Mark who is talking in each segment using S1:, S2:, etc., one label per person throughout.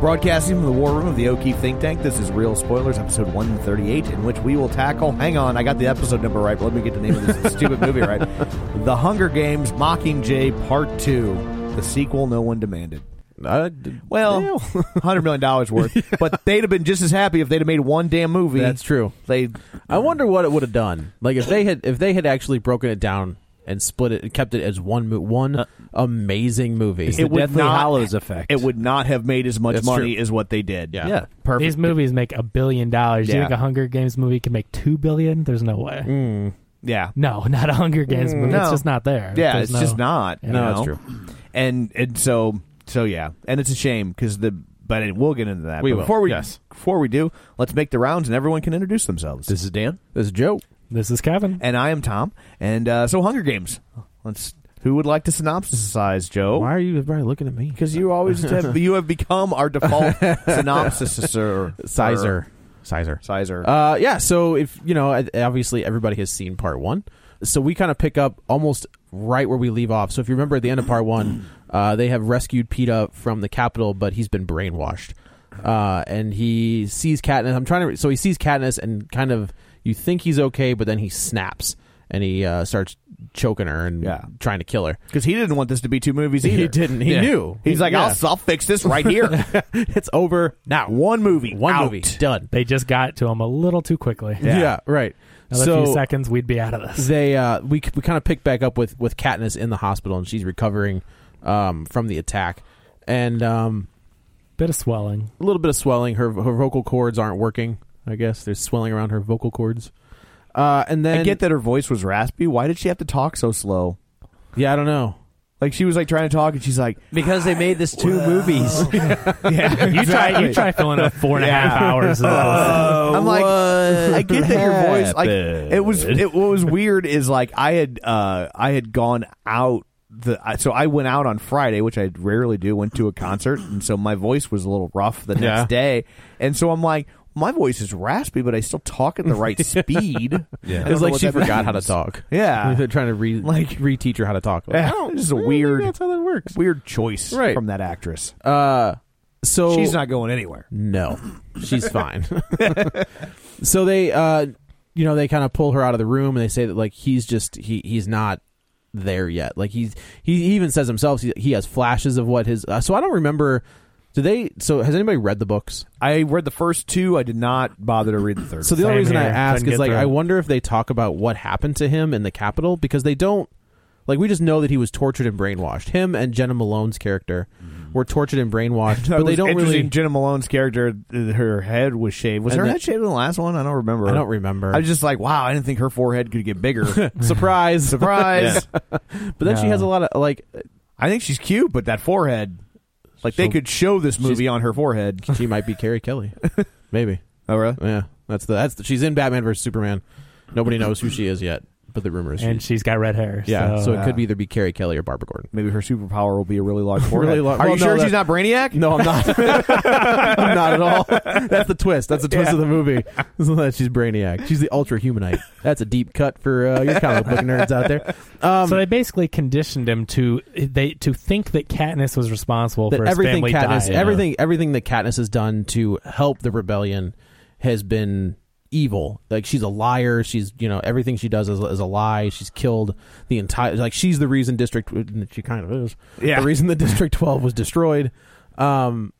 S1: Broadcasting from the war room of the O'Keefe Think Tank, this is Real Spoilers, episode 138, in which we will tackle. Hang on, I got the episode number right, but let me get the name of this stupid movie right. The Hunger Games Mockingjay Part 2, the sequel no one demanded. Well, $100 million worth, but they'd have been just as happy if they'd have made one damn movie.
S2: That's true.
S1: They.
S2: I wonder what it would have done. Like if they had if they had actually broken it down and split it and kept it as one mo- one amazing movie.
S1: It would
S3: Deathly
S1: not-
S3: Hollows effect.
S1: It would not have made as much
S2: That's
S1: money
S2: true.
S1: as what they did.
S2: yeah.
S3: yeah,
S2: perfect.
S4: These movies make a billion dollars. Do you
S1: Yeah.
S4: think a Hunger Games movie can make two billion? There's no way.
S1: Yeah.
S4: No, not a Hunger Games movie.
S1: no.
S4: It's just not there.
S1: Yeah,
S4: There's
S1: it's
S4: no-
S1: just not. you
S2: No, that's
S1: know? And and so so yeah, and it's a shame because the but it, we'll get into that.
S2: We
S1: But
S2: will,
S1: before we
S2: yes.
S1: before we do, let's make the rounds and everyone can introduce themselves.
S2: This is Dan. This is Joe.
S4: This is Kevin.
S1: and I am Tom, and uh, so Hunger Games. Let's who would like to synopsisize Joe?
S2: Why are you everybody looking at me?
S1: Because you always have, you have become our default synopsisizer
S2: Sizer. Sizer.
S1: sizer.
S2: Uh, yeah. So if you know, I- obviously everybody has seen part one, so we kind of pick up almost right where we leave off. So if you remember at the end of part one, uh, they have rescued PETA from the Capitol, but he's been brainwashed, uh, and he sees Katniss. I'm trying to. So he sees Katniss, and kind of you think he's okay, but then he snaps and he uh, starts choking her and
S1: Yeah.
S2: trying to kill her.
S1: because he didn't want this to be two movies either.
S2: He didn't. He
S1: Yeah.
S2: knew.
S1: He's like,
S2: Yeah.
S1: I'll, I'll fix this right here.
S2: it's over now.
S1: One movie.
S2: One
S1: out.
S2: movie done.
S4: They just got to him a little too quickly.
S2: Yeah, right.
S4: Another
S2: so
S4: few seconds, we'd be out of this.
S2: they uh we we kind of pick back up with with Katniss in the hospital and she's recovering um from the attack and um
S4: Bit of swelling.
S2: a little bit of swelling her her vocal cords aren't working I guess there's swelling around her vocal cords uh and then
S1: I get that her voice was raspy. Why did she have to talk so slow?
S2: yeah I don't know
S1: Like she was like trying to talk, and she's like,
S3: Because they made this two movies.
S1: "Yeah,
S4: You try. You try filling up four and a half hours. Of this.
S1: I'm like, I get that your voice. Like it was. It, what was weird is like I had uh I had gone out the I- so I went out on Friday, which I rarely do. Went to a concert, and so my voice was a little rough the next
S2: Yeah.
S1: day, and so I'm like. My voice is raspy, but I still talk at the right speed. Yeah,
S2: it's like she forgot how to talk
S1: Yeah.
S2: they're trying to re like
S1: Like-
S2: reteach her how to talk Like, I don't
S1: this is a
S2: really
S1: weird,
S2: think that's how that works
S1: weird choice
S2: Right.
S1: from that actress.
S2: uh so
S1: She's not going anywhere.
S2: No, she's fine. so they, uh, you know, they kind of pull her out of the room and they say that like he's just he he's not there yet. Like he's he even says himself he, he has flashes of what his. Uh, so I don't remember. Do they? So has anybody read the books?
S1: I read the first two. I did not bother to read the third.
S2: So the
S1: one.
S2: only reason I
S4: here.
S2: ask
S4: Couldn't
S2: is
S4: get
S2: like
S4: through.
S2: I wonder if they talk about what happened to him in the Capitol because they don't. Like we just know that he was tortured and brainwashed. Him and Jenna Malone's character were tortured and brainwashed,
S1: Mm-hmm. That
S2: but they
S1: was
S2: don't
S1: interesting.
S2: really.
S1: Jenna Malone's character, uh, her head was shaved. Was
S2: And
S1: her
S2: the-
S1: head shaved in the last one? I don't remember.
S2: I don't remember.
S1: I was just like, wow, I didn't think her forehead could get bigger.
S2: surprise,
S1: Surprise!
S2: But then she
S4: No.
S2: has a lot of like
S1: I think she's cute, but that forehead, like they
S2: So-
S1: could show this movie on her forehead.
S2: she might be Carrie Kelly. Maybe.
S1: Oh really?
S2: Yeah. That's the that's the, she's in Batman versus Superman. Nobody knows who she is yet, but the rumor is
S4: And
S2: she's,
S4: she's got red hair.
S2: yeah. So,
S4: So,
S2: it could be either be Carrie Kelly or Barbara Gordon.
S1: Maybe her superpower will be a really large forehead.
S2: Really large-
S1: Are
S2: well,
S1: you
S2: no,
S1: sure
S2: that-
S1: she's not Brainiac?
S2: No, I'm not. I'm not at all. That's the twist. That's the twist of the movie. So that she's Brainiac. She's the ultra humanite. That's a deep cut for uh, your comic book nerds out there. Um,
S4: so they basically conditioned him to they to think that Katniss was responsible for
S2: that
S4: his
S2: everything
S4: family
S2: Katniss,
S4: dying.
S2: everything everything that Katniss has done to help the rebellion has been evil. Like she's a liar. She's you know everything she does is, is a lie. She's killed the entire like she's the reason District she kind of is
S1: Yeah.
S2: the reason the District Twelve was destroyed. Um,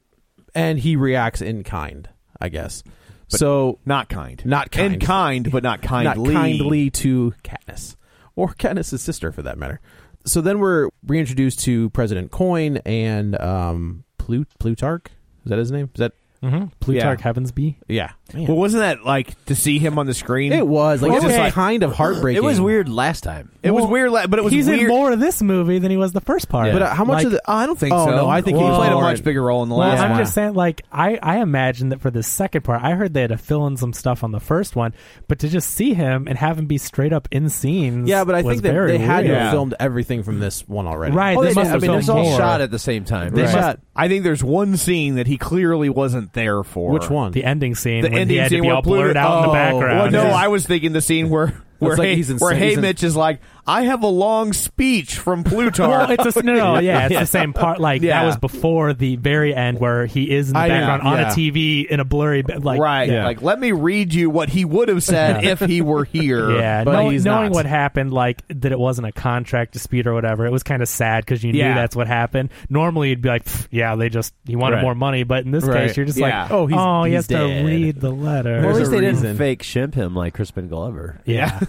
S2: and he reacts in kind, I guess. so
S1: Not kind.
S2: Not kind.
S1: And kind, but not kindly.
S2: not kindly to Katniss or Katniss's sister for that matter. So then we're reintroduced to President Coin and um, Plut- Plutarch. Is that his name? Is that
S4: Mm-hmm. Plutarch
S1: Yeah.
S4: happens be.
S2: yeah? Man.
S1: Well, wasn't that like to see him on the screen?
S2: it was like
S1: Well,
S2: it was
S1: okay.
S2: kind of heartbreaking.
S5: It was weird last time.
S1: It was weird, like- but it was
S4: He's
S1: weird.
S4: in more of this movie than he was the first part.
S2: Yeah. But uh, how much
S4: Like,
S2: of the? I don't think
S1: so.
S2: Oh no, I think
S1: he
S2: he was
S1: played a
S2: more
S1: much
S2: in-
S1: bigger role in the
S4: Well,
S1: last
S4: I'm
S1: one.
S4: just saying, like, I, I imagine that for the second part, I heard they had to fill in some stuff on the first one, but to just see him and have him be straight up in scenes.
S2: Yeah, but I
S4: was
S2: think they,
S4: very
S2: they had to
S4: weird.
S2: have
S1: Yeah.
S2: filmed everything from this one already.
S4: Right,
S5: Oh,
S4: they
S5: they
S4: must
S5: did. I
S4: have
S5: mean, it was
S4: filmed
S5: all
S4: more.
S5: shot at the same time.
S1: They
S5: Right.
S1: shot. I think there's one scene that he clearly wasn't there for.
S2: Which one?
S4: the ending scene.
S1: The
S4: when
S1: ending
S4: he had
S1: scene
S4: to be
S1: where
S4: all
S1: Pluto-
S4: blurred out in
S2: Oh,
S4: the background.
S1: Well, no,
S4: It's-
S1: I was thinking the scene where where
S2: like
S1: hey,
S2: he's insane.
S1: where hey
S2: He's in-
S1: Mitch is like, I have a long speech from Plutarch.
S4: Well, it's a, no, no, yeah, it's the same part. Like
S1: Yeah.
S4: that was before the very end, where he is in the
S1: I-
S4: background on
S1: yeah.
S4: a TV in a blurry, ba- like
S1: right.
S4: yeah.
S1: Like, let me read you what he would have said if he were here.
S4: Yeah,
S1: but
S4: knowing,
S1: he's
S4: knowing
S1: not.
S4: what happened, like that it wasn't a contract dispute or whatever, it was kind of sad because you
S1: Yeah.
S4: knew that's what happened. Normally, you'd be like, "Pff, "Yeah, they just he wanted
S2: Right.
S4: more money," but in this
S2: Right.
S4: case, you're just
S1: Yeah.
S4: like,
S2: Oh,
S4: "Oh,
S2: he's-
S4: he
S2: he's
S4: has
S2: dead.
S4: to read the letter."
S5: Well, at
S2: There's
S5: least
S2: a
S5: they
S2: reason.
S5: didn't fake shimp him like Crispin Glover.
S4: yeah,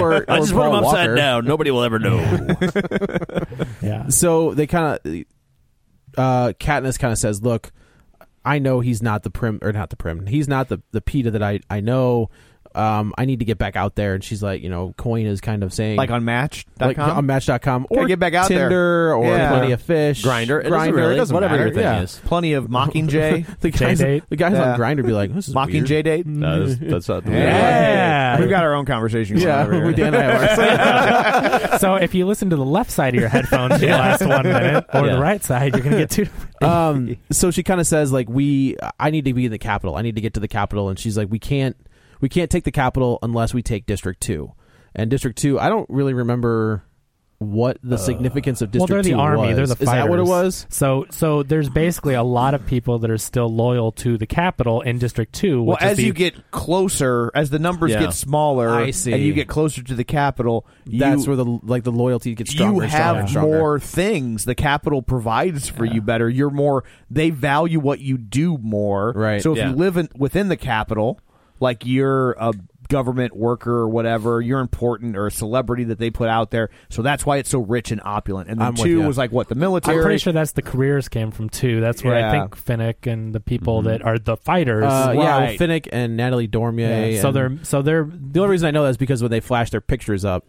S2: or, or
S5: I just put
S2: Paul
S5: him upside
S2: Walker.
S5: down. Nobody will ever know.
S4: yeah.
S2: So they kind of, uh, Katniss kind of says, "Look, I know he's not the prim or not the prim. He's not the the Peta that I I know. Um, I need to get back out there." And she's like, you know, Coin is kind of saying
S1: like on Match.com.
S2: like on Match.com or
S1: Gotta get back out there.
S2: Tinder or
S1: Yeah.
S2: Plenty of Fish
S5: Grinder. It doesn't
S2: Grindr,
S5: really-
S2: it doesn't
S5: whatever
S2: matter.
S5: your thing
S2: yeah.
S5: is.
S1: Plenty of Mockingjay,
S2: The guys,
S4: J-date.
S2: the guys
S1: Yeah.
S2: on Grinder be like, "This is weird."
S1: Mockingjay date.
S5: that's, not the
S4: Yeah.
S1: we've got our own conversation. going
S2: Yeah,
S1: over here.
S2: we Dan and I have ours.
S4: so if you listen to the left side of your headphones for the last one minute, or
S5: Yeah.
S4: the right side, you're gonna get two.
S2: um, so she kind of says like we I need to be in the capital. I need to get to the capital and she's like we can't we can't take the capital unless we take district 2. And district 2, I don't really remember what
S1: Uh,
S2: the significance of
S4: well,
S2: district
S4: they're
S2: 2
S4: the army.
S2: was.
S4: They're the
S2: Is
S4: fighters.
S2: that what it was?
S4: So, so there's basically a lot of people that are still loyal to the capital in District Two.
S1: Well,
S4: which is
S1: as
S4: the-
S1: you get closer, as the numbers
S5: Yeah.
S1: get smaller,
S2: I see.
S1: and you get closer to the capital,
S2: That's
S1: you,
S2: where the like the loyalty gets stronger
S1: you
S2: and stronger
S1: have
S2: and stronger.
S1: more things. The capital provides for you better. You're more. They value what you do more.
S2: Right.
S1: So if
S5: Yeah.
S1: you live in, within the capital, like you're a government worker or whatever, you're important or a celebrity that they put out there. So that's why it's so rich and opulent. And then
S2: I'm with
S1: two
S2: ya.
S1: was like what the
S4: I'm
S1: military.
S4: pretty sure that's the careers came from too. That's where
S1: Yeah.
S4: I think Finnick and the people that are the fighters.
S2: Mm-hmm. uh, yeah, well,
S1: Right.
S2: Finnick and Natalie Dormier.
S4: so
S2: and-
S4: they're so they're
S2: the only reason I know that is because when they flash their pictures up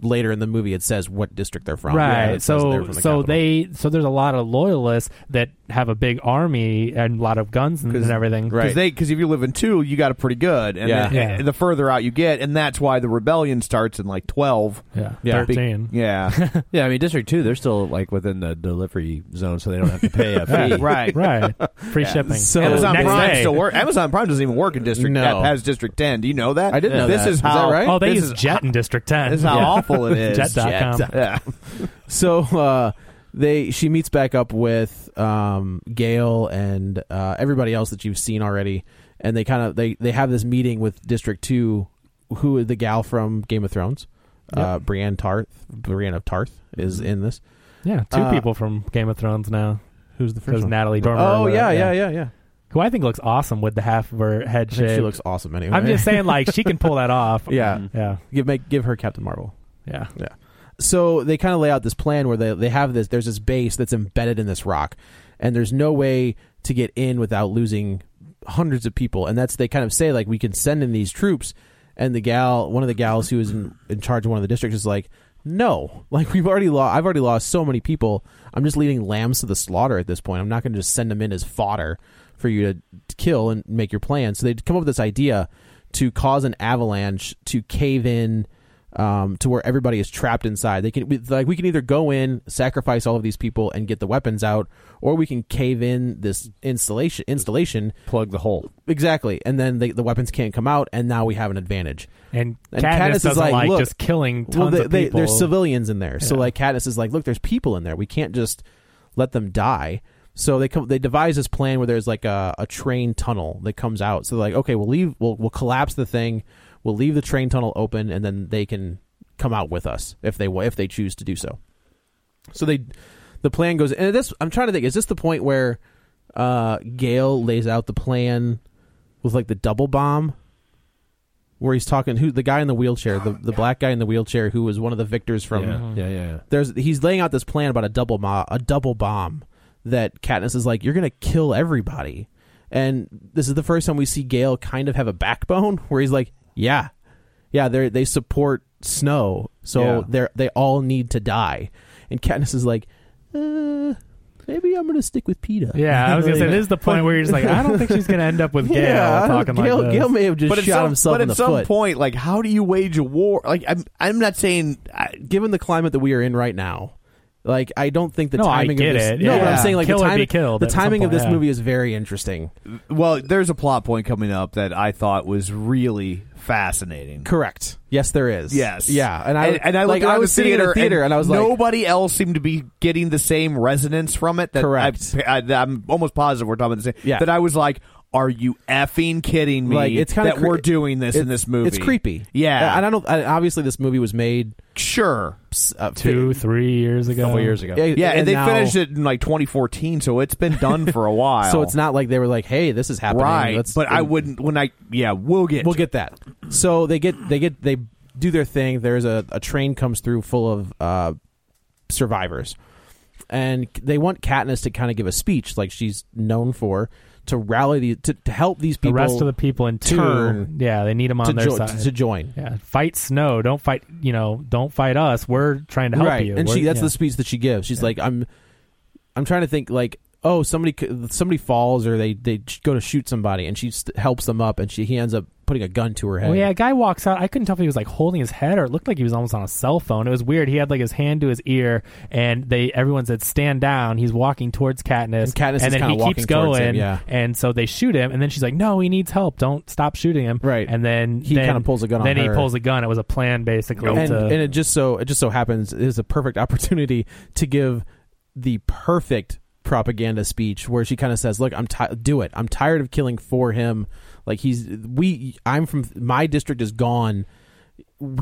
S2: later in the movie, it says what district they're from.
S4: right.
S2: And it says they're
S4: so
S2: from the
S4: so
S2: capital.
S4: they so there's a lot of loyalists that have a big army and a lot of guns and,
S1: 'Cause-
S4: and everything.
S1: Because they, because if you live in two, you got it pretty good, and
S2: Yeah.
S1: then-
S4: Yeah.
S1: the further out you get, and that's why the rebellion starts in like twelve.
S4: Yeah.
S2: Yeah.
S4: Thirteen.
S1: Yeah,
S5: Yeah, I mean District Two, they're still like within the delivery zone, so they don't have to pay a fee.
S1: right.
S4: right. Free shipping.
S2: So-
S1: Amazon
S4: next
S1: Prime
S4: day.
S1: still work. Amazon Prime doesn't even work in District.
S2: No.
S1: that has District Ten. Do you know that?
S2: I didn't know
S1: This
S2: that.
S1: is
S2: Is that
S1: how.
S2: right?
S4: Oh, they
S1: this
S4: use
S1: is,
S4: Jet in District Ten.
S1: This is how awful it is.
S4: Jet.com.
S2: Jet.
S1: Yeah.
S2: So uh, they she meets back up with um, Gail and uh, everybody else that you've seen already, and they kind of they they have this meeting with District Two, who is the gal from Game of Thrones, uh, Brienne Tarth, Brienne of Tarth is
S4: Mm-hmm.
S2: in this.
S4: Yeah, two
S2: Uh,
S4: people from Game of Thrones now.
S2: Who's the
S4: Because Natalie Dormer.
S2: Oh
S4: or
S2: yeah,
S4: whatever,
S2: yeah, yeah, yeah.
S4: Who I think looks awesome with the half of her head
S2: I think
S4: shape.
S2: she looks awesome anyway.
S4: I'm just Mm-hmm. saying, like she can pull that off.
S2: yeah,
S4: Yeah.
S2: give make give her Captain Marvel.
S4: Yeah.
S2: Yeah. So they kind of lay out this plan where they, they have this there's this base that's embedded in this rock and there's no way to get in without losing hundreds of people and that's they kind of say like we can send in these troops and the gal one of the gals who is in, in charge of one of the districts is like no like we've already lost I've already lost so many people I'm just leading lambs to the slaughter at this point I'm not going to just send them in as fodder for you to kill and make your plan so they come up with this idea to cause an avalanche to cave in um, to where everybody is trapped inside. They can we- like we can either go in, sacrifice all of these people, and get the weapons out, or we can cave in this installation. Installation
S5: Plug the hole.
S2: exactly, and then they, the weapons can't come out, and now we have an advantage.
S4: And,
S2: And
S4: Katniss,
S2: Katniss is
S4: doesn't
S2: like,
S4: like,
S2: "Look,
S4: just killing tons
S2: well, they,
S4: of
S2: they-
S4: people.
S2: there's civilians in there, so
S4: Yeah.
S2: like Katniss is like, look, there's people in there. We can't just let them die. So they come, they devise this plan where there's like a, a train tunnel that comes out. So they're like, okay, we'll leave, we'll we'll collapse the thing, we'll leave the train tunnel open, and then they can come out with us if they wa- if they choose to do so. So they, the plan goes, and this I'm trying to think, is this the point where uh, Gale lays out the plan with like the double bomb? Where he's talking, who the guy in the wheelchair, the, the black guy in the wheelchair, who was one of the victors from
S6: yeah, yeah, yeah.
S2: there's he's laying out this plan about a double mo- a double bomb that Katniss is like, you're gonna kill everybody, and this is the first time we see Gale kind of have a backbone where he's like, yeah, yeah, they they support Snow, so
S6: Yeah.
S2: they're they all need to die, and Katniss is like, uh, maybe I'm gonna stick with Peeta.
S4: Yeah, I was gonna say this is the point where you're just like, I don't think she's gonna end up with Gail
S2: Yeah, I don't-
S4: talking
S2: Gale,
S4: like this.
S2: Gale may have just
S1: but at
S2: shot
S1: some,
S2: himself
S1: but
S2: in
S1: at
S2: the
S1: some
S2: foot.
S1: point, like, how do you wage a war? Like, I'm I'm not saying I,
S2: given the climate that we are in right now, like I don't think the
S4: No, I
S2: timing of
S4: get
S2: this.
S4: it,
S2: No, but
S4: yeah.
S2: I'm saying like
S4: Kill
S2: the
S4: or be
S2: timing,
S4: killed
S2: the
S4: at some
S2: timing of
S4: point,
S2: this
S4: yeah.
S2: movie is very interesting.
S1: Well, there's a plot point coming up that I thought was really fascinating.
S2: Correct. Yes, there is.
S1: Yes.
S2: Yeah, and I
S1: and, I
S2: like
S1: looked around
S2: I was
S1: the
S2: sitting
S1: theater,
S2: in a theater and, I was like,
S1: nobody else seemed to be getting the same resonance from it. That
S2: Correct.
S1: I, I, am almost positive we're talking about the same.
S2: Yeah.
S1: That I was like, are you effing kidding me?
S2: like it's kind
S1: that
S2: of
S1: we're doing this in this movie.
S2: It's creepy.
S1: Yeah.
S2: and I don't. I, obviously, this movie was made
S1: Sure.
S2: uh,
S4: Two, three years ago.
S6: Couple years ago.
S2: Yeah,
S1: Yeah, and, they
S2: now-
S1: finished it in like 2014, so it's been done for a while.
S2: So it's not like they were like, "Hey, this is happening."
S1: right.
S2: Let's-
S1: but I
S2: and-
S1: wouldn't when I yeah we'll get
S2: We'll
S1: to
S2: get that. So they get they get they do their thing. There's a, a train comes through full of uh, survivors, and they want Katniss to kind of give a speech like she's known for to rally the to, to help these
S4: The
S2: people.
S4: rest of the people in two.
S2: turn
S4: yeah, they need them on
S2: to,
S4: their
S2: jo-
S4: side.
S2: to join.
S4: yeah, fight Snow. Don't fight. You know, don't fight us. We're trying to help
S2: right.
S4: you.
S2: And
S4: We're-
S2: she that's
S4: yeah.
S2: the speech that she gives. She's like, I'm, I'm trying to think like, oh, somebody c- somebody falls or they they sh- go to shoot somebody, and she st- helps them up, and she he ends up putting a gun to her head.
S4: Well, Oh, yeah, a guy walks out. I couldn't tell if he was like holding his head or it looked like he was almost on a cell phone. It was weird. He had like his hand to his ear, and they everyone said stand down. He's walking towards Katniss,
S2: And Katniss is
S4: then
S2: kinda
S4: he
S2: walking
S4: keeps
S2: towards
S4: going.
S2: him, yeah.
S4: and so they shoot him, and then she's like, "No, he needs help. Don't stop shooting him."
S2: Right.
S4: and then
S2: He
S4: then-
S2: kinda pulls a gun on
S4: Then he
S2: her.
S4: pulls a gun. It was a plan basically.
S2: and,
S4: to,
S2: and it just so it just so happens it is a perfect opportunity to give the perfect propaganda speech where she kind of says look i'm ti- do it i'm tired of killing for him like he's we i'm from my district is gone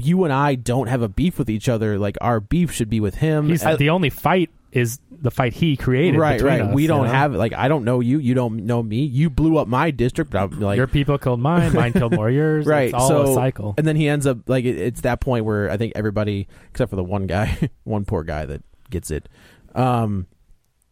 S2: you and i don't have a beef with each other like our beef should be with him
S4: he's,
S2: And-
S4: the only fight is the fight he created.
S2: right
S4: between
S2: right
S4: us,
S2: we
S4: you
S2: don't
S4: know?
S2: have like i don't know you you don't know me you blew up my district but I'm, like
S4: your people killed mine. Mine killed more of yours.
S2: right
S4: It's all
S2: so
S4: a cycle.
S2: and then he ends up like it, it's that point where i think everybody except for the one guy one poor guy that gets it um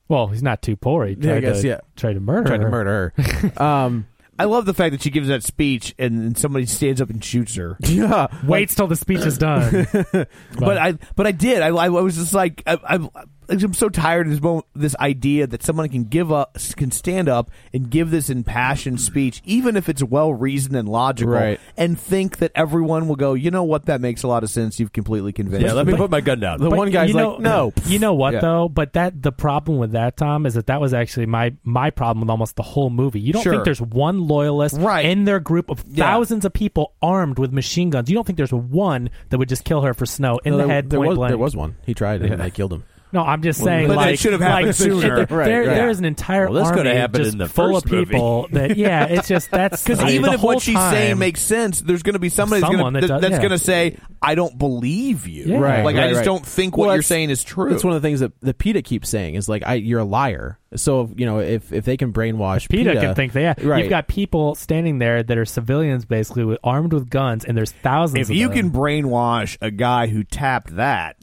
S4: well, he's not too poor. He tried
S2: Yeah, I guess,
S4: to
S2: yeah.
S4: tried to murder.
S2: tried to
S4: her.
S2: murder her um
S1: I love the fact that she gives that speech and, then somebody stands up and shoots her.
S2: yeah
S4: Waits till the speech is done.
S1: But I, but I did. I, I was just like, I, I'm, I'm so tired of this moment, this idea that someone can give up, can stand up and give this impassioned speech, even if it's well reasoned and logical,
S2: Right.
S1: and think that everyone will go, you know what, that makes a lot of sense. You've completely convinced.
S6: Yeah, let
S1: me.
S6: me put my gun down.
S2: the one guy's
S4: you know,
S2: like no
S4: You know what
S1: Yeah.
S4: though? But that the problem with that, Tom, is that that was actually my my problem with almost the whole movie. You don't
S1: Sure.
S4: think there's one loyalist
S1: Right.
S4: in their group of
S1: Yeah.
S4: thousands of people armed with machine guns. You don't think there's one that would just kill her for snow in
S2: No,
S4: the
S2: there,
S4: head
S2: there
S4: point
S2: was
S4: blank.
S2: there was one he tried and they killed him
S4: No, I'm just saying.
S1: But that
S4: like,
S1: should have happened
S4: like,
S1: sooner.
S4: there-
S2: Right,
S4: there,
S2: right.
S4: there is an entire
S6: Well, this could have
S4: army
S6: happened
S4: just
S6: in the
S4: full
S6: first
S4: of
S6: movie.
S4: people that yeah, it's just that's
S1: Because
S4: I mean,
S1: even
S4: the
S1: if what
S4: whole
S1: she's
S4: time-
S1: saying makes sense, there's going to be somebody
S4: Someone that does-
S1: that's
S4: yeah.
S1: going to say, "I don't believe you."
S4: Yeah. Right,
S1: Like I
S2: right,
S1: just
S2: right.
S1: don't think what
S2: Well,
S1: you're
S2: that's-
S1: saying is true.
S2: that's one of the things that the PETA keeps saying is like I you're a liar so you know if if they can brainwash
S4: PETA,
S2: PETA,
S4: can think that. Yeah,
S2: right
S4: you've got people standing there that are civilians, basically, with, armed with guns, and there's thousands.
S1: if
S4: of
S1: you
S4: them.
S1: can brainwash a guy who tapped that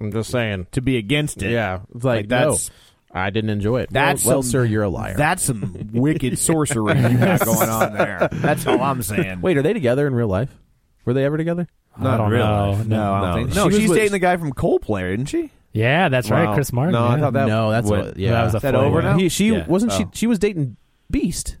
S2: I'm just saying
S1: to be against it,
S2: yeah it's like,
S1: Like, that's-
S2: no, I didn't enjoy it
S1: That's
S2: well, well
S1: some-
S2: sir you're a liar
S1: That's some wicked sorcery you got going on there. That's all I'm saying.
S2: wait are they together in real life were they ever together
S4: I don't know.
S1: no, I don't
S6: no.
S1: think.
S6: She
S1: No,
S6: was
S1: she's
S6: with-
S1: dating the guy from Coldplay, isn't she?
S4: Yeah, that's right,
S1: Wow.
S4: Chris Martin.
S1: No, I
S4: yeah.
S1: thought that-
S2: no that's
S6: went-
S2: what yeah
S4: That was a
S1: Is that
S4: flaw.
S1: over now?
S2: He, she
S6: Yeah.
S2: wasn't she
S1: Oh.
S2: she was dating Beast.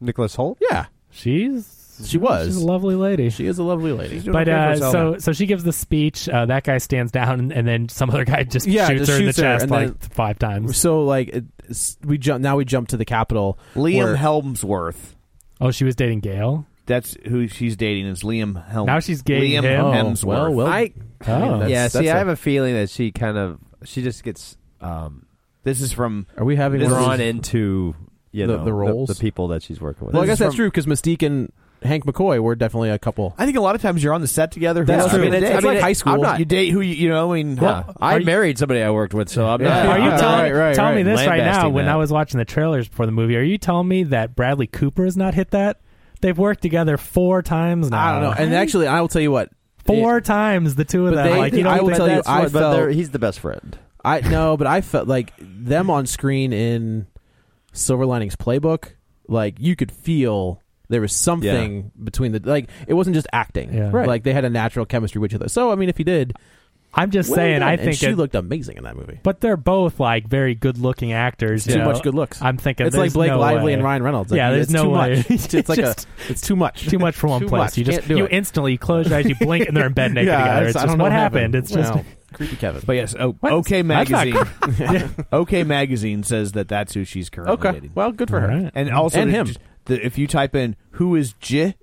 S6: Nicholas Holt.
S2: Yeah,
S4: She's
S2: She was.
S4: She's a lovely lady.
S2: she is a lovely lady.
S1: She's doing
S4: but
S1: okay for
S4: uh,
S1: herself.
S4: so so she gives the speech. Uh, that guy stands down, and, and then some other guy just
S2: Yeah,
S4: shoots
S2: just
S4: her in the
S2: shoots her,
S4: chest
S2: and
S4: like
S2: then-
S4: five times.
S2: So like it- s- we jump now we jump to the Capitol.
S1: Liam
S2: where-
S1: Helmsworth.
S4: Oh, she was dating Gail.
S1: That's who she's dating is Liam Helm.
S4: Now she's dating
S1: Liam
S4: him? Oh,
S1: Hemsworth.
S2: well, well,
S6: I
S4: Oh,
S2: That's-
S6: yeah. See,
S2: that's
S6: I
S2: a-
S6: have a feeling that she kind of she just gets um
S1: This is from.
S2: Are we having
S1: this
S2: one of
S1: is-
S7: drawn into you
S2: The-
S7: know
S2: the roles?
S7: the, people that she's working with.
S2: Well, I guess
S1: This is
S2: that's true because Mystique and Hank McCoy were definitely a couple.
S1: I think a lot of times you're on the set together. Who
S2: That's
S1: else
S2: true.
S1: are you gonna
S2: It's-
S1: date?
S2: it's like
S1: I mean,
S2: high school.
S1: I'm not- you date who you, you know. I mean,
S7: yeah. I
S4: you-
S7: married somebody I worked with, so I'm not.
S4: Are you
S7: I'm
S4: telling,
S7: not-
S2: right, right,
S4: tell me
S2: right.
S4: this right now?
S7: Lambasting
S4: When
S7: that.
S4: I was watching the trailers before the movie, are you telling me that Bradley Cooper has not hit that? They've worked together four times now.
S2: I don't know. And actually, I will tell you what.
S4: four times the two of
S2: But
S4: them.
S2: they-
S4: like you
S2: I
S4: don't
S2: will
S4: think
S2: tell you,
S4: that's-
S2: I
S7: but
S2: felt-
S7: they're- he's the best friend.
S2: I no, but I felt like them on screen in Silver Linings Playbook. Like you could feel there was something between the like it wasn't just acting.
S4: Yeah. Right.
S2: Like they had a natural chemistry with each other. So I mean, if you did,
S4: I'm just
S2: well
S4: saying.
S2: done.
S4: I
S2: And
S4: think
S2: she
S4: it,
S2: looked amazing in that movie.
S4: but they're both like very good-looking actors. you
S2: Too
S4: know?
S2: much good looks.
S4: I'm thinking
S2: it's like
S4: there's
S2: Blake
S4: no
S2: Lively
S4: way.
S2: and Ryan Reynolds. Like,
S4: Yeah, there's
S2: it's
S4: no
S2: too
S4: way.
S2: much. It's like
S4: Just-
S2: a it's too much.
S4: Too much for one
S2: Too
S4: place.
S2: much.
S4: You just
S2: Can't do
S4: you
S2: it.
S4: instantly close your eyes, you blink, and they're in bed naked together. It's
S2: I
S4: just
S2: don't know
S4: what happened. It's just
S2: Wow. creepy, Kevin.
S1: But yes, oh, OK
S4: That's not
S1: Magazine. OK Magazine says that that's who she's currently
S2: okay,
S1: dating.
S2: well, good for her.
S4: All right.
S1: and also
S2: And
S1: the-
S2: him.
S1: the- if you type in who is J,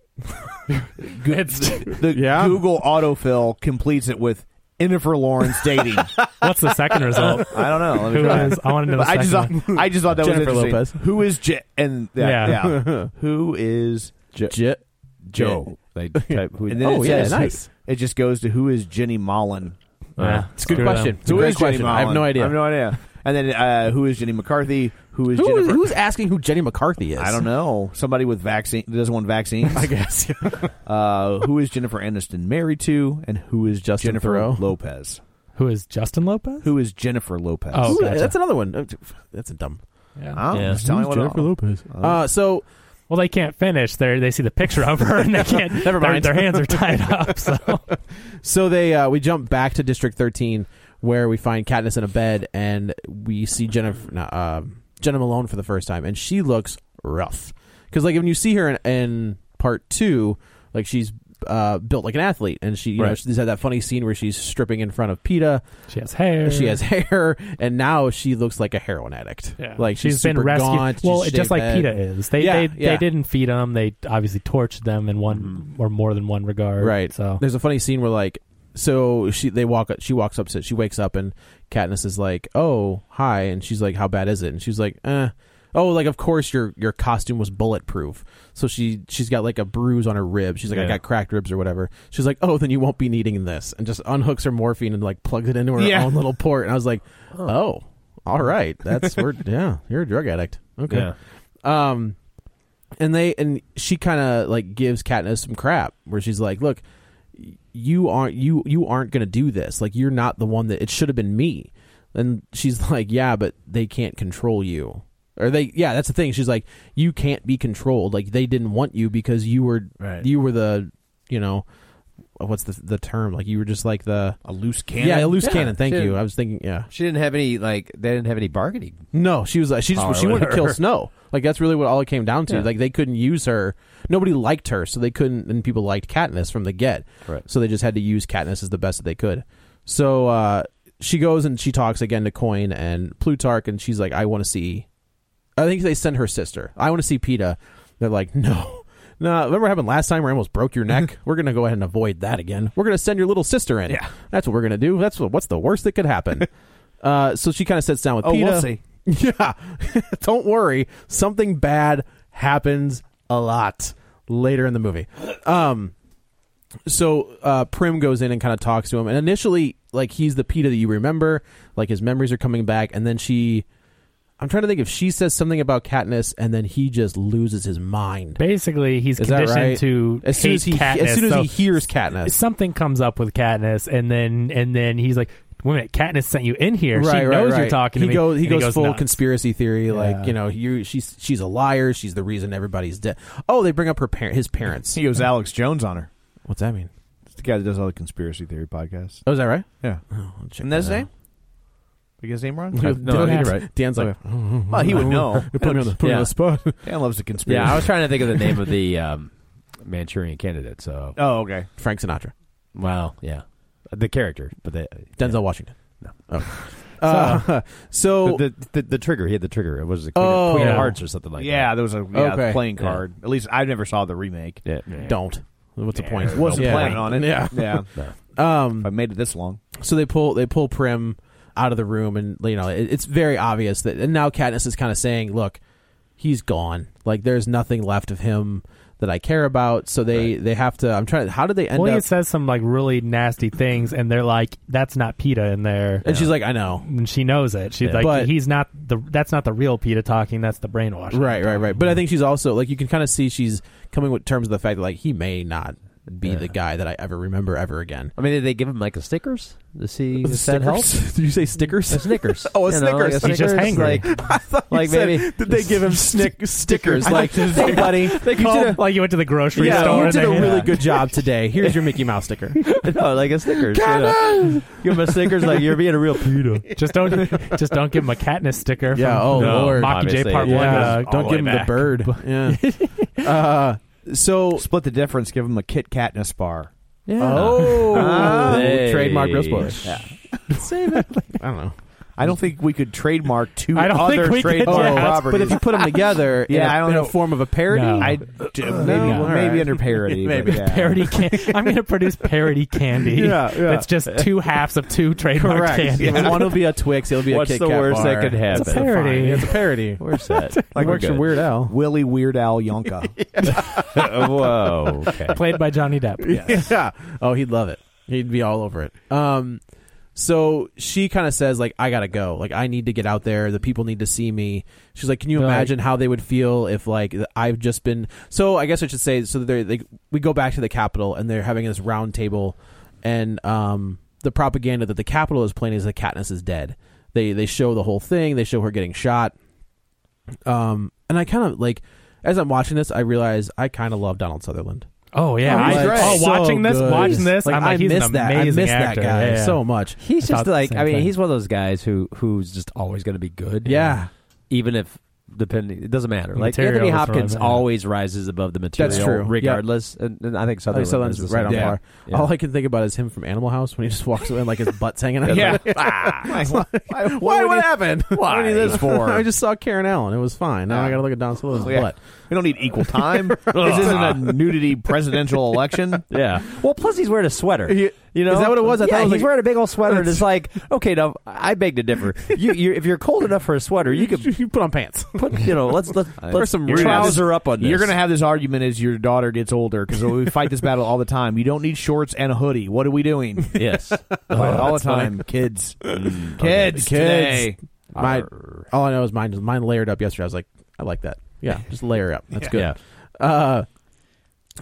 S1: the
S2: Yeah.
S1: Google autofill completes it with Jennifer Lawrence dating.
S4: what's the second result?
S1: I don't know. Let me
S4: Who
S1: try.
S4: is- I wanna know
S1: But
S4: the
S1: I just thought,
S4: second
S1: I just thought that
S2: Jennifer
S1: was interesting.
S2: Lopez.
S1: Who is J? And yeah,
S4: Yeah.
S1: yeah. who is J-
S2: J-
S1: Joe?
S7: They type who,
S1: And then
S2: Oh,
S1: it
S2: yeah,
S1: says
S2: nice.
S1: who- it just goes to who is Jenny Mullen?
S4: Yeah,
S2: It's a good
S4: screw them.
S2: question. It's a
S1: Who
S2: great
S1: is Jenny
S2: question. I have
S1: Mullen?
S2: no idea.
S1: I have no idea. And then uh, who is Jenny McCarthy? Who is
S2: Who,
S1: Jennifer?
S2: who's asking who Jenny McCarthy is?
S1: I don't know. Somebody with vaccine that doesn't want vaccines.
S2: I guess.
S1: Uh, who is Jennifer Aniston married to, and who is
S2: Justin
S1: Jennifer
S2: Theroux.
S1: Lopez?
S4: Who is Justin Lopez?
S1: Who is Jennifer Lopez?
S4: Oh,
S2: Ooh,
S4: gotcha.
S2: That's another one. Uh, That's a dumb.
S4: Yeah.
S1: I'm just telling you what I'll-
S2: Lopez? Uh, so
S4: Well, they can't finish. They they see the picture of her and they can't.
S2: Never
S4: their-
S2: mind.
S4: Their, hands are tied up. So
S2: so they uh, we jump back to District 13 where we find Katniss in a bed and we see Jennifer no, um Jenna Malone for the first time and she looks rough because like when you see her in, in part two like she's uh, built like an athlete and she you know
S7: Right.
S2: she's had that funny scene where she's stripping in front of Peta
S4: she has hair.
S2: she has hair and now she looks like a heroin addict
S4: Yeah.
S2: like she's,
S4: been
S2: super
S4: rescued.
S2: gaunt,
S4: well,
S2: she's
S4: just like
S2: shaved
S4: PETA
S2: head.
S4: is. They
S2: Yeah,
S4: they,
S2: yeah. Mm-hmm.
S4: they didn't feed them. They obviously tortured them in one or more than one regard.
S2: Right.
S4: So
S2: there's a funny scene where like so she they walk up she walks up she wakes up and Katniss is like, "Oh, hi." And she's like, "How bad is it?" And she's like, "Uh Oh, like of course your your costume was bulletproof. So she she's got like a bruise on her rib. She's like I
S7: Yeah.
S2: got cracked ribs or whatever. She's like, oh, then you won't be needing this, and just unhooks her morphine and like plugs it into her
S1: Yeah.
S2: own little port. And I was like, oh, all right, that's we're yeah, you're a drug addict. Okay,
S7: Yeah.
S2: um, and they and she kind of like gives Katniss some crap where she's like, "Look, you aren't you you aren't gonna do this. Like you're not the one that it should have been me." And she's like, "Yeah, but they can't control you." Or they, yeah, that's the thing. She's like, you can't be controlled. Like they didn't want you because you were,
S7: Right.
S2: you were the, you know, what's the the term? Like you were just like the,
S1: a loose cannon.
S2: yeah, a loose
S7: Yeah,
S2: cannon. Thank
S7: she-
S2: you. I was thinking, yeah,
S7: She didn't have any like they didn't have any bargaining.
S2: no, she was like she just
S7: Power
S2: she wanted to
S7: with
S2: kill
S7: her.
S2: Snow. Like that's really what all it came down to.
S7: Yeah.
S2: Like they couldn't use her. Nobody liked her, so they couldn't. And people liked Katniss from the get.
S7: Right.
S2: So they just had to use Katniss as the best that they could. So uh, she goes and she talks again to Coin and Plutarch, and she's like, "I want to see." I think they send her sister. I want to see Peta. They're like, "No." No, remember what happened last time where I almost broke your neck? we're gonna go ahead and avoid that again. We're gonna send your little sister in.
S1: Yeah.
S2: That's what we're gonna do. That's what, what's the worst that could happen. uh, so she kind of sits down with
S1: Oh,
S2: Peta.
S1: we'll see.
S2: Yeah. Don't worry. Something bad happens a lot later in the movie. Um so uh Prim goes in and kind of talks to him and initially like he's the Peter that you remember, like his memories are coming back and then she I'm trying to think if she says something about Katniss and then he just loses his mind.
S4: basically, he's
S2: Is that
S4: conditioned
S2: right?
S4: to
S2: as soon
S4: hate
S2: as he
S4: Katniss.
S2: as soon as
S4: so
S2: he hears Katniss.
S4: something comes up with Katniss, and then and then he's like, "Wait a minute, Katniss sent you in here. she knows you're talking
S2: he
S4: to me."
S2: Goes, he
S4: And
S2: goes, full
S4: nuts.
S2: conspiracy theory, like
S4: Yeah.
S2: you know, you she's she's a liar. She's the reason everybody's dead. Oh, they bring up her parent, his parents.
S1: He goes Alex Jones on her.
S2: What's that mean?
S1: It's the guy that does all the conspiracy theory podcasts.
S2: Oh, is that right?
S1: Yeah,
S2: I'll check
S1: isn't that his
S2: out.
S1: name? Did I get his name wrong?
S2: No,
S7: No,
S2: Dan's,
S7: you're right.
S4: Oh,
S2: Dan's like,
S1: Well, he would know.
S2: "They put me on the, put me
S7: Yeah.
S2: on the spot.
S1: Dan loves the conspiracy.
S7: Yeah, I was trying to think of the name of the um, Manchurian candidate. So
S1: oh, okay.
S2: Frank Sinatra,
S7: wow, yeah, the character, but the
S2: Denzel Washington.
S7: No.
S2: Oh. Uh, so
S7: the, the, the the trigger. He had the trigger. It was the Queen,
S2: Oh.
S7: of, Queen
S4: Yeah.
S7: of Hearts or something like
S1: yeah,
S7: that.
S1: there was a yeah,
S2: Okay.
S1: playing
S7: Yeah.
S1: card. At least I never saw the remake.
S7: Yeah, yeah.
S2: don't. What's the point?
S1: Wasn't
S2: Yeah.
S1: planning on it.
S2: Yeah.
S1: yeah.
S7: No.
S1: Um, If I made it this long,
S2: So they pull they pull Prim out of the room, and you know it, it's very obvious that. And now Katniss is kind of saying, "Look, he's gone. Like there's nothing left of him." That I care about, so they they have to. I'm trying. How did they end
S4: William
S2: up?
S4: says some like really nasty things, and they're like, "That's not Peta in there,"
S2: and she's like, "I know."
S4: and she knows it. She's
S2: Yeah.
S4: like,
S2: But-
S4: "He's not the. That's not the real Peta talking. That's the brainwash."
S2: Right, right, right. But I think she's also like you can kind of see she's coming with terms of the fact that like he may not be the guy that I ever remember ever again.
S1: I mean, did they give him like a Snickers to see if that helps?
S2: Did you say stickers?
S1: A Snickers.
S2: Oh, a
S1: You know, like
S2: Snickers.
S1: a
S4: He's just
S1: Snickers,
S4: hangry.
S1: Like,
S2: I thought you
S1: Like,
S2: said,
S1: maybe-
S2: did they give him snick stickers? Like, hey buddy,
S4: Like you, did a, Oh, like you went to the grocery
S2: yeah,
S4: store.
S2: you
S4: and
S2: did a
S4: they-
S2: really good job today. Here's your Mickey Mouse sticker.
S1: no, like a Snickers. you know. Give him a Snickers. Like you're being a real Peter.
S4: Just don't, just don't give him a Katniss sticker.
S2: Yeah,
S4: From
S2: oh,
S4: the
S2: Lord. Oh,
S4: Mockingjay
S1: Obviously,
S4: Part
S1: yeah.
S4: One.
S2: Yeah,
S4: uh,
S2: don't give him the bird. Yeah. uh, so
S8: Split the difference. Give him a Kit Katniss bar.
S2: oh,
S1: Hey.
S2: trademark real spoilers.
S8: Yeah.
S2: Save it. I don't know.
S8: I don't think we could trademark two
S4: I don't think
S8: other
S4: we could,
S8: trademark
S4: yeah.
S8: properties.
S2: But if you put them together,
S8: Yeah,
S2: in a-
S8: I don't
S2: in a
S8: know.
S2: form of a parody,
S4: No.
S8: I, maybe
S4: no.
S8: maybe
S2: Alright.
S8: under parody.
S2: Maybe.
S8: but yeah.
S4: Parody can- I'm going to produce parody candy.
S8: Yeah, yeah.
S4: That's just two halves of two trademark
S8: Correct.
S4: candy.
S2: Yeah, One will be a Twix. It'll be a
S1: What's
S2: Kit
S1: the
S2: Kat
S1: worst
S2: bar.
S1: that could happen?
S4: It's a parody.
S2: It's a parody.
S1: Where's that?
S2: Like
S1: We're
S2: works for
S1: good.
S2: Weird Al.
S8: Willie Weird Al Yonka.
S1: Whoa. Okay.
S4: Played by Johnny Depp.
S2: Yeah. Oh, he'd love it. He'd be all over it. Um, so she kind of says like, I gotta go. Like, I need to get out there. The people need to see me. She's like, Can you
S4: Right.
S2: imagine how they would feel if like th- I've just been? So I guess I should say. So they like we go back to the Capitol and they're having this round table, and um, the propaganda that the Capitol is playing is that Katniss is dead. They they show the whole thing. They show her getting shot. Um, and I kind of like as I'm watching this, I realize I kind of love Donald Sutherland.
S4: Oh yeah.
S2: I'm
S4: I-
S2: like,
S4: oh,
S2: so
S4: watching this,
S2: good.
S4: watching this.
S2: Like,
S4: I'm like,
S2: I
S4: he's
S2: miss
S4: an
S2: that.
S4: amazing
S2: I miss
S4: actor.
S2: that guy
S4: Yeah, yeah.
S2: so much.
S1: He's
S4: thought
S1: just
S4: the
S1: like
S4: same
S1: I mean,
S4: thing.
S1: he's one of those guys who who's just always going to be good.
S2: Yeah,
S1: even if depending, it doesn't matter.
S4: The
S1: Like
S4: material
S1: Anthony
S4: is
S1: Hopkins
S4: relevant, yeah.
S1: always rises above the material.
S2: That's true.
S1: regardless. And, and I think
S2: I think
S1: Sutherland,
S2: Sutherland's
S1: is the
S2: right
S1: same
S2: on
S1: way.
S2: par.
S1: Yeah.
S2: All I can think about is him from Animal House when he just walks away and like his butt's hanging out.
S8: Yeah.
S2: Like,
S1: Ah.
S8: why,
S2: Why? What happened?
S8: Why?
S2: What are this for?
S8: for?
S2: I just saw Karen Allen. It was fine. Now I
S1: Ah.
S8: Yeah.
S2: got to look at Don
S1: Oh,
S2: Sutherland's
S8: Yeah.
S2: butt.
S8: We don't need equal time. this isn't a nudity presidential election.
S1: Yeah. Well, plus he's wearing a sweater.
S2: He-
S1: you know,
S2: Is that what it was? I
S1: yeah,
S2: thought it was
S1: he's
S2: like-
S1: wearing a big old sweater, and it's like, okay, now I beg to differ. You, you if you're cold enough for a sweater, you could
S2: You put on pants.
S1: put, you know, let's let's,
S2: Or
S1: let's
S2: some
S1: trouser
S2: trousers.
S1: up on this.
S8: You're going to have this argument as your daughter gets older because we fight this battle all the time. You don't need shorts and a hoodie. What are we doing?
S1: yes.
S8: all the time, kids, kids,
S2: Kids.
S8: today.
S2: My, all I know is mine. Mine layered up yesterday. I was like, I like that. Yeah, just layer up. That's good.
S1: Yeah.
S2: Uh,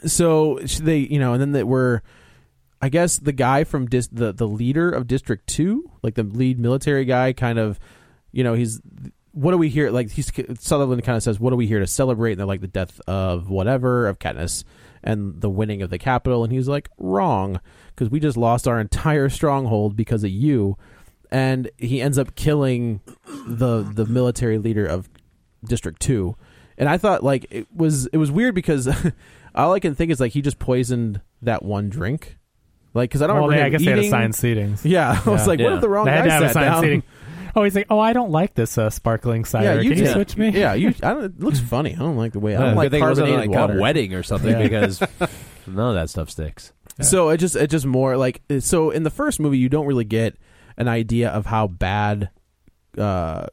S2: so sh- they, you know, and then that were, I guess the guy from dis- the the leader of District Two, like the lead military guy, kind of, you know, he's what are we here? Like he's Sutherland kind of says, "What are we here to celebrate?" And they're like, "The death of whatever of Katniss and the winning of the capital." And he's like, "Wrong, because we just lost our entire stronghold because of you." And he ends up killing the the military leader of District Two, and I thought like it was it was weird because all I can think is like he just poisoned that one drink, like because I don't
S4: Well,
S2: remember him
S4: they, I guess
S2: eating.
S4: they had assigned seating.
S2: Yeah, I was like, what
S1: Yeah.
S2: if the wrong
S4: They
S2: guy
S4: had to have
S2: sat
S4: assigned
S2: down?
S4: seating. Oh, he's like, oh, I don't like this uh, sparkling cider. Can you
S2: did.
S4: switch me?
S2: Yeah, you. I don't, it looks funny. I don't like the way. I don't
S1: Good
S2: like
S1: thing it wasn't
S2: carbonated
S1: like
S2: water.
S1: a wedding or something
S2: Yeah.
S1: because none of that stuff sticks.
S2: So it just it just more like so in the first movie you don't really get an idea of how bad uh,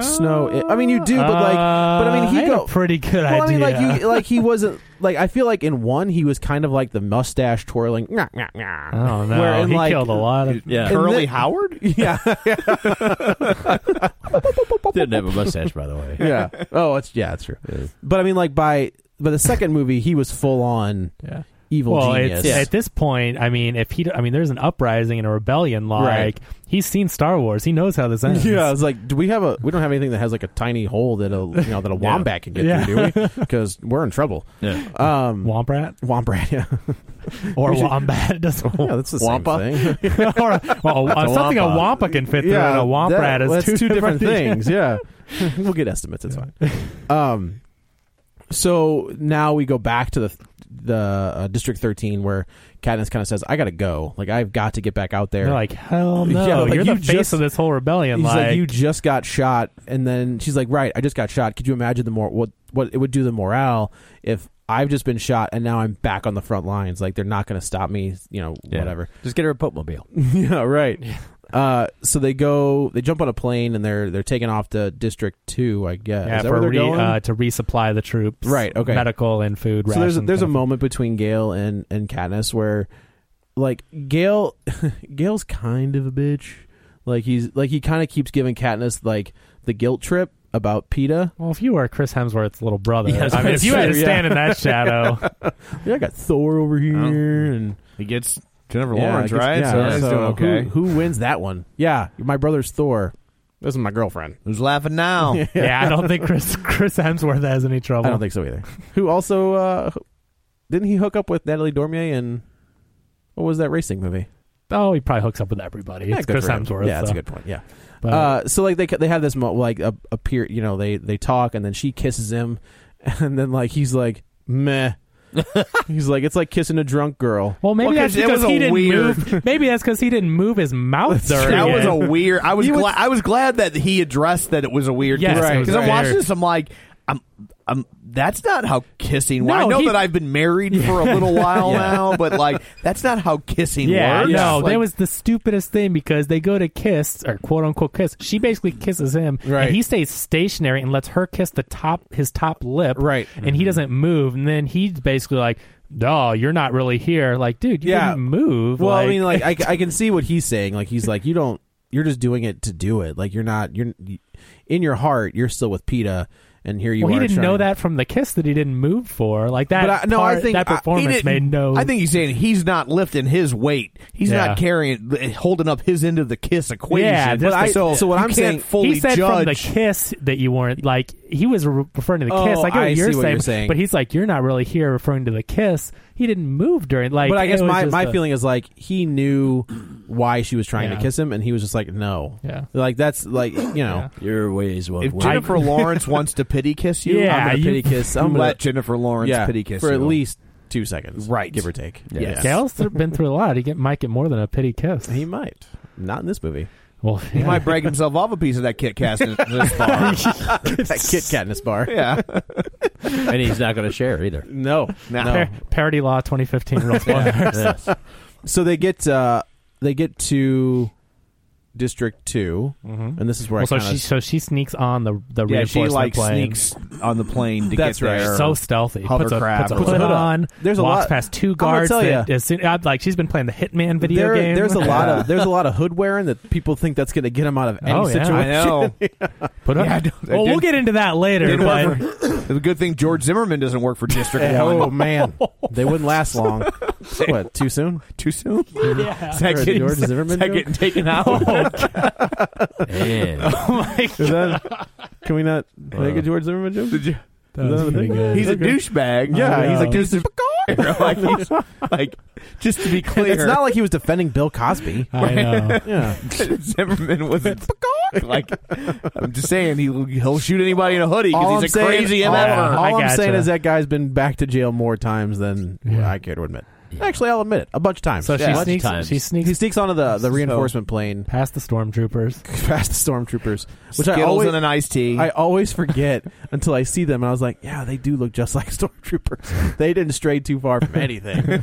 S2: Snow. i I mean you do, but like, but I mean
S4: Uh,
S2: he
S4: had
S2: go
S4: a pretty good
S2: Well,
S4: idea.
S2: I mean, like you, like he wasn't like I feel like in one he was kind of like the mustache twirling. Nah, nah, nah.
S4: oh no,
S2: Where in,
S4: he
S2: like-
S4: killed a lot of.
S1: Yeah.
S8: Curly Howard.
S2: Yeah,
S1: Didn't have a mustache, by the way.
S2: yeah. Oh, it's yeah, it's true. But I mean, like by by the second movie, he was full on
S4: Yeah.
S2: evil
S4: Well,
S2: genius.
S4: it's, at this point, I mean, if he, I mean, there's an uprising and a rebellion. Like
S2: Right.
S4: he's seen Star Wars, he knows how this ends.
S2: yeah, I was like, do we have a? We don't have anything that has like a tiny hole that a you know that a wombat can get
S4: Yeah.
S2: through, do we? Because we're in trouble.
S1: Yeah.
S2: Um,
S4: Womp rat
S2: womp rat. Yeah,
S4: or wombat it doesn't.
S2: yeah, that's the
S1: Wampa?
S2: same thing.
S4: or, well, uh,
S2: a
S4: something
S2: wampa.
S4: a wampa can fit through and a womp
S2: that-
S4: rat is
S2: that's
S4: two,
S2: different things. Yeah, we'll get estimates. It's fine. Um, so now we go back to the the uh, District Thirteen where Katniss kind of says, "I got to go. Like I've got to get back out there."
S4: They're like, hell no!
S2: Yeah, like,
S4: You're
S2: you
S4: the face
S2: just-
S4: of this whole rebellion.
S2: He's like,
S4: like,
S2: you just got shot, and then she's like, "Right, I just got shot. Could you imagine the more what what it would do to the morale if I've just been shot and now I'm back on the front lines? Like they're not going to stop me, you know,
S1: Yeah.
S2: whatever."
S1: Just get her a Popemobile.
S2: yeah, right.
S8: Uh, so they go, they jump on a plane and they're they're taking off to District Two, I guess.
S4: Yeah,
S8: Is that
S4: for
S8: where they're
S4: re,
S8: going?
S4: uh, to resupply the troops,
S8: Right, okay.
S4: medical and food.
S8: so there's a,
S4: ration
S8: there's a
S4: kind of-
S8: moment between Gail and and Katniss where, like Gail, Gail's kind of a bitch. Like he's like he kind of keeps giving Katniss like the guilt trip about Peta.
S4: Well, if you were Chris Hemsworth's little brother,
S8: Yes,
S4: I mean, if
S8: that's
S4: you had to
S8: true, yeah.
S4: stand in that shadow,
S8: Yeah, I got Thor over here and
S2: He gets Jennifer
S8: Yeah,
S2: Lawrence,
S8: I guess-
S2: right?
S8: yeah,
S2: so he's
S8: so
S2: doing okay.
S8: Who, who wins that one? Yeah, my brother's Thor. This is my girlfriend.
S2: Who's laughing now?
S4: yeah. I don't think Chris Chris Hemsworth has any trouble.
S8: I don't think so either. Who also uh, didn't he hook up with Natalie Dormier and what was that racing movie?
S4: Oh, he probably hooks up with everybody.
S8: Yeah,
S4: it's
S8: good
S4: Chris
S8: for him.
S4: Hemsworth.
S8: Yeah, that's
S4: so.
S8: a good point. Yeah.
S4: But-
S8: uh, so like they they have this mo- like a, a peer, you know, they they talk and then she kisses him, and then like he's like meh. he's like it's like kissing a drunk girl.
S4: Well, maybe
S2: Well, 'cause
S4: that's
S2: it
S4: because
S2: was a
S4: he didn't
S2: weird-
S4: move. Maybe that's because he didn't move his mouth during
S2: That
S4: it.
S2: was a weird. I was
S8: You would-
S2: glad. I was glad that he addressed that it was a weird.
S4: Yes,
S2: kiss.
S4: it was
S2: I'm
S4: weird.
S2: watching this. I'm like, I'm, I'm. That's not how kissing.
S4: No,
S2: I know
S4: he-
S2: that I've been married for a little while now, but like, that's not how kissing
S4: yeah,
S2: works.
S4: no,
S2: Like,
S4: that was the stupidest thing because they go to kiss or quote unquote kiss. She basically kisses him,
S8: Right.
S4: and he stays stationary and lets her kiss the top his top lip,
S8: Right.
S4: And he doesn't move, and then he's basically like, "No, you're not really here." Like, dude, you
S8: Yeah.
S4: didn't move.
S8: Well,
S4: like,
S8: I mean, like I, I can see what he's saying. Like he's like you don't. You're just doing it to do it. Like you're not. You're in your heart. You're still with Peta, and here you
S4: well, he
S8: are.
S4: didn't
S8: trying-
S4: know that from the kiss that he didn't move for. Like that.
S8: But I- no, I
S4: part-
S8: think
S4: that
S2: I- he
S4: performance
S2: didn't-
S4: made no.
S2: I think he's saying he's not lifting his weight. He's
S4: Yeah.
S2: not carrying, holding up his end of the kiss equation.
S4: Yeah, just the-
S2: so,
S8: so what
S2: you
S8: I'm
S2: can't
S8: saying-
S2: fully
S4: he said
S2: judge.
S4: from the kiss that you weren't like he was re- referring to the
S8: Oh,
S4: kiss. I get what,
S8: I see
S4: you're,
S8: what
S4: saying,
S8: you're saying.
S4: but he's like you're not really here referring to the kiss. He didn't move during like.
S8: But I guess
S4: it was
S8: my,
S4: just
S8: my
S4: a-
S8: feeling is like he knew why she was trying
S4: Yeah.
S8: to kiss him, and he was just like, no.
S4: Yeah.
S8: Like that's like you know.
S1: Your ways will
S2: if Jennifer Lawrence wants to pity kiss you,
S4: Yeah,
S2: I'm gonna
S4: you-
S2: pity kiss.
S8: I'm
S2: I'm
S8: gonna-
S2: let Jennifer Lawrence
S8: yeah.
S2: pity kiss
S8: for at
S2: you.
S8: least two seconds,
S2: Right.
S8: Give or take.
S2: Yeah. Yes.
S4: Gail's th- been through a lot. He get, might get more than a pity kiss.
S8: He might not in this movie.
S4: well,
S2: He might break himself off a piece of that Kit Kat in this bar.
S8: that Kit Katniss bar.
S2: yeah.
S1: and he's not going to share either.
S8: No.
S2: Nah.
S8: No.
S4: Parody Law 2015 rules.
S1: Yes.
S8: So they get uh they get to District 2 and this is where
S4: well,
S8: I
S4: so
S8: kinda-
S4: she so she sneaks on the the
S2: Yeah, she
S4: reinforcement
S2: like
S4: plane.
S2: sneaks on the plane to
S8: That's
S2: get
S8: right.
S2: there.
S4: so stealthy. Puts a,
S2: Hovercraft
S4: puts a
S2: or
S4: hood
S8: whatever.
S4: on.
S8: There's a
S4: walks
S8: lot-
S4: past
S8: I'm
S4: two
S8: gonna
S4: guards.
S8: tell
S4: that
S8: ya.
S4: as soon- I'm like she's been playing the Hitman video
S8: there,
S4: game.
S8: There's a lot of there's a lot of hood wearing that people think that's going to get them out of any
S4: Oh, yeah.
S8: situation.
S2: I know.
S4: Put up.
S2: Yeah, I don't- I
S4: well, we'll
S2: didn't-
S4: get into that later.
S2: Didn't
S4: But,
S2: work for- it's a good thing George Zimmerman doesn't work for District One.
S8: Oh man, they wouldn't last long. what? Too soon?
S2: Too soon.
S4: yeah.
S2: Is that
S8: Or a
S2: getting-
S8: George
S2: is
S8: Zimmerman
S2: that
S8: joke?
S2: getting taken out?
S1: And
S4: Oh
S8: Is that? Can we not make a George Zimmerman joke?
S2: Uh, Did you-
S8: Is that a thing?
S2: He's a douchebag.
S8: Yeah, he's a
S2: he's a douchebag. like, he's, like, just to be clear,
S8: It's not like he was defending Bill Cosby.
S4: I know.
S8: Yeah.
S2: Zimmerman was a like. I'm just saying he he'll shoot anybody in a hoodie
S8: All
S2: because
S8: I'm
S2: he's a
S8: saying-
S2: crazy er.
S8: all,
S4: Yeah,
S2: MFer.
S8: all
S4: Oh, I
S8: I'm
S4: gotcha.
S8: saying is that guy's been back to jail more times than I care to admit. Actually, I'll admit it a bunch of times.
S4: So she
S1: Yeah. Bunch of
S4: sneaks.
S1: times.
S4: She sneaks
S8: he sneaks onto Uh, the, the reinforcement plane
S4: past the stormtroopers.
S8: past the stormtroopers, which I
S2: Skittles
S8: always
S2: and an iced tea.
S8: I always forget until I see them, and I was like, "Yeah, they do look just like stormtroopers. they didn't stray too far from anything."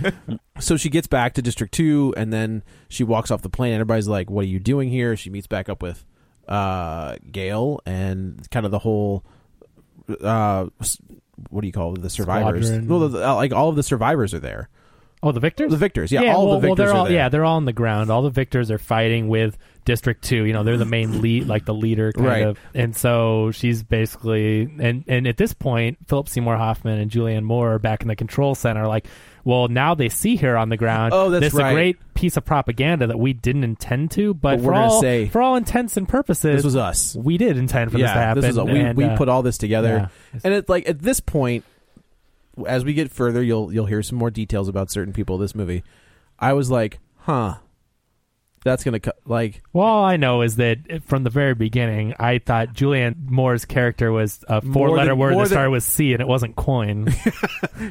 S8: so she gets back to District Two, and then she walks off the plane. And everybody's like, "What are you doing here?" She meets back up with uh, Gail and kind of the whole. Uh, s- what do you call it? The survivors?
S4: Squadron.
S8: Well, the, uh, like all of the survivors are there.
S4: Oh, the victors.
S8: The victors, yeah,
S4: well,
S8: all the
S4: well,
S8: victors
S4: they're
S8: are
S4: all,
S8: there.
S4: Yeah, they're all on the ground. All the victors are fighting with District Two. You know, they're the main lead, like the leader, kind
S8: Right.
S4: of. And so she's basically, and and at this point, Philip Seymour Hoffman and Julianne Moore are back in the control center. Like, well, now they see her on the ground.
S8: Oh, that's
S4: this is
S8: right.
S4: a great piece of propaganda that we didn't intend to, but,
S8: But we're
S4: for
S8: gonna
S4: all
S8: say,
S4: for all intents and purposes,
S8: This was us.
S4: we did intend for this to happen.
S8: This is a, we,
S4: and,
S8: we
S4: uh,
S8: put all this together,
S4: yeah.
S8: and it's like at this point, as we get further, you'll you'll hear some more details about certain people. in This movie, I was like, huh, that's gonna cut. Like,
S4: Well, all I know is that from the very beginning, I thought Julianne Moore's character was a
S8: More
S4: four-letter
S8: than-
S4: word
S8: more
S4: that
S8: than-
S4: started with C, and it wasn't coin.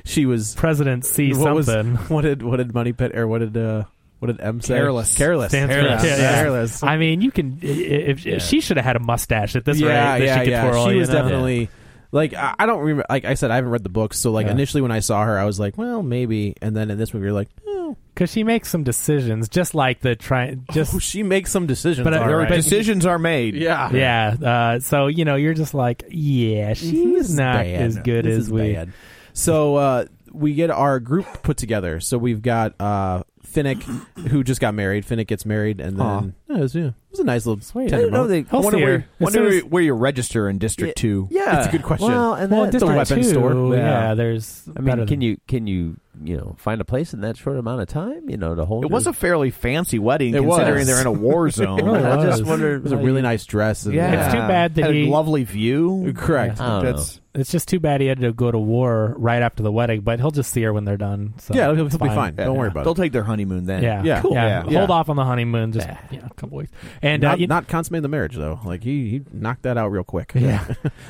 S8: she was
S4: President C
S8: what was-
S4: something.
S8: what did what did Money Pit or what did uh what did M say?
S2: Careless.
S8: careless,
S4: Stands for-
S8: careless,
S4: yeah, yeah.
S8: careless.
S4: I mean, you can. i- i- If, if she should have had a mustache at this
S8: yeah,
S4: rate, that
S8: yeah,
S4: she could
S8: yeah.
S4: twirl.
S8: she
S4: you
S8: was
S4: know?
S8: definitely. Like I I don't remember. Like I said, I haven't read the books, so like
S4: Yeah.
S8: initially when I saw her, I was like, "Well, maybe." And then in this movie, you're like, eh, know.
S4: because she makes some decisions, just like the try. Just
S8: oh, she makes some decisions.
S4: But, uh,
S8: all right.
S4: but-
S2: Decisions are made.
S8: yeah,
S4: yeah. Uh, so you know, you're just like, yeah, she's not
S8: bad.
S4: as good
S8: This
S4: as
S8: is
S4: we.
S8: bad. So uh, we get our group put together. So we've got uh, Finnick, who just got married. Finnick gets married, and then
S2: Aw.
S8: Yeah, it, was, yeah, it was a nice little.
S4: Sweet.
S2: I didn't know they. I
S4: I'll
S2: wonder
S4: see
S2: where,
S4: her. As
S2: wonder
S4: soon
S2: where,
S4: as-
S2: where you register in District Two.
S8: Yeah, it's a good question.
S1: Well, and
S4: Well,
S1: that-
S4: District
S8: weapon
S4: two,
S8: store.
S4: Yeah,
S1: Yeah.
S4: there's.
S1: I mean, can you can you you know find a place in that short amount of time? You know, to hold.
S2: It was
S1: your-
S2: a fairly fancy wedding,
S8: It
S2: considering
S8: was.
S2: they're in a war zone.
S4: really
S1: I
S4: was.
S1: just wondered.
S8: It was a really nice dress. and-
S2: Yeah,
S4: It's too bad that
S2: Had
S4: he-
S2: a lovely view.
S8: Correct.
S1: I don't know.
S2: That's
S4: It's just too bad he had to go to war right after the wedding, but he'll just see her when they're done. So
S8: Yeah, he'll, he'll
S4: it's
S8: be fine.
S2: yeah.
S8: Don't worry about
S2: They'll
S8: it.
S2: take their honeymoon then.
S4: Yeah,
S8: Yeah. Cool.
S4: yeah.
S2: Yeah.
S4: Hold
S2: Yeah.
S4: off on the honeymoon, just yeah, a couple weeks. And uh,
S8: Not,
S4: you-
S8: not consummate the marriage though. Like he, he knocked that out real quick.
S4: yeah.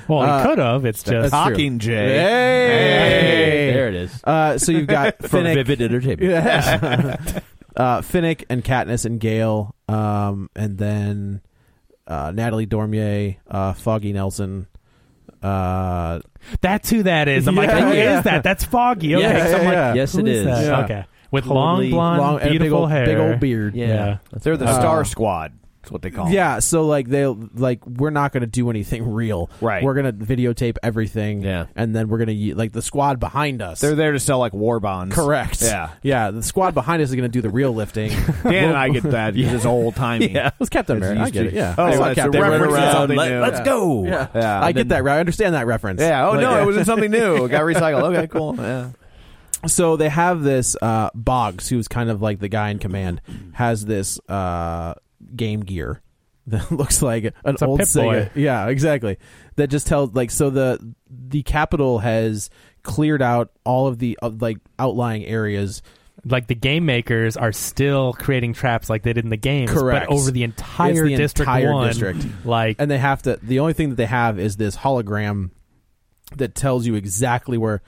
S4: well,
S8: Uh,
S4: he could have. It's just
S8: that's-
S2: Talking Jay.
S8: Hey!
S1: There it is.
S8: Uh, so you've got
S1: From
S8: Finnick,
S1: Vivid Entertainment.
S8: Yes. uh, Finnick and Katniss and Gale, um, and then uh, Natalie Dormier, uh, Foggy Nelson. Uh,
S4: that's who that is. I'm like,
S8: Yeah,
S4: who is
S8: yeah.
S4: that? That's Foggy. Okay,
S8: Yeah,
S4: so I'm
S8: yeah,
S4: like,
S8: yeah.
S1: Yes,
S4: who
S1: it is.
S4: that?
S8: Yeah.
S4: Okay, with long
S1: Totally
S4: blonde,
S8: long and a
S4: beautiful
S8: big old,
S4: hair,
S8: big old beard.
S1: Yeah.
S4: Yeah.
S2: They're the
S8: Uh,
S2: Star Squad. That's what they call. 'em.
S8: Yeah, so like they like we're not going to do anything real.
S2: Right.
S8: We're going to videotape everything.
S1: Yeah.
S8: and then we're going to like the squad behind us.
S2: they're there to sell like war bonds.
S8: correct.
S2: Yeah.
S8: yeah. The squad behind us is going to do the real lifting.
S2: Dan and I get that. It's just old timey.
S8: It was Captain
S2: It's
S8: America. I
S2: used
S8: get
S2: to-
S8: it. Yeah.
S2: Oh,
S8: I saw
S2: it's a
S8: Captain
S2: reference
S8: America.
S2: to
S8: Yeah.
S2: something new.
S8: let's
S2: Yeah.
S8: go. Yeah.
S2: Yeah.
S8: I get that right. I understand that reference.
S2: Yeah. Oh
S8: Like,
S2: no,
S8: yeah.
S2: it was in something new. It got recycled. Okay, cool. Yeah.
S8: so they have this uh Boggs who's kind of like the guy in command has this uh game gear that looks like an
S4: a
S8: old
S4: Pip-Boy.
S8: Sega. Yeah, exactly. That just tells like so the the capital has cleared out all of the uh, like outlying areas
S4: like the game makers are still creating traps like they did in the games,
S8: Correct.
S4: but over the entire
S8: It's the
S4: district
S8: entire
S4: one,
S8: district.
S4: like
S8: and they have to the only thing that they have is this hologram that tells you exactly where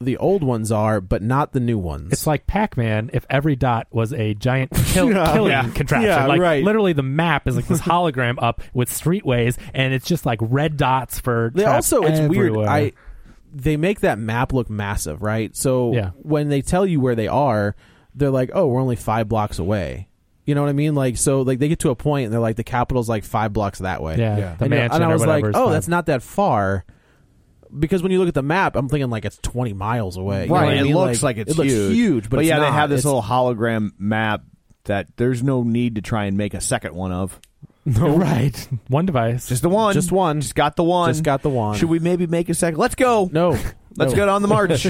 S8: the old ones are but not the new ones.
S4: It's like Pac-Man if every dot was a giant kill, killing contraption.
S8: Yeah,
S4: like
S8: right.
S4: literally the map is like this hologram up with streetways and it's just like red dots for
S8: They
S4: traps
S8: also it's weird.
S4: everywhere.
S8: I they make that map look massive, right? So
S4: Yeah.
S8: when they tell you where they are, they're like, "Oh, we're only 5 blocks away." You know what I mean? Like so like they get to a point and they're like the capital's like 5 blocks that way.
S4: Yeah, Yeah. the
S8: and, you know,
S4: mansion
S8: and I
S4: or
S8: was like,
S4: whatever is
S8: "Oh,
S4: five."
S8: that's not that far." Because when you look at the map, I'm thinking like it's 20 miles away. You know what
S2: Right.
S8: I
S2: It
S8: mean?
S2: looks like, it's
S8: it looks
S2: huge.
S8: huge, but, it's
S2: yeah, they
S8: not.
S2: have this
S8: It's-
S2: little hologram map that there's no need to try and make a second one of.
S4: right one device.
S2: Just the one.
S8: Just one.
S2: Just got the one.
S8: Just got the one.
S2: Should we maybe make a second? Let's go.
S8: no.
S2: Let's
S8: no.
S2: get on the march.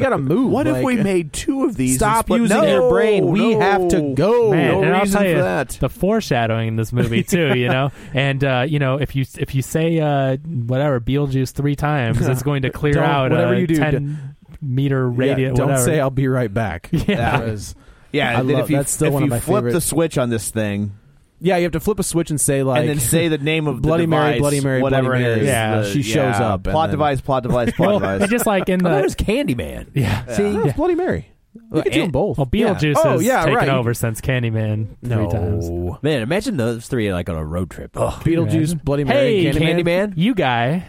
S8: got to move.
S2: What if
S8: like-
S2: we made two of these? and
S8: Stop
S2: split-
S8: using
S2: No,
S8: your brain. We
S2: no.
S8: have to go.
S4: Man,
S2: no
S4: and I'll
S2: reason
S4: tell
S2: for
S4: you,
S2: that.
S4: the foreshadowing in this movie too, you know, and uh, you know if you if you say uh, whatever Beetlejuice three times, it's going to clear
S8: Don't-
S4: out
S8: whatever
S4: a
S8: you do,
S4: ten meter
S8: Yeah,
S4: radius.
S8: don't
S4: whatever.
S8: say I'll be right back.
S4: Yeah.
S8: That was-
S2: Yeah,
S8: I
S2: and then
S8: love-
S2: if you,
S8: that's still
S2: if
S8: one of
S2: you
S8: my
S2: flip
S8: favorite-
S2: the switch on this thing
S8: Yeah, you have to flip a switch and say like,
S2: and then say the name of
S8: Bloody
S2: the
S8: Mary,
S2: device,
S8: Bloody Mary,
S2: whatever
S8: Bloody
S2: it
S8: Mary.
S2: is.
S4: Yeah.
S2: the-
S8: She shows
S2: yeah,
S8: up and
S2: Plot
S8: then-
S2: device, plot device, plot
S4: well,
S2: device.
S4: just like in
S1: Oh,
S4: the
S1: there's Candyman.
S4: yeah.
S8: "See, yeah. it's Bloody Mary." We could do them
S1: and-
S8: both.
S4: Well, Beetlejuice
S8: Yeah. Oh,
S4: has
S8: yeah,
S4: taken
S8: right.
S4: over since Candyman three
S8: no.
S4: times.
S1: Man, imagine those three like on a road trip. Oh,
S8: Beetlejuice, Bloody Mary,
S4: Hey,
S8: Candyman.
S1: Candyman.
S4: You guy.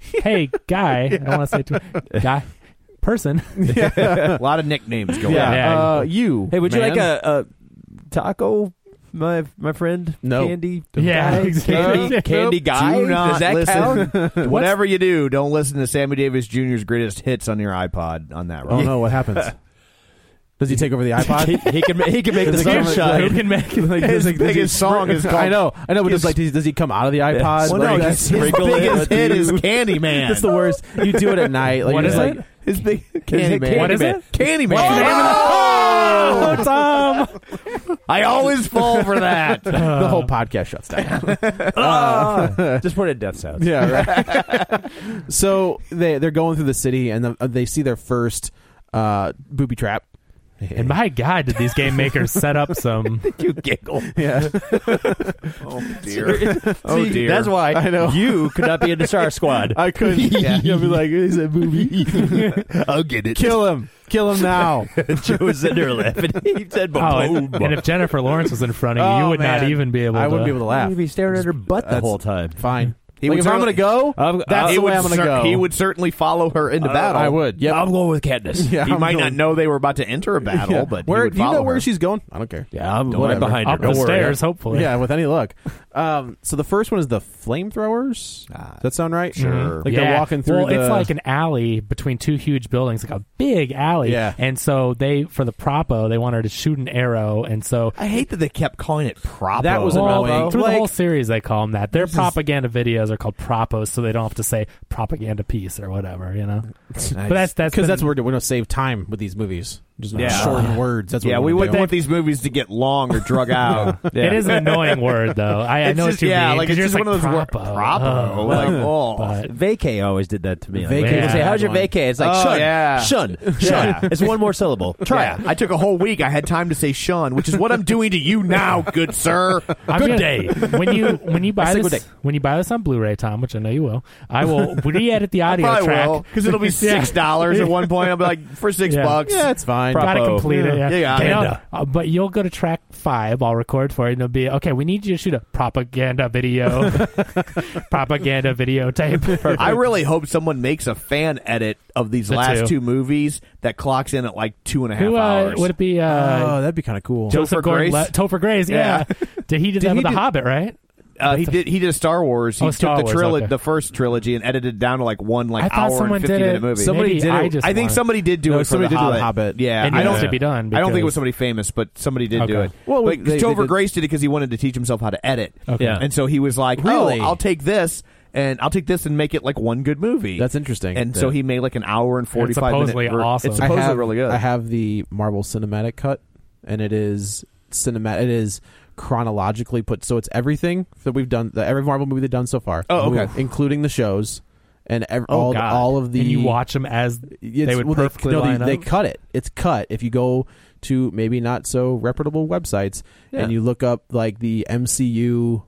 S4: Hey, guy. I don't want to say too guy. Person.
S2: a lot of nicknames going.
S8: Yeah,
S2: on.
S4: Yeah.
S8: Uh, you.
S1: Hey, would you
S8: man.
S1: like a, a taco, my my friend?
S8: No.
S1: Candy.
S4: Yeah,
S1: guy?
S4: exactly.
S1: Candy, candy
S2: Nope.
S1: guy.
S2: Do not
S1: Does that
S2: listen.
S1: count?
S2: Whatever you do, don't listen to Sammy Davis Jr.'s greatest hits on your iPod on that.
S8: Oh
S2: Rob.
S8: no, what happens? Does he take over the
S1: he,
S8: iPod?
S1: he can he can make the
S8: Does it
S1: sun
S8: come-
S1: shine.
S4: Who can make
S2: His
S8: Like, does he- does he-
S2: biggest song is
S8: I
S2: called-
S8: know, I know, but does like does does he come out of the iPod?
S2: Well, no,
S8: Like,
S2: his, his
S8: sprinkle it
S2: biggest
S8: with
S2: hit
S8: you?
S2: is Candyman.
S8: That's the worst. You do it at night. Like,
S4: What
S8: you're
S4: is
S8: just
S4: it?
S8: like,
S2: his big
S8: Candyman.
S2: Candyman.
S4: What is it?
S2: Candyman.
S4: Oh, Tom.
S2: I always fall for that.
S8: the whole podcast shuts down. Uh,
S1: Just wanted death sounds.
S8: Yeah, right. so they they're going through the city and the, uh, they see their first uh, booby trap.
S4: And my God, did these game makers set up some?
S1: You giggle.
S8: Yeah,
S2: oh dear. Oh
S1: See,
S2: dear.
S1: That's why I know. you could not be in the Star Squad.
S8: I could. yeah, I'd be like, "Is a booby?
S1: I'll get it.
S8: Kill him! Kill him now!"
S1: Joe was in there laughing. He said,
S4: Oh, and, and if Jennifer Lawrence was in front of you,
S8: Oh,
S4: you would not
S8: man.
S4: even be able.
S8: I
S4: to,
S8: wouldn't be able to laugh.
S1: You'd be staring at her butt the
S8: That's-
S1: whole time.
S8: Fine.
S2: He
S8: Like,
S2: would
S8: if I'm
S2: certainly-
S8: gonna go,
S2: I'm-
S8: that's
S2: he
S8: the way
S2: would
S8: I'm gonna
S2: cer-
S8: go. Uh,
S2: He would certainly follow her into battle.
S8: I would, yep.
S2: I'm going with Katniss.
S8: Yeah,
S2: he
S8: I'm
S2: might
S8: going-
S2: not know they were about to enter a battle,
S8: Yeah.
S2: but he
S8: where
S2: would
S8: do you know
S2: follow
S8: where
S2: her.
S8: she's going? I don't care.
S1: Yeah, I'm
S8: Don't
S1: right
S8: ever.
S1: behind her.
S4: Up
S1: Don't
S4: the
S1: worry.
S4: stairs, hopefully.
S8: Yeah, with any luck. Um, so the first one is the flamethrowers.
S2: Ah.
S8: Does that sound right?
S2: sure.
S8: Like they're
S4: Yeah.
S8: walking through.
S4: Well,
S8: the,
S4: it's like an alley between two huge buildings, like a big alley.
S8: Yeah.
S4: And so they, for the propo, they wanted to shoot an arrow, and so
S2: I hate that they kept calling it prop.
S8: That was
S4: Well,
S8: annoying.
S4: Through the whole
S8: Like-
S4: series, they call them that. Their propaganda videos are called propos, so they don't have to say propaganda piece or whatever, you know. But that's that's
S8: because
S4: been-
S8: that's what we're doing. We're gonna save time with these movies. Just
S2: Yeah.
S8: shorten words. That's what
S2: yeah, we
S8: would
S2: wouldn't want these movies to get long or drug out.
S4: It is an annoying word, though. I, I
S2: It's
S4: know
S2: just,
S4: what you
S2: yeah,
S4: mean.
S2: like
S4: 'cause
S2: it's
S4: you're
S2: just one
S4: like,
S2: of those wor-
S4: propo.
S2: propo, like, oh.
S4: But-
S1: Vacay always did that to me. Like,
S8: Vacay
S1: people
S4: was
S1: say,
S4: a
S1: "How's
S8: bad
S1: your
S8: one.
S1: vacay?" It's like,
S2: Oh,
S1: "Shun,
S2: yeah.
S1: shun, shun." It's one more syllable. Try
S2: Yeah.
S1: it.
S2: I took a whole week. I had time to say shun, which is what I'm doing to you now, good sir.
S4: I'm
S2: good
S4: gonna-
S2: day.
S4: When you when you buy
S2: say good
S4: this
S2: day.
S4: when you buy this on Blu-ray, Tom, which I know you will, I will re-edit the audio
S2: Probably
S4: track
S2: will because it'll be six dollars at one point. I'll be like for six
S4: Yeah.
S2: bucks.
S8: Yeah, it's fine.
S2: Propo.
S4: Gotta complete it. Yeah,
S2: Yeah, yeah.
S4: They don't-
S2: Propaganda.
S4: uh, but you'll go to track five. I'll record for it, and it'll be okay. We need you to shoot a propaganda video, propaganda videotape.
S2: I really hope someone makes a fan edit of these
S4: Me
S2: last
S4: too.
S2: two movies that clocks in at like two and a half
S4: Who uh,
S2: hours.
S4: would it be? Uh,
S8: oh, that'd be kind of cool.
S4: Joseph
S2: Topher
S4: Gordon,
S2: Grace?
S4: Topher Grace. Yeah. Did he do that
S8: he
S4: with The
S8: do-
S4: Hobbit? Right.
S2: uh, he did. He did Star Wars. He
S4: Oh,
S2: took
S4: Star
S2: the
S4: Wars,
S2: trilogy,
S4: okay.
S2: the first trilogy, and edited it down to like one
S4: I
S2: like
S4: thought
S2: hour
S4: someone
S2: and
S4: did
S2: fifteen minute
S4: it.
S2: movie.
S4: Somebody Maybe
S8: did it.
S4: I just
S2: I think
S4: wanted-
S2: somebody did do
S8: No,
S2: it. For
S8: somebody
S2: the
S8: did
S2: Hobbit.
S8: do The Hobbit.
S2: Yeah,
S4: And
S2: I
S4: it
S2: don't
S4: needs to be done
S2: I don't think it
S4: because-
S2: was somebody famous, but somebody did do
S4: Okay.
S2: it.
S8: Well,
S2: But
S8: they- they
S2: Topher
S8: did-
S2: Grace did it because he wanted to teach himself how to edit.
S4: Okay. Yeah.
S2: and so he was like,
S8: Really?
S2: "Oh, I'll take this." And I'll take this and make it like one good movie.
S8: That's interesting.
S2: And
S8: Yeah.
S2: so he made like an hour and forty five minute.
S4: supposedly
S2: ver-
S4: awesome.
S2: It's
S4: I
S2: supposedly
S8: I have,
S2: really good.
S8: I have the Marvel Cinematic cut, and it is cinematic. It is chronologically put, so it's everything that we've done, the, every Marvel movie they've done so far.
S2: Oh, okay.
S8: Ooh. including the shows and ev-
S4: Oh,
S8: all
S4: God.
S8: all of the.
S4: and you watch them as
S8: it's-
S4: they would
S8: well,
S4: perfectly
S8: no,
S4: line
S8: they, they
S4: up.
S8: cut it. It's cut. If you go to maybe not so reputable websites
S2: Yeah.
S8: and you look up like the MCU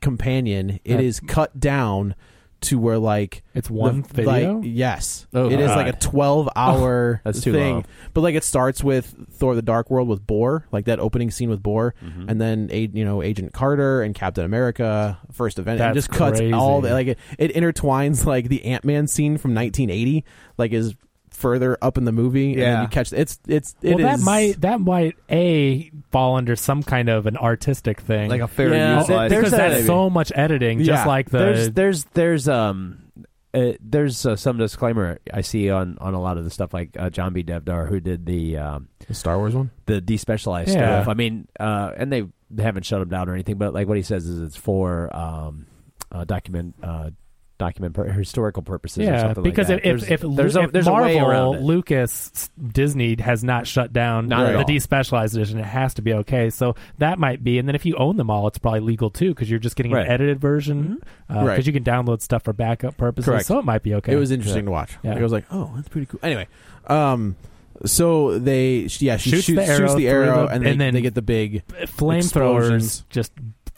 S8: companion, it
S4: That-
S8: is cut down to where like
S4: It's one
S8: the-
S4: video?
S8: Like, yes,
S1: Oh,
S8: it is
S1: God. Oh,
S8: like a twelve-hour
S1: That's too
S8: thing.
S1: long.
S8: But like it starts with Thor: The Dark World with Boar, like that opening scene with Boar,
S1: Mm-hmm.
S8: and then A- you know Agent Carter and Captain America First Event. and it
S4: That's
S8: just cuts
S4: crazy.
S8: all the, like it, it intertwines like the Ant Man scene from 1980, like is further up in the movie, and then
S2: Yeah.
S8: you catch it's it's it
S4: well, that
S8: is-
S4: might that might a fall under some kind of an artistic thing,
S2: like a fair
S1: Yeah,
S2: use.
S1: there-
S2: license.
S4: because
S1: there's
S4: that's
S1: a-
S4: so much editing,
S8: Yeah.
S4: just like the
S1: there's there's there's um uh, there's uh, some disclaimer I see on on a lot of the stuff like uh, John B. Devdar who did the um,
S8: the Star Wars one.
S1: the despecialized
S4: Yeah.
S1: stuff. I mean, uh, and they they haven't shut him down or anything, but like what he says is it's for um uh, document uh document pur- historical purposes or
S4: yeah,
S1: something
S4: because
S1: like that.
S4: if, if, if,
S1: there's
S4: Lu-
S1: a
S4: if
S1: there's
S4: Marvel,
S1: a way around it.
S4: Lucas, s- Disney has not shut down
S1: Not at
S4: the
S1: all.
S4: despecialized edition. It has to be okay. So that might be. And then if you own them all, it's probably legal too because you're just getting
S1: Right.
S4: an edited version because
S8: Right.
S4: you can download stuff for backup purposes.
S8: Correct.
S4: So it might be okay.
S8: It was interesting to watch.
S4: Yeah.
S8: Like, I was like, oh, that's pretty cool. Anyway, um, so they she- yeah she
S4: Shoots
S8: shoots,
S4: the arrow
S8: shoots the
S4: through
S8: arrow
S4: the-
S8: and, they,
S4: and then
S8: they get the big
S4: Flamethrowers
S8: Explosions.
S4: just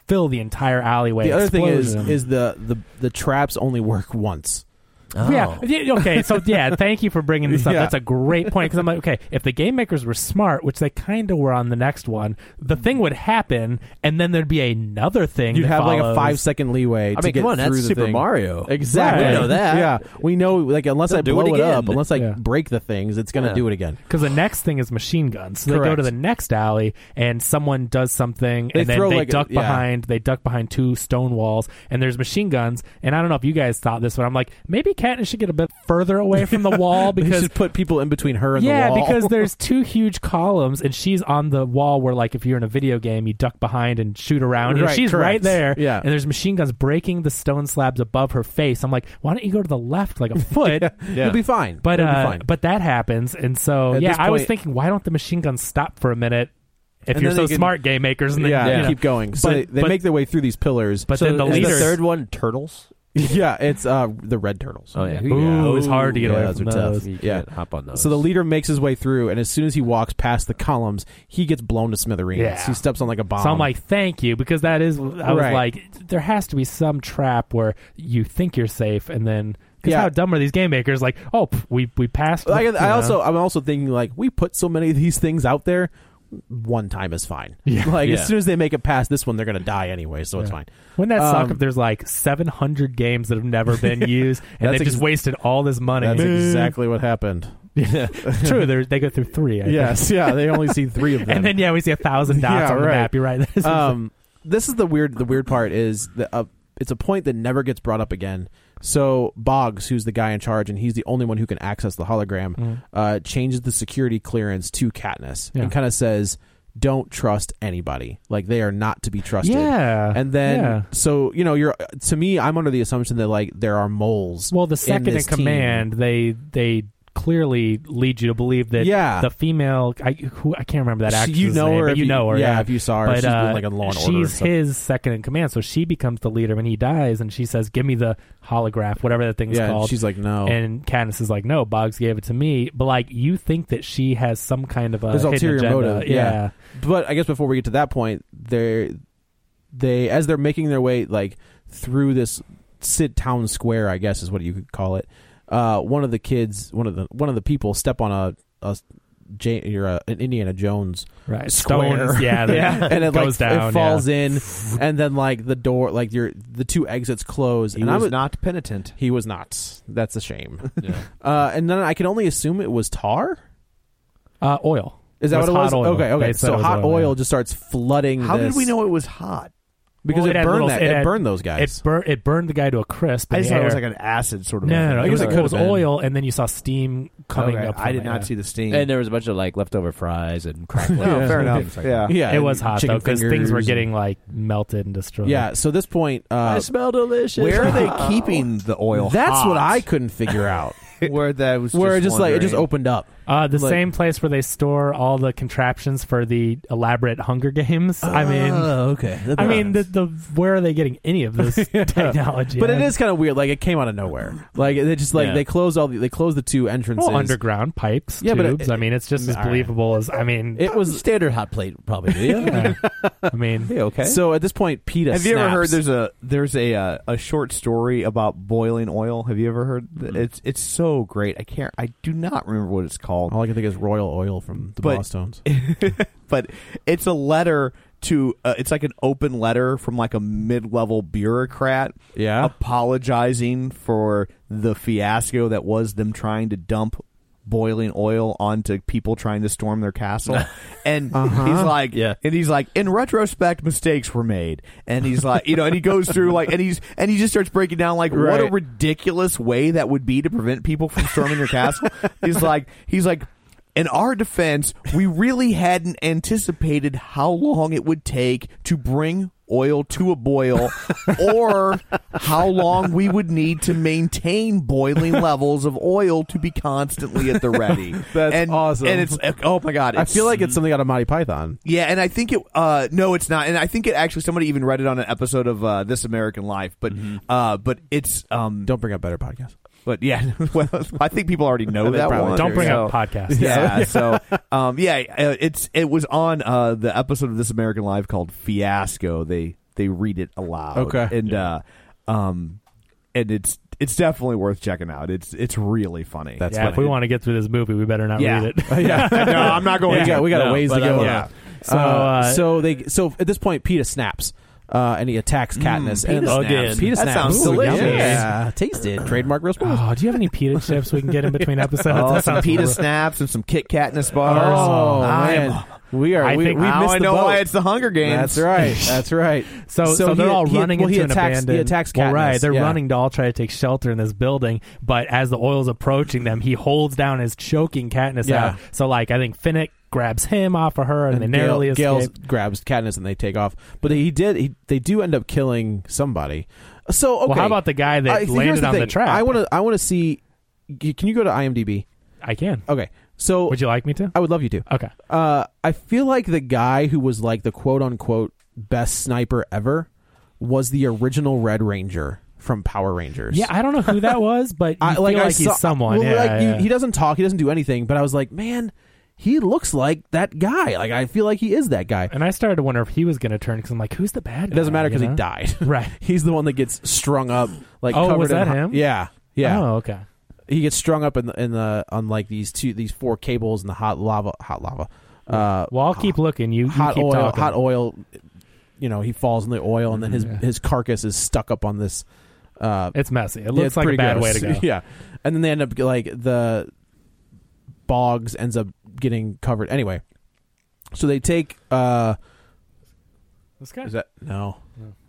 S4: fill the entire alleyway.
S8: the other thing is
S4: Explosion.
S8: is the, the the traps only work once.
S1: Oh.
S4: Yeah. yeah, Okay. So yeah, thank you for bringing this up.
S8: Yeah.
S4: That's a great point because I'm like, okay, if the game makers were smart, which they kind of were on the next one, the thing would happen, and then there'd be another thing.
S8: You'd
S4: that
S8: have like a
S4: follows.
S8: five second leeway
S1: I
S8: to
S1: mean,
S8: get
S1: come on,
S8: through
S1: that's
S8: the
S1: Super
S8: thing.
S1: Mario.
S8: Exactly.
S4: Right. We know
S1: that.
S8: Yeah, we know. Like unless
S1: They'll
S8: I
S1: do
S8: blow
S1: it
S8: it, up,
S1: again.
S8: unless I
S4: Yeah.
S8: break the things, it's gonna
S1: Yeah.
S8: do it again.
S4: Because the next thing is machine guns. So they go
S8: Correct.
S4: to the next alley, and someone does something,
S8: They
S4: and then
S8: throw,
S4: they
S8: like, a-
S4: duck
S8: yeah.
S4: behind. They duck behind two stone walls, and there's machine guns. And I don't know if you guys thought this, but I'm like, maybe Katniss should get a bit further away from the wall
S8: Because
S4: because
S8: should put people in between her and
S4: yeah,
S8: the wall.
S4: because there's two huge columns, and she's on the wall where, like, if you're in a video game, you duck behind and shoot around. You know,
S8: Right,
S4: she's
S8: correct.
S4: right there.
S8: Yeah.
S4: And there's machine guns breaking the stone slabs above her face. I'm like, why don't you go to the left, like a foot?
S8: it'll be fine.
S4: But
S8: it'll be
S4: uh,
S8: fine.
S4: but that happens, and so
S8: At
S4: yeah,
S8: this
S4: I was
S8: point-
S4: thinking, why don't the machine guns stop for a minute? If
S8: And
S4: you're
S8: then
S4: so
S8: they can-
S4: smart, game makers, and then,
S8: yeah,
S4: you
S8: they
S4: know.
S8: keep going. So
S4: But-
S8: they, they
S4: but-
S8: make their way through these pillars.
S4: But then the
S1: is the
S4: leaders,
S1: third one turtles.
S8: yeah, it's uh, the red turtles.
S1: Oh yeah,
S4: Ooh, it's hard to get
S8: yeah,
S4: away
S8: those
S4: from
S8: are tough.
S4: those.
S1: You
S8: Yeah.
S1: can't hop on those.
S8: So the leader makes his way through, and as soon as he walks past the columns, he gets blown to smithereens.
S4: Yeah.
S8: He steps on like a bomb.
S4: So I'm like, thank you, because that is. I was
S8: Um, Right.
S4: like, there has to be some trap where you think you're safe, and then because
S8: Yeah.
S4: how dumb are these game makers? Like, oh, pff, we we passed.
S8: Like,
S4: you
S8: I
S4: know.
S8: also, I'm also thinking like, we put so many of these things out there. one time is fine.
S4: Yeah.
S8: Like
S4: Yeah.
S8: as soon as they make it past this one, they're gonna die anyway, so it's
S4: Yeah.
S8: fine.
S4: Wouldn't that suck
S8: Um,
S4: if there's like 700 games that have never been used and
S8: That's
S4: they've just
S8: ex-
S4: wasted all this money?
S8: That's exactly what happened.
S4: Yeah. True, they're- they go through three. I think.
S8: Yes, yeah. They only see three of them.
S4: And then yeah, we see a thousand dots
S8: Yeah,
S4: on the
S8: right.
S4: map. You're right. This is-
S8: um, this is the weird. The weird part is that uh, it's a point that never gets brought up again. So Boggs, who's the guy in charge, and he's the only one who can access the hologram,
S4: Mhm.
S8: uh, changes the security clearance to Katniss
S4: Yeah.
S8: and kind of says, "Don't trust anybody. Like they are not to be trusted."
S4: Yeah,
S8: And then,
S4: yeah.
S8: so you know, you're to me, I'm under the assumption that like there are moles.
S4: well, the second in,
S8: this team.
S4: command, they they clearly lead you to believe that
S8: Yeah.
S4: the female I who I can't remember that
S8: So
S4: actress.
S8: you know her
S4: but
S8: if
S4: you
S8: you-
S4: know her.
S8: yeah,
S4: Yeah,
S8: if you saw her,
S4: But,
S8: she's been,
S4: uh,
S8: like, on Law and Order or
S4: She's
S8: something.
S4: his second in command, so she becomes the leader when he dies, and she says, "Give me the holograph, whatever that thing's
S8: Yeah, and
S4: called."
S8: she's oh. like, "No."
S4: and Candace is like, "No, Boggs gave it to me." But like, you think that she has some kind of a
S8: there's
S4: hidden
S8: ulterior
S4: agenda.
S8: motive.
S4: yeah.
S8: But I guess before we get to that point, they they as they're making their way like through this sit town square, I guess is what you could call it. Uh, one of the kids, one of the one of the people, step on a a J, you're a, an Indiana Jones
S4: Right.
S8: square,
S4: Stones, yeah, that
S8: and it
S4: goes
S8: like,
S4: down,
S8: it falls in, and then like the door, like your the two exits close,
S2: He
S8: and
S2: was
S8: I was
S2: not penitent.
S8: he was not. That's a shame. Uh, and then I can only assume it was tar.
S4: Uh, oil.
S8: Is that
S4: It was
S8: what it was?
S4: hot oil.
S8: Okay,
S4: They
S8: okay.
S4: said it
S8: So
S4: was
S8: hot
S4: oil,
S8: oil,
S4: yeah.
S8: just starts flooding.
S2: How
S8: this.
S2: did we know it was hot?
S8: Because
S4: Well,
S8: it,
S4: had
S8: burned
S4: little-
S8: that. It,
S4: had-
S8: burned those guys.
S4: It, bur- it burned the guy to a crisp. in
S2: I just
S4: the
S2: thought it was
S4: air.
S2: like an acid sort of.
S4: no, no, no.
S2: thing.
S4: It was,
S8: It
S4: it
S8: could've
S4: was
S8: been.
S4: oil, and then you saw steam coming
S2: Okay,
S4: up.
S2: I
S4: from
S2: did
S4: it,
S2: not
S4: yeah.
S2: see the steam.
S1: And there was a bunch of like leftover fries and crackers.
S2: no, fair
S1: and
S2: enough.
S1: things like
S2: Yeah.
S1: that.
S8: yeah,
S4: It
S8: and
S4: was hot
S8: chicken
S4: though because things were
S8: fingers
S4: getting like melted and destroyed.
S8: and- yeah. So this point,
S1: I
S8: uh,
S1: smell delicious.
S2: Where are they keeping the oil?
S8: that's
S2: hot?
S8: what I couldn't figure out.
S2: Where that was.
S8: Where it
S2: just,
S8: just like it just
S2: wondering.
S8: opened up.
S4: Uh, the
S8: Like-
S4: same place where they store all the contraptions for the elaborate Hunger Games.
S8: Ah,
S4: I mean,
S8: okay.
S4: I mean, the, the where are they getting any of this technology?
S8: But it is kind of weird. Like it came out of nowhere. Like they just like
S1: Yeah.
S8: they closed all the they closed the two entrances.
S4: Well, underground pipes,
S8: Yeah, but it-
S4: tubes. I mean, it's just as
S8: All right.
S4: believable as I mean.
S8: It was
S1: standard hot plate, probably.
S4: yeah. I mean,
S1: okay.
S8: so at this point, Peta.
S2: Have you ever heard
S8: snaps.
S2: there's a there's a uh, a short story about boiling oil? Have you ever heard? th-
S8: Mm-hmm.
S2: It's it's so great. I can't. I do not remember what it's called.
S8: All I can think is Royal Oil from the
S2: But-
S8: Boston's.
S2: but it's a letter to uh, it's like an open letter from like a mid-level bureaucrat
S8: Yeah.
S2: apologizing for the fiasco that was them trying to dump boiling oil onto people trying to storm their castle and he's like
S1: Yeah.
S2: and he's like in retrospect mistakes were made and he's like you know and he goes through like and he's and he just starts breaking down like what a
S8: Right.
S2: ridiculous way that would be to prevent people from storming your castle he's like he's like in our defense we really hadn't anticipated how long it would take to bring oil to a boil or how long we would need to maintain boiling levels of oil to be constantly at the ready
S8: That's
S2: and,
S8: awesome.
S2: and it's oh my god
S8: I
S2: it's
S8: feel like it's something out of Monty Python.
S2: yeah, and I think it. Uh, no, it's not. And I think it actually somebody even read it on an episode of uh, This American Life. But
S8: Mm-hmm.
S2: uh, but it's um.
S8: Don't bring up better podcast.
S2: But yeah, well, I think people already know
S8: They
S2: that
S8: probably
S2: one.
S4: don't bring
S2: so-
S4: up podcasts.
S2: Yeah, so um, yeah, uh, it's it was on uh the episode of This American Life called Fiasco. They they read it aloud.
S8: Okay.
S2: and uh, um, and it's it's definitely worth checking out. It's it's really funny.
S8: That's
S4: yeah, if we
S8: funny.
S4: want to get through this movie, we better not
S2: Yeah.
S4: read it.
S8: Oh, yeah,
S2: no, I'm not going.
S8: we got, we got
S1: No,
S8: a ways to
S1: but I
S8: go.
S1: will.
S2: Yeah.
S8: So,
S4: uh,
S8: so they so at this point, Peta snaps uh, and he attacks Katniss. and
S1: Peta snaps.
S8: Peta
S2: Mm, That
S8: snaps.
S2: sounds
S8: Ooh,
S2: delicious.
S8: yummy. Yeah, taste it. Trademark real spoilers.
S4: Oh, do you have any pita chips we can get in between episodes?
S2: Oh,
S4: That
S2: some
S4: sounds
S2: pita
S4: horrible.
S2: snaps and some Kit Kat in bars.
S8: Oh, man. we are.
S4: I
S8: we,
S4: think-
S8: we
S2: Now
S8: missed
S2: I
S8: the
S2: know
S8: boat.
S2: why it's the Hunger Games.
S8: That's right. That's right.
S4: So, so, they're
S8: he-
S4: all
S8: he-
S4: running
S8: well, he
S4: into
S8: attacks,
S4: an abandoned.
S8: He attacks Katniss.
S4: Well, right, they're
S8: yeah.
S4: running to all try to take shelter in this building, but as the oil's approaching them, he holds down his choking Katniss
S8: Yeah.
S4: out. So, like, I think Finnick grabs him off of her, and, they
S8: Gale-
S4: narrowly
S8: Gale
S4: escape.
S8: grabs Katniss and they take off. But he did. He, they do end up killing somebody. So okay.
S4: Well, how about the guy that
S8: I- here's
S4: landed on the
S8: thing.
S4: trap?
S8: I want to. I want to see. Can you go to IMDb?
S4: I can.
S8: Okay. So
S4: Would you like me to?
S8: I would love you to.
S4: Okay.
S8: Uh, I feel like the guy who was like the quote unquote best sniper ever was the original Red Ranger from Power Rangers.
S4: Yeah, I don't know who that was, but you feel like,
S8: saw-
S4: he's someone.
S8: well,
S4: yeah,
S8: like, you-
S4: yeah.
S8: he doesn't talk, he doesn't do anything, but I was like, man, he looks like that guy. Like I feel like he is that guy.
S4: and I started to wonder if he was going to turn because I'm like, who's the bad?
S8: It doesn't
S4: guy,
S8: matter
S4: Uh, you
S8: because
S4: know?
S8: he died.
S4: Right.
S8: He's the one that gets strung up. Like
S4: Oh,
S8: covered
S4: was
S8: in
S4: that
S8: hi-
S4: him?
S8: Yeah. Yeah.
S4: Oh, okay.
S8: he gets strung up in the, in the on like these two these four cables in the hot lava hot lava Uh,
S4: well, I'll keep looking. You, you
S8: hot
S4: keep
S8: oil,
S4: talking.
S8: hot oil. You know, he falls in the oil, and then his his carcass is stuck up on this. Uh,
S4: It's messy. It
S8: yeah,
S4: looks
S8: it's
S4: like a
S8: pretty
S4: bad way
S8: gross.
S4: to go.
S8: yeah, and then they end up like the bogs ends up getting covered anyway. So they take. uh
S4: This guy.
S8: Is that no?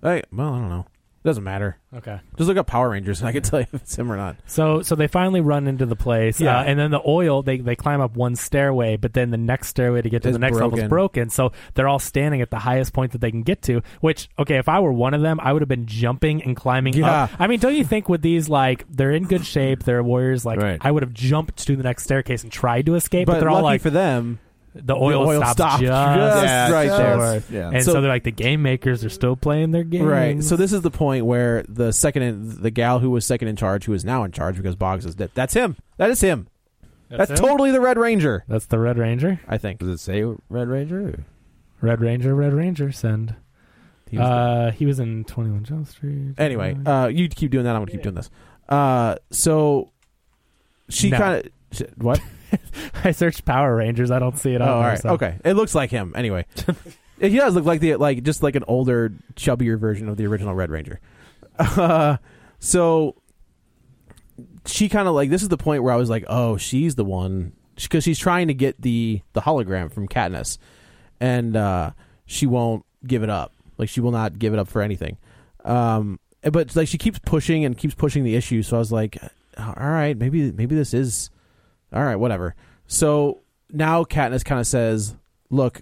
S8: Hey, well, I don't know. doesn't matter.
S4: okay.
S8: Just look up Power Rangers, and I can tell you if it's him or not.
S4: So so they finally run into the place,
S8: Yeah.
S4: uh, and then the oil they they climb up one stairway, but then the next stairway to get to
S8: Is
S4: the next level
S8: broken.
S4: is broken. So they're all standing at the highest point that they can get to. Which okay, if I were one of them, I would have been jumping and climbing
S8: Yeah.
S4: up. I mean, don't you think with these like they're in good shape, they're warriors. Like
S1: Right.
S4: I would have jumped to the next staircase and tried to escape, but, they're
S8: lucky
S4: all like
S8: for them,
S4: the oil,
S8: oil
S4: stops
S8: stopped
S4: just,
S8: just right
S4: there.
S8: there.
S2: Yeah.
S4: And so,
S8: So-
S4: they're like the game makers are still playing their game.
S8: Right. So this is the point where the second, in, the gal who was second in charge, who is now in charge because Boggs is dead. That's him. That is him. That's,
S4: him?
S8: totally the Red Ranger.
S4: That's the Red Ranger.
S8: I think.
S1: Does it say Red Ranger? or-
S4: Red Ranger, Red Ranger, send.
S8: He was
S4: Uh, he was in Twenty One Jump Street.
S8: the- anyway, uh, you keep doing that. I'm gonna keep doing this. Uh, so she
S4: No.
S8: kind of what?
S4: I searched Power Rangers. I don't see it.
S8: Oh,
S4: on
S8: all
S4: there,
S8: right.
S4: so-
S8: Okay. It looks like him. Anyway, he does look like the like just like an older, chubbier version of the original Red Ranger. Uh, so she kind of like this is the point where I was like, oh, she's the one because she's trying to get the the hologram from Katniss, and uh, she won't give it up. Like she will not give it up for anything. Um, but like she keeps pushing and keeps pushing the issue. So I was like, all right, maybe maybe this is all right, whatever. So now Katniss kind of says, "Look,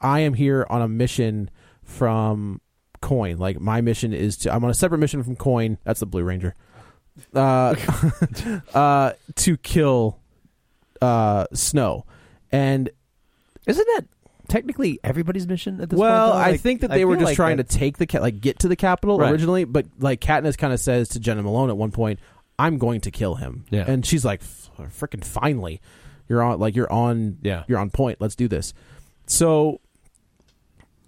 S8: I am here on a mission from Coin. Like my mission is to I'm on a separate mission from Coin. That's the Blue Ranger. Uh, uh, to kill uh Snow, and
S1: Isn't that technically everybody's mission at this
S8: well,
S1: point? though?
S8: I
S1: Like,
S8: think that
S1: I
S8: they were
S1: feel
S8: just
S1: like
S8: trying
S1: that-
S8: to take the ca- like get to the capital
S1: Right.
S8: originally, but like Katniss kind of says to Jenna Malone at one point, "I'm going to kill him,"
S1: Yeah.
S8: and she's like, "Freaking finally, you're on like you're on
S1: Yeah.
S8: you're on point. Let's do this." So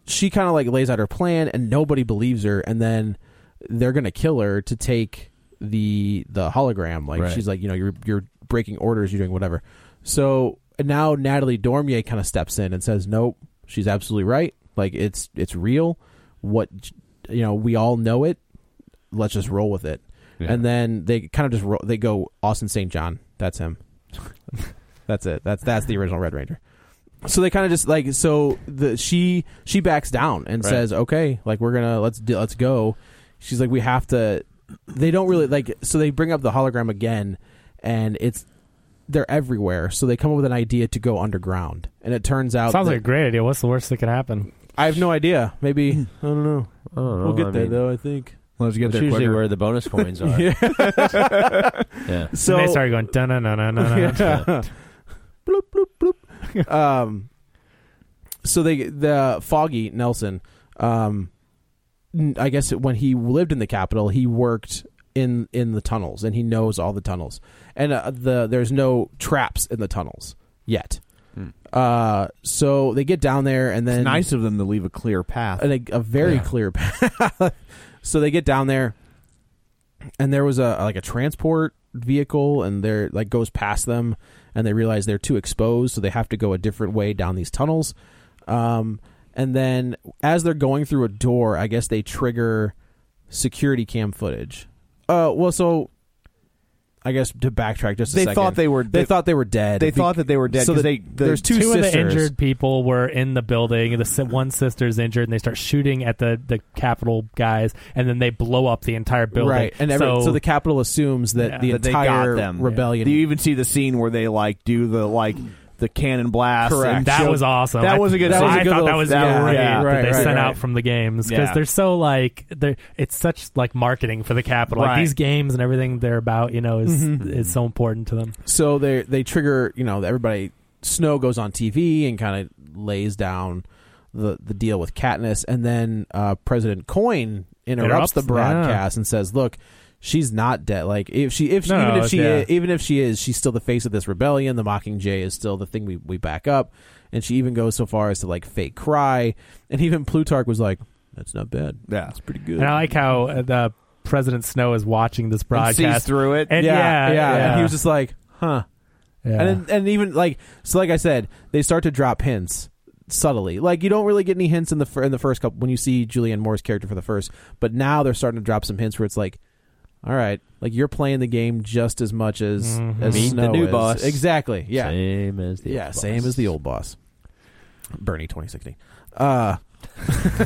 S8: she kind of like lays out her plan, and nobody believes her, and then they're gonna kill her to take the the hologram. Like
S1: Right.
S8: she's like, you know, you're you're breaking orders, you're doing whatever. So and now Natalie Dormier kind of steps in and says, nope, she's absolutely right. Like it's it's real. What you know, we all know it. Let's just roll with it.
S1: Yeah.
S8: And then they kind of just ro- they go Austin St. John. That's him. that's it. That's that's the original Red Ranger. So they kind of just like so the she she backs down and
S1: Right.
S8: says, "Okay, like we're going to let's do, let's go." She's like, "We have to they don't really like so they bring up the hologram again and it's they're everywhere. So they come up with an idea to go underground. And it turns out
S4: Sounds
S8: that-
S4: like a great idea. What's the worst that could happen?
S8: I have no idea. Maybe I don't know.
S1: I don't know,
S8: We'll get
S1: I
S8: there
S1: mean,
S8: though. I think.
S2: Let's get
S1: That's
S2: there
S1: usually
S2: quicker.
S1: where the bonus coins are. yeah. yeah.
S8: So
S4: and they started going dun dun dun dun dun. dun.
S8: Yeah. bloop bloop bloop. um, so they the Foggy Nelson. Um, n- I guess when he lived in the capital, he worked in in the tunnels, and he knows all the tunnels. And uh, the there's no traps in the tunnels yet. Uh, so they get down there, and then
S2: Hmm. It's nice of them to leave a clear path.
S8: and a, a very
S1: Yeah.
S8: clear path. so they get down there, and there was a like a transport vehicle, and they're like goes past them, and they realize they're too exposed, so they have to go a different way down these tunnels. Um, and then as they're going through a door, I guess they trigger security cam footage. Uh, well, so I guess to backtrack just a
S2: They
S8: second,
S2: thought they were-
S8: they,
S2: they-
S8: thought they were dead.
S2: they thought that they were dead
S8: So
S2: 'cause
S8: the-
S2: they- the-
S8: there's two,
S4: Two of
S8: sisters.
S4: the injured people were in the building. The si- one sister's injured, and they start shooting at the the Capitol guys, and then they blow up the entire building.
S8: Right, and every, so, the Capitol assumes that
S4: Yeah.
S8: the
S2: that they
S8: entire
S2: got them.
S8: rebellion.
S2: Do you even see the scene where they like do the like the cannon blast?
S8: Correct.
S2: and
S4: that
S2: show-
S4: was awesome.
S2: That
S4: I-
S2: was a good.
S8: That
S2: scene.
S8: was a
S4: I
S8: good
S4: thought that
S8: little-
S4: was
S8: that-
S4: great
S8: yeah,
S4: that
S8: right,
S4: they
S8: right,
S4: sent
S8: right.
S4: out from the games because
S2: Yeah.
S4: they're so like they're it's such like marketing for the capital. Like
S2: Right.
S4: these games and everything they're about, you know, is
S8: Mm-hmm.
S4: is so important to them.
S8: so they they trigger you know everybody snow goes on tv and kind of lays down the the deal with katniss and then uh president coin interrupts
S4: Interrupts?
S8: the broadcast and says look she's not dead like if she if she,
S4: No,
S8: even if she
S4: yeah.
S8: i- even if she is she's still the face of this rebellion the mockingjay is still the thing we, we back up and she even goes so far as to like fake cry and even plutarch was like that's not bad
S2: Yeah, it's pretty good.
S4: And I like how uh, the President Snow is watching this
S2: And sees
S4: broadcast
S2: through it.
S4: And
S8: yeah
S4: yeah,
S8: yeah, and he was just like huh
S4: Yeah.
S8: And and even like so, like I said, they start to drop hints subtly. Like you don't really get any hints in the fir- in the first couple when you see Julianne Moore's character for the first, but now they're starting to drop some hints where it's like, all right, like you're playing the game just as much as
S4: Mhm.
S8: as
S1: Meet the
S8: Snow
S1: new
S8: is.
S1: boss.
S8: Exactly. Yeah.
S1: Same as the
S8: yeah.
S1: old
S8: Same
S1: boss.
S8: as the old boss, Bernie 2016. Uh,
S4: so,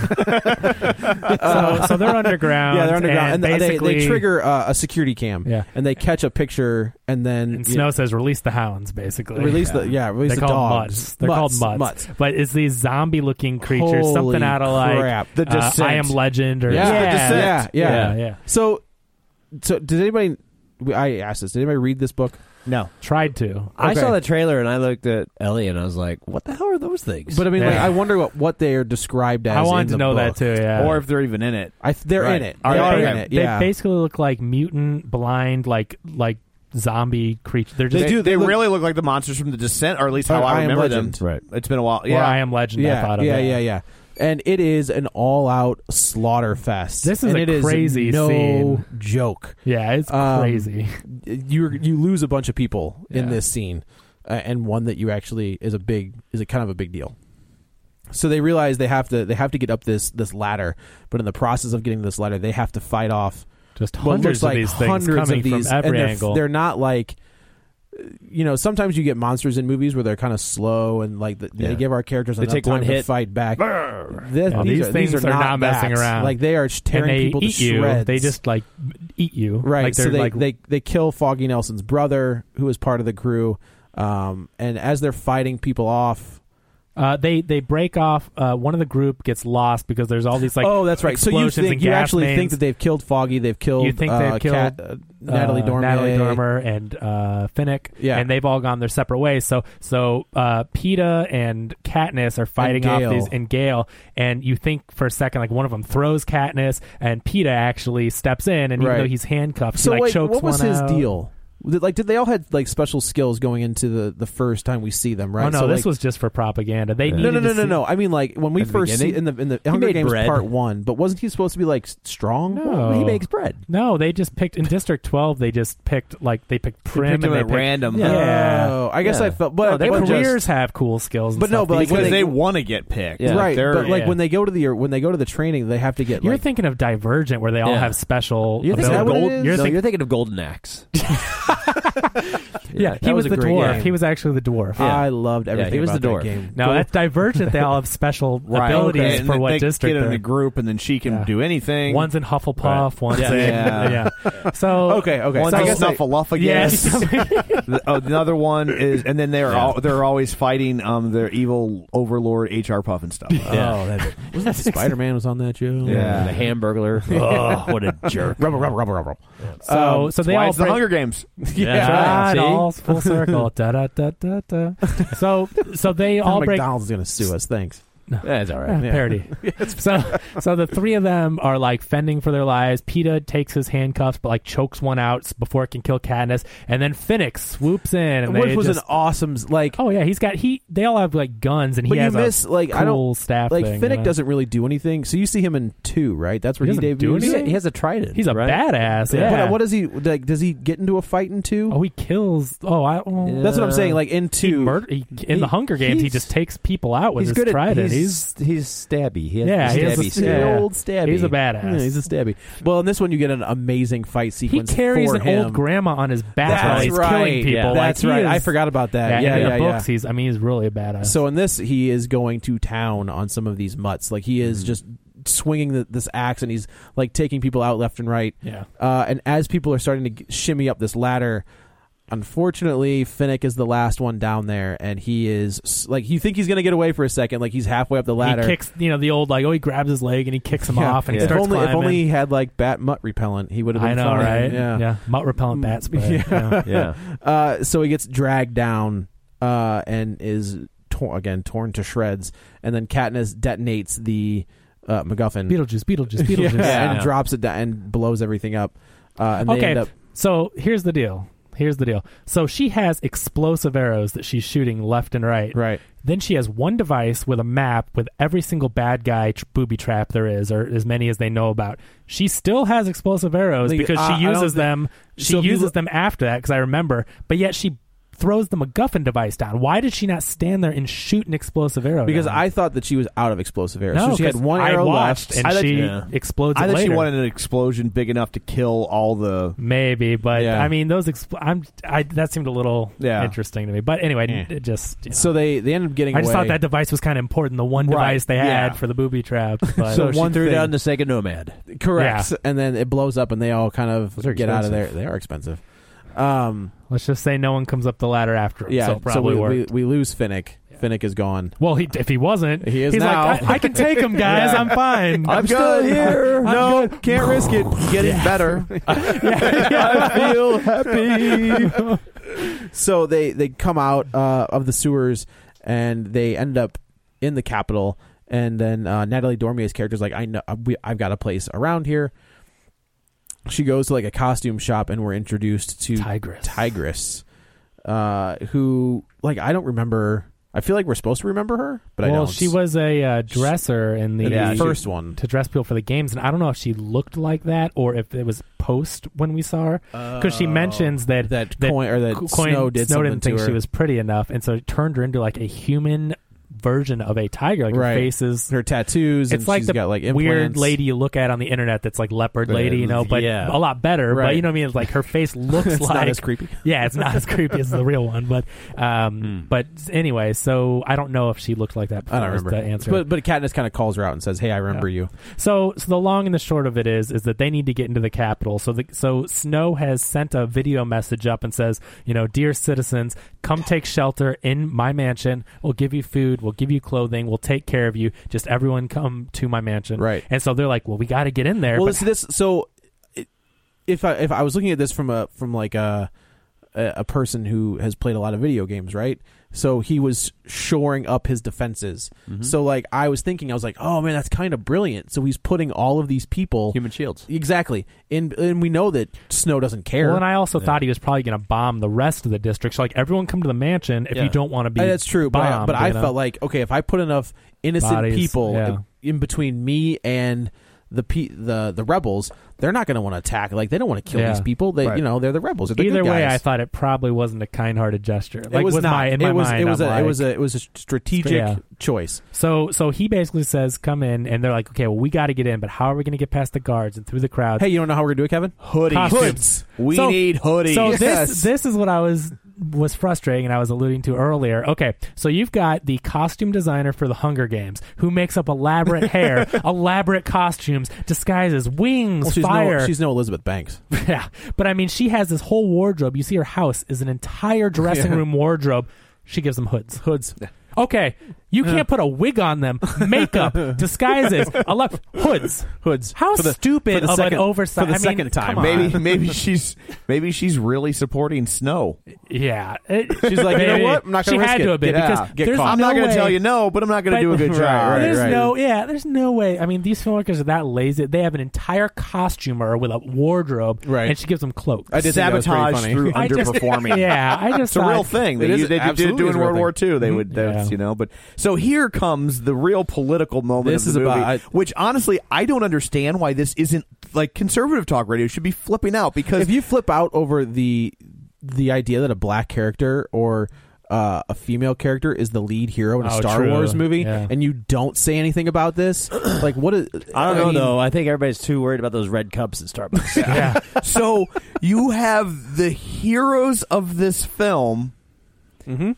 S4: so they're underground.
S8: yeah, they're
S4: Um,
S8: underground, and,
S4: And,
S8: they- they,
S4: basically,
S8: they trigger uh, a security cam,
S4: Yeah.
S8: and they catch a picture, and then
S4: And
S8: you
S4: Snow
S8: know,
S4: says, "Release the hounds." Basically,
S8: release the yeah, release
S4: They're
S8: the
S4: called
S8: dogs.
S4: mutts. They're called mutts.
S8: mutts.
S4: But it's these zombie-looking creatures,
S8: Holy
S4: something out of like
S8: crap.
S4: the
S8: The
S4: Uh, I Am
S8: Descent.
S4: Legend or
S8: Yeah. The Descent.
S4: yeah,
S8: Yeah,
S4: yeah,
S8: yeah.
S4: yeah.
S8: So, so did anybody? I asked this. Did anybody read this book?
S1: No.
S4: Tried to.
S1: I
S8: Okay.
S1: saw the trailer and I looked at Ellie and I was like, "What the hell are those things?"
S8: But I mean, like,
S4: Yeah.
S8: I wonder what, what they are described as.
S4: I
S8: in
S4: wanted to
S8: the
S4: know
S8: book.
S4: that too. Yeah.
S2: or if they're even in it.
S8: I, they're
S2: Right.
S8: in it.
S2: Are
S8: They are
S4: they,
S8: in it. Yeah.
S4: they basically look like mutant, blind, like like zombie creatures. They're just
S2: They, do. They,
S8: they look-
S2: really look like the monsters from The Descent, or at least how
S8: Or
S2: I,
S8: I Am
S2: remember
S8: Legend.
S2: them.
S1: Right.
S2: It's been a while.
S4: or
S2: Yeah.
S4: I Am Legend.
S8: yeah,
S4: I thought of
S8: yeah,
S4: it.
S8: yeah, yeah. And it is an all-out slaughter fest.
S4: This is
S8: and
S4: a
S8: it is
S4: crazy
S8: no
S4: scene.
S8: joke.
S4: Yeah, it's
S8: Um,
S4: crazy.
S8: You you lose a bunch of people in
S1: Yeah.
S8: this scene, uh, and one that you actually is a big is a kind of a big deal. So they realize they have to they have to get up this this ladder, but in the process of getting this ladder, they have to fight off
S4: Just
S8: what
S4: hundreds
S8: looks like
S4: of these things
S8: hundreds
S4: coming
S8: of these,
S4: from every
S8: and they're,
S4: angle.
S8: they're not like, you know, sometimes you get monsters in movies where they're kind of slow and like the,
S1: Yeah.
S8: they give our characters
S1: They
S8: enough
S1: take
S8: time
S1: one
S8: to
S1: hit.
S8: fight back. Th-
S4: Yeah,
S8: these,
S4: these
S8: are,
S4: things
S8: these are,
S4: are not messing
S8: that.
S4: around.
S8: Like they are tearing
S4: and they
S8: people
S4: eat
S8: to
S4: you.
S8: shreds.
S4: They just like eat you.
S8: right.
S4: Like,
S8: so
S4: they're,
S8: they,
S4: like,
S8: they they kill Foggy Nelson's brother, who is part of the crew, um, and as they're fighting people off.
S4: Uh, they they break off. Uh, one of the group gets lost because there's all these like
S8: oh, that's right. So you
S4: explosions
S8: think
S4: and
S8: you
S4: gas
S8: actually think
S4: mains.
S8: that they've killed Foggy? They've killed
S4: You think
S8: uh,
S4: they've killed,
S8: Cat- uh, Natalie
S4: uh,
S8: Dormer?
S4: Natalie Dormer, and uh, Finnick.
S8: Yeah.
S4: and they've all gone their separate ways. So so uh, Peta and Katniss are fighting
S8: And
S4: off
S8: Gale.
S4: these and Gale, and you think for a second like one of them throws Katniss, and Peta actually steps in, and
S8: Right.
S4: even though he's handcuffed,
S8: So
S4: he like
S8: wait,
S4: chokes
S8: what was
S4: one
S8: his
S4: out.
S8: deal? Did- Like, did they all had like special skills going into the the first time we see them? Right?
S4: Oh no,
S8: So,
S4: this
S8: like-
S4: was just for propaganda. They
S8: no,
S4: needed
S8: no, no,
S4: to
S8: no,
S4: see-
S8: no. I mean, like when we
S1: At the
S8: first see
S1: beginning?
S8: in the in the Hunger
S1: made
S8: Games
S1: bread.
S8: Part One, but wasn't he supposed to be like s- strong?
S4: No.
S8: Well, he makes bread.
S4: No, they just picked in District Twelve. They just picked like they picked Prim
S1: picked him
S4: and they
S1: at
S4: picked,
S1: random.
S4: Yeah.
S8: Oh, I guess
S1: Yeah.
S8: I felt, but
S1: No, they
S8: but
S1: were
S8: just-
S4: careers have cool skills. and
S8: But no,
S4: stuff.
S8: but like
S2: because
S8: when
S2: they
S8: they,
S2: want to get picked.
S1: Yeah.
S2: Like,
S8: right,
S2: they're-
S8: but like
S4: yeah.
S8: when they go to the when they go to the training, they have to get
S4: you're
S8: like
S4: thinking of Divergent, where they all
S1: Yeah.
S4: have special.
S1: You're thinking,
S8: that
S1: of
S8: what it
S1: gold,
S8: is?
S1: you're,
S4: You're
S1: no,
S4: thinking-
S1: you're thinking of Golden Axe.
S4: yeah, he
S8: that
S4: was,
S8: was a
S4: the
S8: great
S4: dwarf.
S8: game.
S4: He was actually the dwarf.
S8: I loved everything
S1: he was
S8: about
S1: the
S8: that
S1: dwarf.
S8: game.
S4: No, that's Divergent. They all have special
S2: Right.
S4: abilities
S2: Okay. And
S4: for
S2: then
S4: what
S2: they
S4: district
S2: Get in
S4: they're
S2: the
S4: in.
S2: group, and then she can
S4: Yeah.
S2: do anything.
S4: One's in Hufflepuff. One's
S2: Yeah.
S4: in
S2: Yeah.
S4: yeah. So
S8: Okay, okay.
S2: One's
S8: so I
S2: a
S8: guess I-
S2: Snuffleupagus.
S4: Yes.
S2: The- oh, another one is, and then they're all they're always fighting um their evil overlord HR Puff and stuff.
S8: Oh, that wasn't that Spider Man was on that show?
S2: Yeah.
S1: uh, The Hamburglar. oh, what a jerk.
S8: rubber, rubber, rubber, rubber.
S4: so
S8: Um,
S4: so they
S2: Why
S4: all
S2: it's the
S4: break-
S2: Hunger Games?
S4: Yeah,
S1: Yeah.
S4: it
S1: See?
S4: all full circle. da, da, da, da, da. So so they all break
S8: McDonald's is going to sue us. Thanks.
S1: That's all
S4: Uh,
S1: right.
S8: Yeah.
S4: parody. so, so the three of them are like fending for their lives. Peta takes his handcuffs, but like chokes one out s- before it can kill Katniss, and then Finnick swoops in, and
S8: Which
S4: they
S8: was
S4: just,
S8: an awesome like.
S4: oh yeah, he's got he. They all have like guns, and
S8: but
S4: he
S8: you
S4: has
S8: miss
S4: a
S8: like
S4: cool
S8: I don't
S4: staff.
S8: like
S4: thing,
S8: Finnick
S4: you know?
S8: doesn't really do anything. So you see him in two, right? That's where
S4: He
S8: he,
S4: doesn't
S8: debuts.
S4: do anything?
S1: He has a trident.
S4: He's a
S1: right?
S4: badass. Yeah.
S8: But uh, what does he like? Does he get into a fight in two?
S4: oh, he kills. Oh, I. Oh,
S1: Yeah.
S8: That's what I'm saying. Like in
S4: He
S8: two,
S4: murder, he, in
S8: He-
S4: the Hunger Games, he
S8: he's-
S4: just takes people out with
S1: He's
S4: his
S1: good at
S4: trident.
S1: he's, he's stabby. He has
S4: Yeah, he
S1: the
S4: has a
S1: stabby
S4: stab-
S1: skill.
S4: yeah.
S8: old stabby.
S4: He's a badass.
S8: Yeah, he's a stabby. Well, in this one, you get an amazing fight
S4: he
S8: sequence.
S4: carries
S8: for
S4: an
S8: him.
S4: old grandma on his back
S8: That's
S4: while he's
S8: right.
S4: killing people.
S8: Yeah.
S4: Like,
S8: That's
S4: he
S8: right. I
S4: is-
S8: forgot about
S4: Yeah,
S8: that. Yeah,
S4: in
S8: yeah,
S4: the
S8: yeah.
S4: books, he's. I mean, he's really a badass.
S8: So in this, he is going to town on some of these mutts. Like he
S4: Mm-hmm.
S8: is just swinging the, this axe and he's like taking people out left and right.
S4: Yeah.
S8: Uh, and as people are starting to g- shimmy up this ladder, unfortunately, Finnick is the last one down there, and he is s- like you think he's going to get away for a second. Like he's halfway up the ladder.
S4: He kicks, you know, the old like, oh, he grabs his leg and he kicks him
S8: Yeah.
S4: off, and he
S8: if
S4: starts
S8: only
S4: climbing.
S8: if only he had like bat mutt repellent, he would have been
S4: I know,
S8: fine.
S4: right?
S8: Yeah.
S4: Mutt repellent bat spray.
S8: Yeah.
S4: Yeah.
S1: Yeah.
S8: Uh, so he gets dragged down uh, and is tor- again torn to shreds, and then Katniss detonates the uh, MacGuffin
S4: Beetlejuice, Beetlejuice, Beetlejuice.
S8: Yeah, and
S1: Yeah.
S8: drops it down and blows everything up. Uh, and they
S4: Okay,
S8: end up
S4: so here's the deal. Here's the deal. So she has explosive arrows that she's shooting left and right.
S8: right.
S4: Then she has one device with a map with every single bad guy tr- booby trap there is, or as many as they know about. She still has explosive arrows
S8: Like,
S4: because
S8: I- I
S4: she
S8: don't
S4: uses
S8: thi-
S4: them. She
S8: So if you
S4: uses
S8: look-
S4: them after that because I remember. But yet she throws the MacGuffin device down. Why did she not stand there and shoot an explosive arrow?
S8: Because
S4: down?
S8: I thought that she was out of explosive arrow.
S4: No,
S8: so she had
S4: 'cause
S8: one
S4: I
S8: arrow
S4: watched
S8: left.
S4: and
S8: I thought-
S4: she
S8: yeah.
S4: explodes.
S2: I
S4: it
S2: thought she
S4: later.
S2: wanted an explosion big enough to kill all the.
S4: Maybe, but
S8: Yeah.
S4: I mean, those expl- I'm I that seemed a little
S2: Yeah.
S4: interesting to me. But anyway,
S8: Eh.
S4: it just you know.
S8: So they, they ended up getting
S4: I just
S8: away.
S4: thought that device was kind of important. The one
S2: Right,
S4: device they had
S2: yeah.
S4: for the booby trap. But
S8: So
S1: So she
S8: one
S1: threw
S8: thing-
S1: down the Sega Nomad.
S8: Correct.
S4: Yeah.
S8: And then it blows up and they all kind of
S1: Those are
S8: get out of there.
S1: expensive.
S8: They are expensive. Um,
S4: let's just say no one comes up the ladder after him.
S8: yeah.
S4: so it probably
S8: we,
S4: worked.
S8: we, we lose Finnick. Finnick is gone.
S4: well, he, if he wasn't,
S8: He is
S4: he's like,
S8: now.
S4: I, I can take him, guys. I'm fine.
S8: I'm, still here. no, can't risk it. Getting better. I feel happy. so they they come out uh, of the sewers and they end up in the capital. And then uh, Natalie Dormier's character's like, I know uh, we, I've got a place around here. She goes to like a costume shop, and we're introduced to
S4: Tigress.
S8: Tigress, uh, who like I don't remember. I feel like we're supposed to remember her, but I
S4: well,
S8: don't.
S4: she was a uh, dresser in the
S8: in
S4: uh,
S8: the first one.
S4: to dress people for the games, and I don't know if she looked like that or if it was post when we saw her because she mentions that
S8: Oh, that Uh, coin or that
S4: Co-
S8: snow did
S4: Snow
S8: something
S4: didn't think
S8: to her.
S4: she was pretty enough, and so it turned her into like a human version of a tiger. Like
S8: Right.
S4: her face is.
S8: her tattoos. and
S4: it's like
S8: she's
S4: the
S8: got like
S4: weird
S8: implants.
S4: lady you look at on the internet that's like leopard lady, you know, but
S1: yeah.
S4: a lot better. But
S8: Right.
S4: you know what I mean? It's like her face looks
S8: It's
S4: like
S8: not as creepy.
S4: yeah, it's not as creepy as the real one, but um, but anyway, so I don't know if she looked like that. Before
S8: Hmm. I don't
S4: is
S8: remember.
S4: the answer.
S8: But but Katniss kind of calls her out and says, "Hey, I remember you."
S4: So, so the long and the short of it is, is that they need to get into the capital. So, the, so Snow has sent a video message up and says, you know, dear citizens, come take shelter in my mansion. We'll give you food. We'll give you clothing. We'll take care of you. Just everyone come to my mansion.
S8: Right.
S4: And so they're like, well, we got to get in there.
S8: Well,
S4: but
S8: this, this so it- if I if I was looking at this from a from like a a a person who has played a lot of video games, right? So he was shoring up his defenses.
S1: Mm-hmm.
S4: Mm-hmm.
S8: So like I was thinking, I was like, "Oh man, that's kind of brilliant." So he's putting all of these people
S1: Human shields.
S8: exactly, and and we know that Snow doesn't care. Uh,
S4: Well, and I also thought he was probably going to bomb the rest of the district. So, like, everyone come to the mansion if you
S1: Yeah.
S4: don't want to be.
S8: Uh, that's true, but I,
S4: bombed,
S8: but I
S4: you know?
S8: felt like okay, if I put enough innocent
S4: Bodies,
S8: people
S4: yeah.
S8: in, in between me and the pe- the the rebels, they're not going to want to attack. Like they don't want to kill
S4: Yeah.
S8: these people. They
S1: Right.
S8: you know they're the rebels. They're the
S4: Either
S8: good
S4: way,
S8: guys.
S4: I thought it probably wasn't a kind-hearted gesture.
S8: it
S4: Like,
S8: was
S4: with
S8: not.
S4: my- in my
S8: it was
S4: mind,
S8: it was
S4: I'm
S8: a
S4: like,
S8: it was a it was a strategic
S4: Yeah.
S8: choice.
S4: So so he basically says, "Come in," and they're like, "Okay, well, we got to get in, but how are we going to get past the guards and through the crowd?"
S8: Hey, you don't know how we're gonna do it, Kevin? Hoodies.
S4: Costumes.
S2: We
S4: So-
S2: need hoodies.
S4: so this this is what I was was frustrating and I was alluding to earlier. Okay, so you've got the costume designer for the Hunger Games who makes up elaborate hair, elaborate costumes, disguises, wings,
S8: Well, she's
S4: fire.
S8: no she's no Elizabeth Banks.
S4: yeah, but I mean, she has this whole wardrobe. You see, her house is an entire dressing room wardrobe. She gives them hoods.
S8: Hoods.
S4: Okay, you can't put a wig on them, makeup, disguises, a lot, hoods,
S8: Hoods.
S4: How
S8: For the-
S4: stupid
S8: for the
S4: of
S8: second-
S4: an oversight!
S8: for the
S4: I mean,
S8: second time.
S4: come on.
S2: maybe maybe she's maybe she's really supporting Snow.
S4: yeah. It-
S8: She's like, you know
S4: maybe.
S8: what? I'm not
S4: She
S8: gonna risk
S4: had
S8: it.
S4: to have been
S8: Get
S4: because
S8: out. Get
S4: there's
S8: caught.
S2: I'm
S4: no
S2: not going
S4: way-
S2: to tell you no, but I'm not going to
S4: But-
S2: do a good job.
S8: Right,
S4: there's
S8: right.
S4: no, yeah, there's no way. I mean, these filmmakers are that lazy. They have an entire costumer with a wardrobe,
S8: Right.
S4: and she gives them cloaks.
S8: I did think that was pretty
S2: Sabotage
S8: funny.
S2: through
S4: I just-
S2: underperforming.
S4: yeah, I just
S2: It's a
S4: thought-
S2: real thing.
S8: It
S2: They,
S8: is-
S2: used- they did
S8: absolutely
S2: do it
S8: is
S2: in
S8: a real
S2: World War II. They would,
S4: Yeah.
S2: that's, you know. But so here comes the real political moment.
S8: This
S2: of the
S8: is about-
S2: movie,
S8: I-
S2: which honestly I don't understand why this isn't like conservative talk radio should be flipping out because
S8: if you flip out over the the idea that a black character or uh, a female character is the lead hero in a
S4: Oh,
S8: Star
S4: true.
S8: Wars movie,
S4: Yeah.
S8: and you don't say anything about this, like what is?
S1: I don't know
S8: mean,
S1: though. I think everybody's too worried about those red cups at Starbucks.
S4: yeah,
S2: so you have the heroes of this film
S8: Mm-hmm.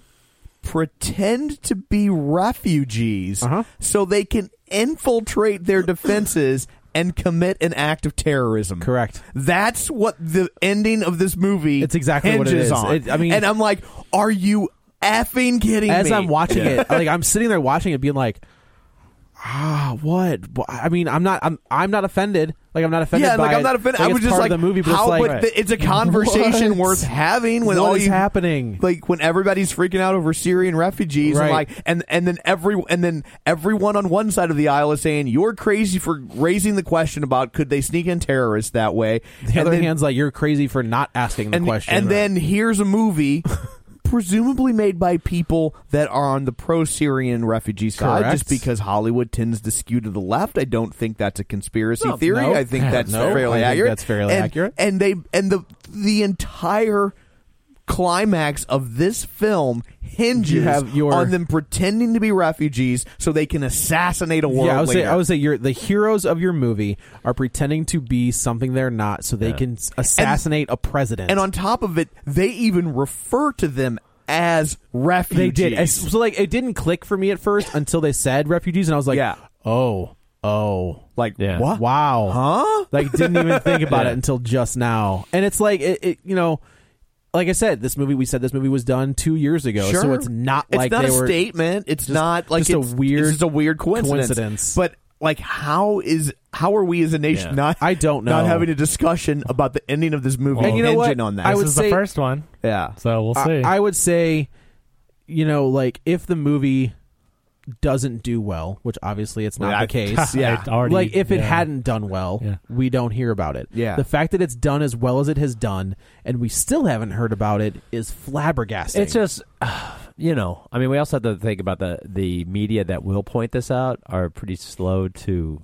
S2: pretend to be refugees
S8: Uh-huh.
S2: so they can infiltrate their defenses and commit an act of terrorism.
S8: Correct.
S2: That's what the ending of this movie
S8: It's exactly what it
S2: hinges
S8: is.
S2: on.
S8: It- I mean-
S2: and I'm like, are you effing kidding me?
S8: As I'm watching it, like I'm sitting there watching it, being like, ah, what? Wh- I mean, I'm not, I'm, I'm not offended. Like I'm not offended.
S2: yeah,
S8: by
S2: like I'm
S8: it.
S2: not offended. I
S8: it's
S2: was just
S8: part
S2: like,
S8: of the movie, but
S2: how,
S8: it's like,
S2: but th- it's a conversation
S8: What?
S2: worth having when
S8: What
S2: all
S8: is
S2: you
S8: happening?
S2: like when everybody's freaking out over Syrian refugees
S8: Right.
S2: and like and and then every and then everyone on one side of the aisle is saying you're crazy for raising the question about could they sneak in terrorists that way.
S8: the
S2: and
S8: other
S2: then,
S8: hand's like, you're crazy for not asking the
S2: and,
S8: question.
S2: and then here's a movie presumably made by people that are on the pro-Syrian refugee side
S8: Correct.
S2: just because Hollywood tends to skew to the left. I don't think that's a conspiracy
S8: No,
S2: theory.
S8: no.
S2: I think that's
S8: No,
S2: fairly
S8: I think
S2: accurate.
S8: that's fairly
S2: and,
S8: accurate.
S2: And they and the the entire climax of this film hinges
S8: You have your-
S2: on them pretending to be refugees so they can assassinate a world
S8: yeah, I would
S2: leader.
S8: say I would say you're, the heroes of your movie are pretending to be something they're not, so they can s- assassinate a president.
S2: and on top of it, they even refer to them as
S8: they
S2: refugees.
S8: did. As- So like it didn't click for me at first until they said refugees, and I was like,
S2: Yeah.
S8: oh, oh,
S2: like
S1: Yeah.
S2: what?
S8: wow,
S2: Huh?
S8: Like didn't even think about
S1: Yeah.
S8: it until just now. And it's like it, it you know. Like I said, this movie we said this movie was done two years ago,
S2: Sure.
S8: so it's not
S2: It's
S8: like
S2: not
S8: they
S2: a
S8: were
S2: statement. It's
S8: just-
S2: not like
S8: just a
S2: it's,
S8: weird
S2: It's just a weird coincidence.
S8: coincidence.
S2: But like, how is how are we as a nation
S1: Yeah.
S2: not?
S8: I don't know.
S2: Not having a discussion about the ending of this movie.
S8: And you know
S2: hinging
S8: what?
S2: on that.
S8: I
S4: this
S8: would
S4: is
S8: say-
S4: the first one,
S2: yeah.
S4: so we'll see.
S8: I, I would say, you know, like if the movie doesn't do well, which obviously it's not
S2: Yeah, I-
S8: the case.
S2: yeah.
S4: It already-
S8: like if it
S4: yeah.
S8: hadn't done well,
S4: Yeah.
S8: we don't hear about it.
S2: Yeah.
S8: The fact that it's done as well as it has done, and we still haven't heard about it, is flabbergasting.
S1: It's just, you know, I mean, we also have to think about the the media that will point this out are pretty slow to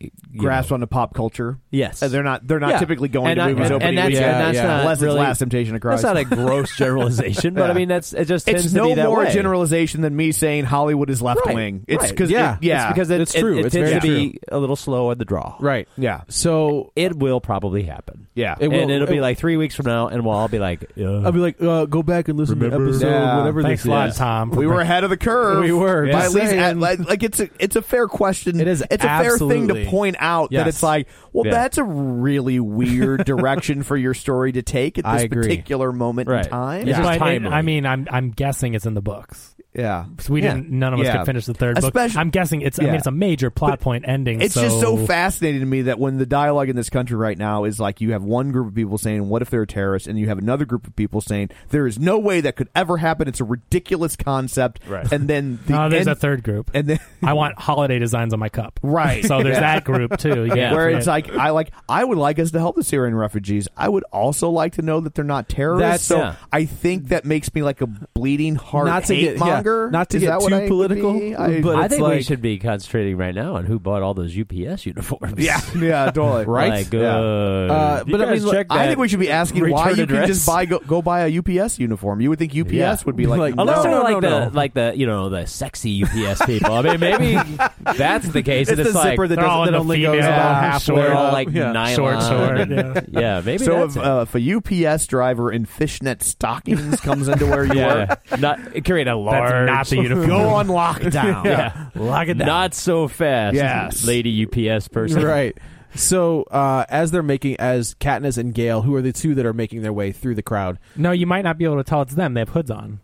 S1: eh, you
S2: grasp
S1: know.
S2: onto pop culture.
S1: Yes,
S2: And they're not. They're not
S1: Yeah.
S2: typically going
S1: And
S2: to
S1: I-
S2: movies
S1: and-
S2: opening
S1: and that's-
S2: weekend.
S1: and that's Yeah. not
S2: unless
S1: really-
S2: it's Last Temptation of Christ.
S1: That's not a gross generalization, but
S2: Yeah.
S1: I mean, that's it. Just tends
S2: it's
S1: to be
S2: no
S1: that
S2: more
S1: way.
S2: generalization than me saying Hollywood is left
S1: Right,
S2: wing. It's
S1: right.
S2: because
S8: Yeah.
S2: yeah,
S1: it's because it,
S8: It's
S1: it-
S8: true.
S1: It,
S8: It's
S1: tends
S8: very
S1: to be a little slow at the draw.
S8: right.
S2: yeah,
S8: So
S1: It will probably happen.
S2: yeah.
S8: It will-
S1: and it'll
S8: it-
S1: be like three weeks from now, and we'll all be like, "Ugh."
S8: I'll be like, uh, go back and listen to
S2: Remember-
S8: episode
S2: Yeah.
S8: whatever
S4: Thanks
S8: this
S4: a lot,
S8: is.
S4: Tom. for
S2: we were
S4: bringing-
S2: ahead of the curve.
S8: We were,
S2: But at
S8: just
S2: least,
S8: saying.
S2: at, like, like, it's a it's a fair question.
S8: It is
S2: It's a fair thing to
S8: absolutely.
S2: point out
S8: Yes.
S2: that it's like, well,
S1: Yeah.
S2: that's a really weird direction for your story to take at
S8: I
S2: this
S8: agree.
S2: particular moment
S1: Right.
S2: in time.
S1: It's just
S4: But it-
S1: timely.
S4: I mean, I'm I'm guessing it's in the books.
S2: Yeah,
S4: 'Cause We
S2: Yeah.
S4: didn't. None of us
S2: Yeah.
S4: could finish the third book.
S2: Especially-
S4: I'm guessing it's. I mean,
S2: Yeah.
S4: it's a major plot
S2: But
S4: point ending.
S2: It's just so fascinating to me that when the dialogue in this country right now is like you have one group of people saying, What if they're terrorists? And you have another group of people saying, There is no way that could ever happen. It's a ridiculous concept.
S1: Right.
S2: And then the
S4: No, Oh, there's
S2: end-
S4: a third group.
S2: And then.
S4: I want holiday designs on my cup.
S2: Right.
S4: So there's
S2: Yeah.
S4: that group too. Yeah.
S2: Where it's like I like I would like us to help the Syrian refugees. I would also like to know that they're not terrorists.
S8: That's-
S2: so
S1: yeah.
S2: I think that makes me like a bleeding heart
S8: Not to get-
S2: hate monger.
S8: yeah, not to
S2: Is
S8: get
S2: that what
S8: too
S2: I would
S8: political,
S2: be? I,
S8: but
S1: I
S8: it's
S1: think we
S8: like-
S1: should be concentrating right now on who bought all those UPS uniforms.
S2: yeah, yeah, totally.
S8: Right?
S1: Like,
S2: Yeah.
S1: uh,
S8: Uh,
S1: you
S8: but I
S1: guys
S8: mean, look,
S1: check
S2: I
S1: that
S2: think we should be asking why
S1: return
S2: you
S1: address?
S2: can just buy go, go buy a UPS uniform. You would think UPS
S1: Yeah.
S2: would be like,
S8: Like,
S2: no,
S1: Unless they're
S2: no,
S1: like
S2: no,
S1: the
S2: no.
S1: like the you know the sexy UPS people. I mean, maybe that's the case.
S2: It's
S1: and it's
S2: the
S1: like
S2: zipper that
S4: they're all
S2: doesn't that
S4: in the
S2: only
S4: female
S2: goes about halfway.
S4: short,
S1: they're all
S2: up.
S1: like
S8: yeah.
S1: nylon.
S4: Short, short,
S1: and-
S4: yeah.
S1: yeah, maybe
S2: so
S1: that's
S2: if, uh, if a UPS driver in fishnet stockings comes into where you
S1: it.
S2: work,
S1: yeah, not create a large.
S4: not the uniform.
S2: go on lockdown.
S1: Yeah,
S4: Lock it down.
S1: not so fast.
S2: Yes.
S1: lady UPS person.
S8: Right. So uh, as they're making as Katniss and Gale, who are the two that are making their way through the crowd,
S4: No, you might not be able to tell it's them. They have hoods on.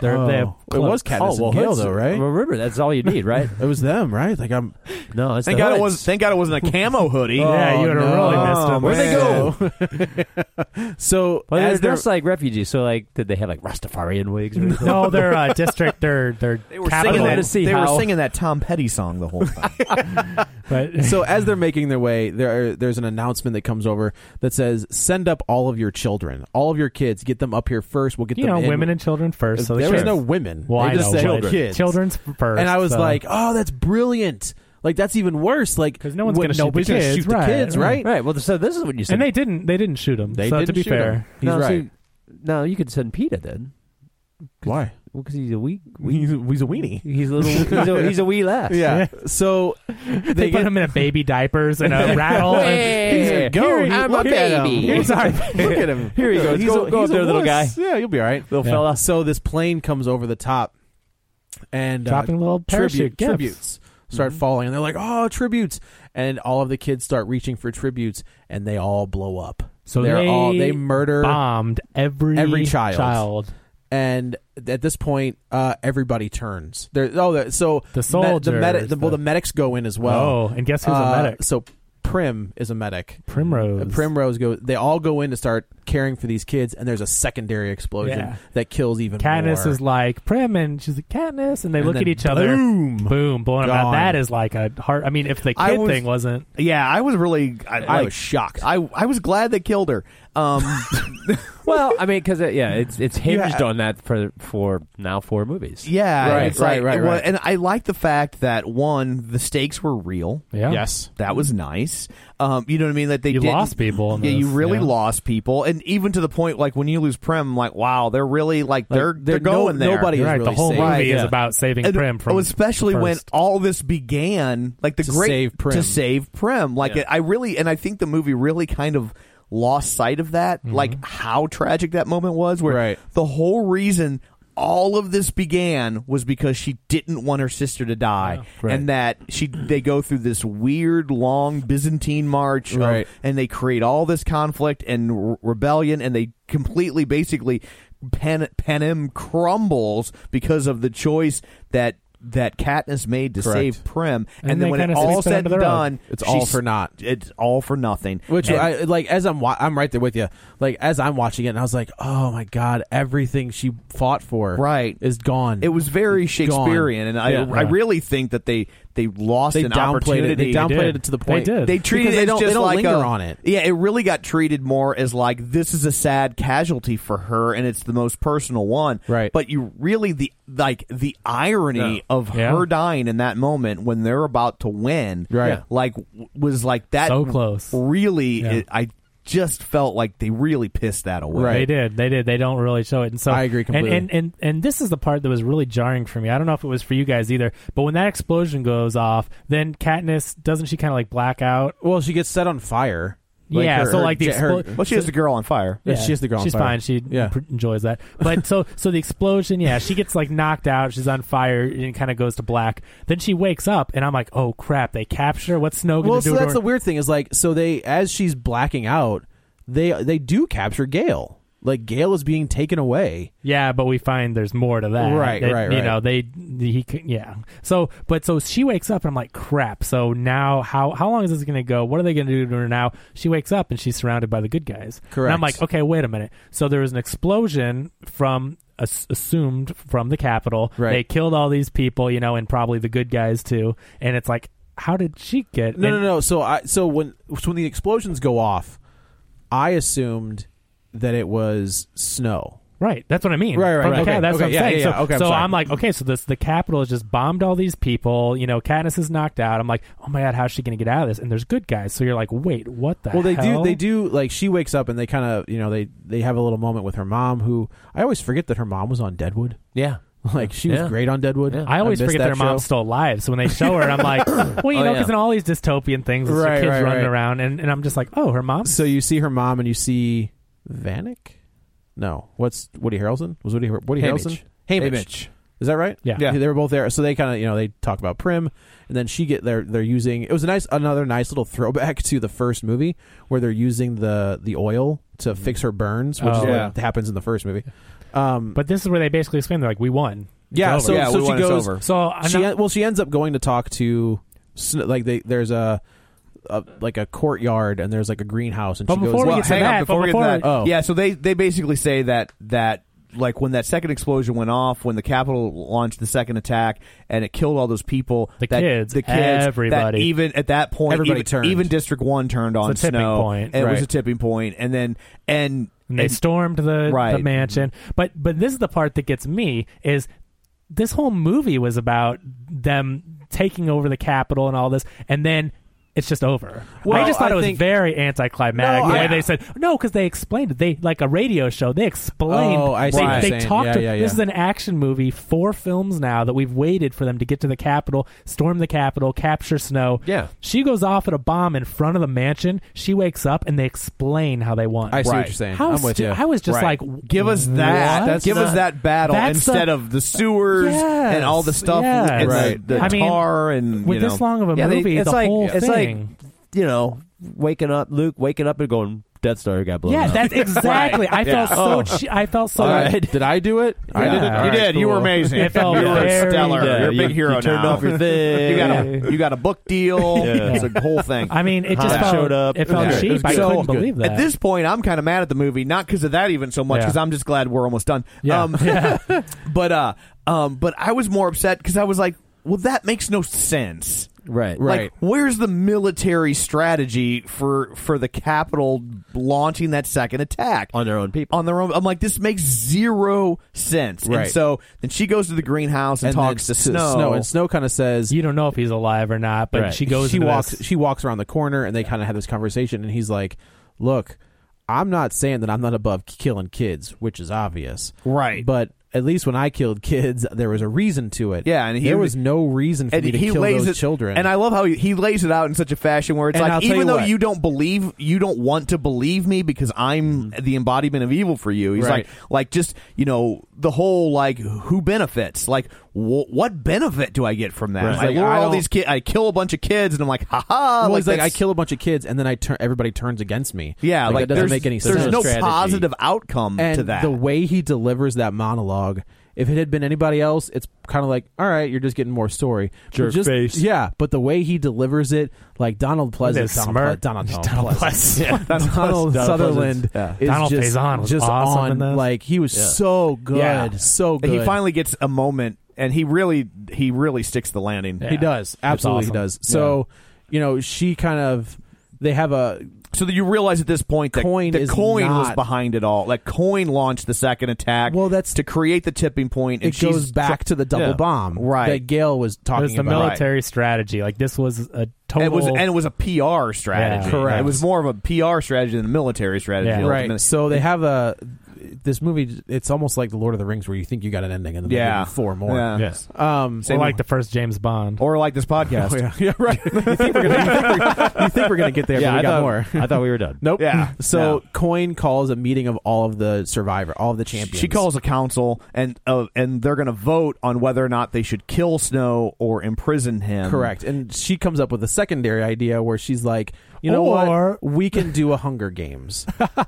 S4: They're,
S8: Oh.
S4: they have
S8: It was
S4: clothes.
S8: Katniss and Gale,
S1: hoods-
S8: though, right?
S1: Well, remember, that's all you need, right?
S8: it was them, right? Like I'm
S1: No, it's
S2: Thank
S1: the
S2: God, it
S1: hoods.
S2: wasn't, thank God it wasn't a camo hoodie.
S4: Yeah, you would have
S8: Oh, no.
S4: really missed them.
S2: Where'd they go?
S8: so
S1: But
S8: as
S1: they're
S8: they're
S1: dressed like refugees. So, like, did they have like Rastafarian wigs? Or anything?
S4: No, their uh, district, their their they
S2: We're
S1: singing
S4: capital.
S1: that- to see
S2: they
S1: how-
S2: were singing that Tom Petty song the whole time.
S4: But
S8: so as they're making their way, there are, there's an announcement that comes over that says, "Send up all of your children, all of your kids. Get them up here first. We'll get
S4: you
S8: them
S4: know,
S8: in."
S4: women and children first. So
S8: there
S4: they
S8: was
S4: should-
S8: no women.
S4: Well,
S8: they
S4: I
S8: just
S4: know,
S8: said
S4: but
S8: kids.
S4: Children's first.
S8: and I was
S4: so-
S8: like, "Oh, that's brilliant! Like that's even worse. Like
S4: 'Cause no one's
S8: when
S4: gonna shoot
S8: nobody's
S4: the
S8: gonna
S4: kids,
S8: shoot the
S4: right,
S8: kids, right?
S1: right. Well, so this is what you said.
S4: and they didn't. They didn't shoot him.
S8: They
S4: so
S8: didn't
S4: to be
S8: shoot
S4: fair,
S8: him. He's
S1: no, so-
S8: right.
S1: no, you could send Peta then.
S8: Why?
S1: Well, because he's a wee,
S8: He's, he's a weenie.
S1: he's a little, he's a, he's a wee lass.
S8: Yeah. So they,
S4: they, put
S8: get
S4: him in a baby diapers and a rattle. and,
S8: He's a go. He- look at him. He's our- look at him.
S1: Here he goes.
S8: He's
S1: Go-
S8: a,
S1: go
S8: he's
S1: up there,
S8: a
S1: little
S8: wuss. Yeah, you'll be all right, little
S4: Yeah. fella.
S8: So this plane comes over the top, and
S4: Dropping
S8: uh,
S4: little parachute Mm-hmm.
S8: tribute,
S4: gifts.
S8: tributes start falling, and they're like, "Oh, tributes!" And all of the kids start reaching for tributes, and they all blow up.
S4: So
S8: they're
S4: they
S8: all they murder,
S4: bombed every
S8: Every child.
S4: child.
S8: and at this point, uh, everybody turns. They're, oh, they're- so
S4: The
S8: the, medic,
S4: soldiers,
S8: the, well,
S4: the-
S8: the medics go in as well.
S4: oh, and guess who's
S8: Uh,
S4: a medic?
S8: So Prim is a medic. Uh,
S4: Primrose.
S8: Primrose go. They all go in to start caring for these kids, and there's a secondary explosion
S4: Yeah.
S8: that kills even
S4: Katniss
S8: more.
S4: is like Prim, and she's like Katniss, and they look
S8: then
S4: at each other.
S8: boom.
S4: boom, blowing them out.
S8: Gone.
S4: That is like a heart. I mean, if the
S2: I
S4: kid
S2: was-
S4: thing wasn't,
S2: yeah, I was really. I,
S8: I
S2: like,
S8: was shocked.
S2: I I was glad they killed her. Um,
S1: well, I mean, because yeah, it's it's hinged
S2: Yeah.
S1: on that for for now four movies.
S2: yeah, and
S8: Right,
S2: it's
S8: right,
S2: like-
S8: right,
S2: well,
S8: right.
S2: And I like the fact that one, the stakes were real.
S4: Yeah.
S8: Yes.
S2: That was nice. Um, you know what I mean? That they
S4: You
S2: didn't-
S4: lost people in
S2: Yeah, you
S4: this,
S2: really
S4: yeah.
S2: lost people, and even to the point like when you lose Prem, like wow, they're really like, they're
S8: there-
S2: they're going
S8: no-
S2: there.
S8: nobody
S4: You're
S8: is
S4: right.
S8: really
S4: the whole
S8: safe.
S4: movie
S2: Right,
S4: is
S2: yeah.
S4: about saving
S2: And-
S4: Prim from
S2: oh, especially
S4: the
S2: when
S4: first.
S2: all this began, like the
S8: To
S2: great
S8: save Prim.
S2: to save Prim. Like it, I really, and I think the movie really kind of lost sight of that, like how tragic that moment was. Where
S8: Mm-hmm. Right.
S2: the whole reason all of this began was because she didn't want her sister to die,
S8: Right.
S2: and that she they go through this weird long Byzantine march, of-
S8: Right.
S2: and they create all this conflict and re- rebellion, and they completely basically Pan- Panem crumbles because of the choice that that Katniss made to
S8: Correct.
S2: save Prim, and,
S4: And
S2: then
S4: they
S2: when it
S4: kinda
S2: all
S4: sweep it
S2: said and
S4: under the rug.
S2: done,
S8: It's all
S2: she's-
S8: for naught.
S2: It's all for nothing.
S8: Which
S2: And-
S8: I like as I'm wa- I'm right there with you. Like as I'm watching it, and I was like, oh my god, everything she fought for,
S2: Right.
S8: is gone.
S2: it was very Shakespearean, and I
S8: Yeah.
S2: I really think that they they lost
S8: they
S2: an
S8: downplayed it.
S2: opportunity.
S8: They downplayed
S4: did.
S8: it to the
S4: They
S8: point
S4: did.
S2: They treated
S8: Because they
S2: it
S8: don't-
S2: just
S8: they don't
S2: like
S8: linger
S2: a-
S8: on it.
S2: Yeah, it really got treated more as like this is a sad casualty for her, and it's the most personal one.
S8: Right.
S2: But you really the like the irony of
S4: Yeah.
S2: her dying in that moment when they're about to win.
S8: Right.
S2: Like w- was like that
S4: So close.
S2: Really,
S4: Yeah.
S2: it, I just felt like they really pissed that away.
S8: Right.
S4: They did. They did. They don't really show it. And so
S8: I agree completely.
S4: And, and and and this is the part that was really jarring for me. I don't know if it was for you guys either, but when that explosion goes off, then Katniss doesn't she kind of like black out?
S8: Well, she gets set on fire. Like,
S4: yeah.
S8: her-
S4: so
S8: her-
S4: like the
S8: her-
S4: explosion.
S2: Well, she has the girl on fire.
S8: Yeah, she has the girl on
S4: She's
S8: fire.
S4: fine. She
S8: Yeah.
S4: pr- enjoys that. But so so the explosion, yeah, she gets like knocked out. She's on fire and kind of goes to black. Then she wakes up, and I'm like, oh crap, they capture. her? What's Snow gonna
S8: well,
S4: do?
S8: so
S4: to
S8: that's
S4: her?
S8: the weird thing is like so they as she's blacking out, they they do capture Gale. Like Gale is being taken away.
S4: Yeah, but we find there's more to that.
S8: Right,
S4: That,
S8: right,
S4: You
S8: right.
S4: know, they he could- yeah. So, but so she wakes up and I'm like, crap. So now, how how long is this going to go? What are they going to do to her now? She wakes up and she's surrounded by the good guys. And
S8: Correct.
S4: I'm like, okay, wait a minute. So there was an explosion from. ass- Assumed from the Capitol,
S8: Right.
S4: they killed all these people, you know, and probably the good guys too. And it's like, how did she get?
S8: No,
S4: and-
S8: no, no. So I so when so when the explosions go off, I assumed that it was snow.
S4: Right, that's what I mean.
S8: Right, right,
S4: From the
S8: right.
S4: Cap-
S8: Okay,
S4: that's
S8: okay,
S4: what I'm
S8: yeah,
S4: saying.
S8: yeah,
S4: so,
S8: yeah. Okay, I'm
S4: so
S8: sorry.
S4: I'm like, okay, so this the Capitol has just bombed all these people. You know, Katniss is knocked out. I'm like, oh my god, how's she going to get out of this? And there's good guys. So you're like, wait, what the?
S8: Well, they
S4: hell?
S8: do. They do. Like she wakes up and they kind of you know they they have a little moment with her mom. Who I always forget that her mom was on Deadwood.
S1: Yeah.
S8: Like she was
S1: Yeah.
S8: great on Deadwood.
S4: I always
S8: miss
S4: forget
S8: that
S4: their mom's
S8: show.
S4: still alive. So when they show her, I'm like, well, you
S1: Oh,
S4: know,
S1: yeah.
S4: because in all these dystopian things, it's your
S8: Right,
S4: kids
S8: right,
S4: running
S8: right.
S4: around, and, and I'm just like, oh, her mom's
S8: So you see her mom and you see Vanek. No, what's Woody Harrelson? Was Woody Har- Woody
S1: Hamish.
S8: Harrelson? Hamish. Is that right?
S4: Yeah. Yeah.
S8: They were both there. So they kind of, you know, they talk about Prim, and then she get they're they're using. It was a nice another nice little throwback to the first movie where they're using the the oil to fix her burns, which is
S4: Oh.
S8: what
S2: Yeah.
S8: happens in the first movie. Um,
S4: But this is where they basically explain they're like, we won. It's
S8: yeah,
S4: over.
S8: so
S2: Yeah,
S8: so
S2: we
S8: she
S2: want it's
S8: goes.
S2: over.
S4: So I'm
S8: She
S4: not-
S8: en- well, she ends up going to talk to Sn- like they there's a, a like a courtyard and there's like a greenhouse and
S4: But
S8: she
S4: before
S8: goes.
S4: we
S8: "Well,
S4: get to
S2: hang
S4: that,
S2: on, before
S4: but
S2: we get to
S4: before
S2: that,
S4: we-
S8: Oh.
S2: yeah. So they they basically say that that like when that second explosion went off, when the Capitol launched the second attack, and it killed all those people,
S4: The
S2: that,
S4: kids,
S2: the kids, that
S4: everybody.
S2: even at that point,
S8: Everybody
S2: even,
S8: turned.
S2: even District One turned on
S4: a tipping
S2: Snow. and
S4: point,
S2: It was
S8: right.
S2: a tipping point, and then and
S4: and they
S2: and-
S4: stormed the, the
S2: Right.
S4: mansion. But but this is the part that gets me is this whole movie was about them taking over the Capitol and all this, and then it's just over.
S8: Well,
S4: I just thought
S8: I
S4: it was
S8: think-
S4: very anticlimactic
S8: No,
S4: the
S8: I-
S4: way they said no because they explained it. They like a radio show. They explained.
S8: Oh, I see
S4: they,
S8: what you're
S4: they
S8: saying.
S4: talked.
S8: Yeah,
S4: to-
S8: yeah,
S4: This
S8: yeah.
S4: is an action movie. Four films now that we've waited for them to get to the Capitol, storm the Capitol, capture Snow.
S1: Yeah.
S4: she goes off at a bomb in front of the mansion. She wakes up and they explain how they won.
S8: I see what
S2: Right.
S8: you're saying.
S4: How
S8: I'm with
S4: stu-
S8: you.
S4: I was just
S2: Right.
S4: like,
S2: give us that.
S4: what?
S2: give us that battle
S4: That's
S2: instead
S4: the-
S2: of the sewers
S4: Yes,
S2: and all the stuff
S4: yes.
S2: and the-
S8: Right.
S2: the,
S4: I mean,
S2: tar and
S4: with
S2: you know.
S4: this long of a
S1: Yeah, they-
S4: movie,
S1: it's
S4: the
S1: like-
S4: whole
S1: it's like-
S4: thing.
S1: You know, waking up, Luke waking up and going, Death Star got blown
S4: yeah,
S1: up.
S4: that's exactly. I felt
S2: Yeah.
S4: so. Che- I felt so.
S8: All right. Did I do it? I
S4: Yeah.
S8: did it.
S4: You
S8: All right,
S4: did. You
S8: cool.
S4: were amazing. It felt
S2: you were
S4: very-
S2: stellar.
S4: Yeah,
S2: You're a big
S1: you-
S2: hero
S1: you turned
S2: now.
S1: off your thing.
S2: you got a you got a book deal.
S1: Yeah.
S2: It's a whole thing.
S4: I mean, it just
S1: Han
S4: felt,
S1: showed up.
S4: It felt
S2: Yeah.
S4: cheap. I
S8: So
S4: couldn't
S8: good.
S4: believe that.
S2: At this point, I'm kind of mad at the movie, not because of that even so much,
S4: Yeah.
S2: because I'm just glad we're almost done.
S4: Yeah.
S2: Um, but uh, um, but I was more upset because I was like, well, that makes no sense.
S1: Right.
S8: Right.
S2: Like, where's the military strategy for for the capital launching that second attack
S1: On their own people.
S2: On their own. I'm like, this makes zero sense. And
S8: Right.
S2: so then she goes to the greenhouse and,
S8: and
S2: talks to
S8: then S-
S2: Snow.
S8: and Snow kind of says,
S4: You don't know if he's alive or not, but
S1: Right.
S4: she goes.
S8: she
S4: into
S8: walks
S4: this-
S8: she walks around the corner and they kind of have this conversation and he's like look i'm not saying that i'm not above k- killing kids which is obvious
S2: Right.
S8: but at least when i killed kids there was a reason to it
S2: Yeah, and he-
S8: there was no reason for
S2: and
S8: me to
S2: he
S8: kill
S2: lays
S8: those
S2: it,
S8: children
S2: and I love how he, he lays it out in such a fashion where it's
S8: And I'll
S2: like,
S8: tell
S2: even
S8: you
S2: though
S8: what.
S2: you don't believe, you don't want to believe me because I'm the embodiment of evil for you. He's
S8: Mm-hmm. Right.
S2: like, like just you know the whole like who benefits? Like wh- what benefit do I get from that?
S8: Right.
S2: Like,
S8: Like,
S2: lure
S8: I
S2: all
S8: don't-
S2: these kids, I kill a bunch of kids, and I'm like, ha ha.
S8: well, he's like, I
S2: that's-
S8: kill a bunch of kids, and then I turn. Everybody turns against me.
S2: Yeah, like,
S8: that doesn't
S2: there's-
S8: make any sense.
S2: There's no
S1: Strategy.
S2: positive outcome
S8: and
S2: to that.
S8: the way he delivers that monologue if it had been anybody else it's kind of like all right you're just getting more story But
S1: Jerk
S8: just-
S1: face.
S8: yeah but the way he delivers it like donald pleasant
S4: With a
S8: donald,
S4: smirk.
S8: Ple- donald, donald,
S4: Donald
S8: pleasant,
S4: Pleasant.
S8: donald,
S1: Pleasant.
S8: sutherland
S1: Yeah.
S8: is
S4: Donald
S8: just,
S4: Faison was
S8: just
S4: awesome in
S8: on
S4: this.
S8: like he was so good
S2: Yeah.
S8: so good
S2: And he finally gets a moment, and he really he really sticks the landing.
S8: he does absolutely
S4: awesome.
S8: he does so you know she kind of they have a
S2: So that you realize at this point that
S8: Coin
S2: the
S8: is
S2: coin
S8: not-
S2: was behind it all. Like coin launched the second attack.
S8: Well, that's-
S2: to create the tipping point. And
S8: it goes
S2: she's
S8: back to the double
S2: yeah.
S8: bomb
S2: Right.
S8: that gail was
S4: It
S8: talking
S4: was the
S8: about
S4: military strategy. Like this was a
S2: And
S4: total.
S2: it was and it was a PR strategy.
S4: Yeah, correct.
S2: It was more of a PR strategy than a military strategy.
S4: Yeah.
S2: ultimately.
S8: right. So they have a this movie. It's almost like the Lord of the Rings, where you think you got an ending, and then they give
S2: Yeah.
S8: you four more.
S2: Yeah.
S4: yes.
S8: Um,
S4: Or
S2: Same-
S4: like the first James Bond.
S2: Or like this podcast.
S8: oh, yeah, yeah, right. you, think we're gonna, you think we're gonna get there? but we
S1: I
S8: got
S1: thought,
S8: more.
S1: I thought we were done.
S8: Nope.
S2: Yeah.
S8: So
S2: No.
S8: Coin calls a meeting of all of the survivor, all of the champions.
S2: She calls a council, and uh, and they're going to vote on whether or not they should kill Snow or imprison him.
S8: correct, and she comes up with a secondary idea where she's like, you know
S4: Or-
S8: what, we can do a Hunger Games.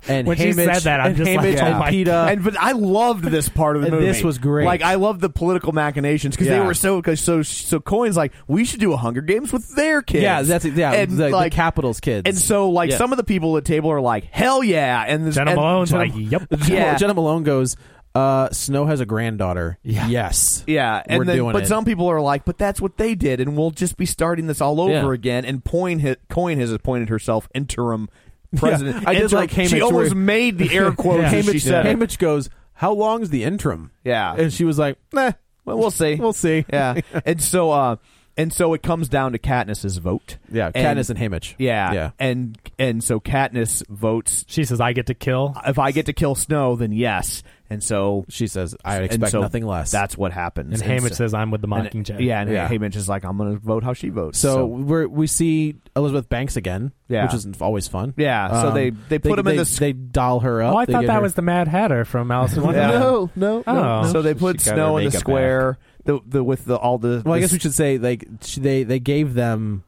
S8: And
S4: When she
S8: Haymitch-
S4: said that, I'm
S8: and
S4: just like,
S8: Haymitch
S4: oh
S8: and
S4: my
S8: Peta,
S2: And but I loved this part of the
S8: And
S2: movie.
S8: this was great.
S2: Like I loved the political machinations because they
S8: Yeah.
S2: were so because so so coins like we should do a Hunger Games with their kids.
S8: yeah, that's it, yeah,
S2: and
S8: the,
S2: like
S8: the Capitals kids.
S2: and so like
S1: Yeah.
S2: some of the people at the table are like hell yeah, and this,
S4: Jenna
S2: and
S4: Malone's
S2: Jenna-
S4: like, yep.
S2: yeah.
S8: Jenna, Jenna Malone goes, uh, Snow has a granddaughter. Yes.
S2: yeah, and
S8: We're
S2: then
S8: doing
S2: but
S8: it.
S2: some people are like, but that's what they did, and we'll just be starting this all over
S1: Yeah.
S2: again. And Coin has, Coin has appointed herself interim president.
S8: I did
S2: Interim-
S8: like Haymitch
S2: she almost
S8: where-
S2: made the air quotes
S8: Haymitch,
S2: as she said. it.
S8: Haymitch goes, How long's the interim?
S2: Yeah.
S8: And she was like, Nah,
S2: Well, we'll see.
S8: we'll see.
S2: yeah. And so uh and so it comes down to Katniss's vote.
S8: Yeah. Katniss and Haymitch.
S2: Yeah.
S8: Yeah.
S2: And and so Katniss votes
S4: She says, "I get to kill."
S2: if I get to kill Snow then yes. And so
S8: She says, I
S2: and
S8: expect
S2: so
S8: nothing less.
S2: That's what happens.
S4: And Haymitch says, "I'm with the Mockingjay."
S2: And, yeah, and
S8: Yeah.
S2: Haymitch is like I'm going to vote how she votes.
S8: so, we're, we see Elizabeth Banks again,
S2: Yeah.
S8: which is always fun. Um,
S2: Yeah, so they- they put 'em in
S8: they,
S2: this-
S8: They doll her up.
S4: Oh, I
S8: They
S4: thought
S8: get
S4: that
S8: her-
S4: was the Mad Hatter from Alice in
S2: Yeah.
S4: Wonderland.
S8: No, no, no,
S4: Oh.
S8: no.
S2: so they
S1: she
S2: put
S1: got her
S2: Snow in the
S1: makeup
S2: square the, the with the all the
S8: Well, I
S2: the
S8: guess we
S2: s-
S8: should say like sh- they they gave them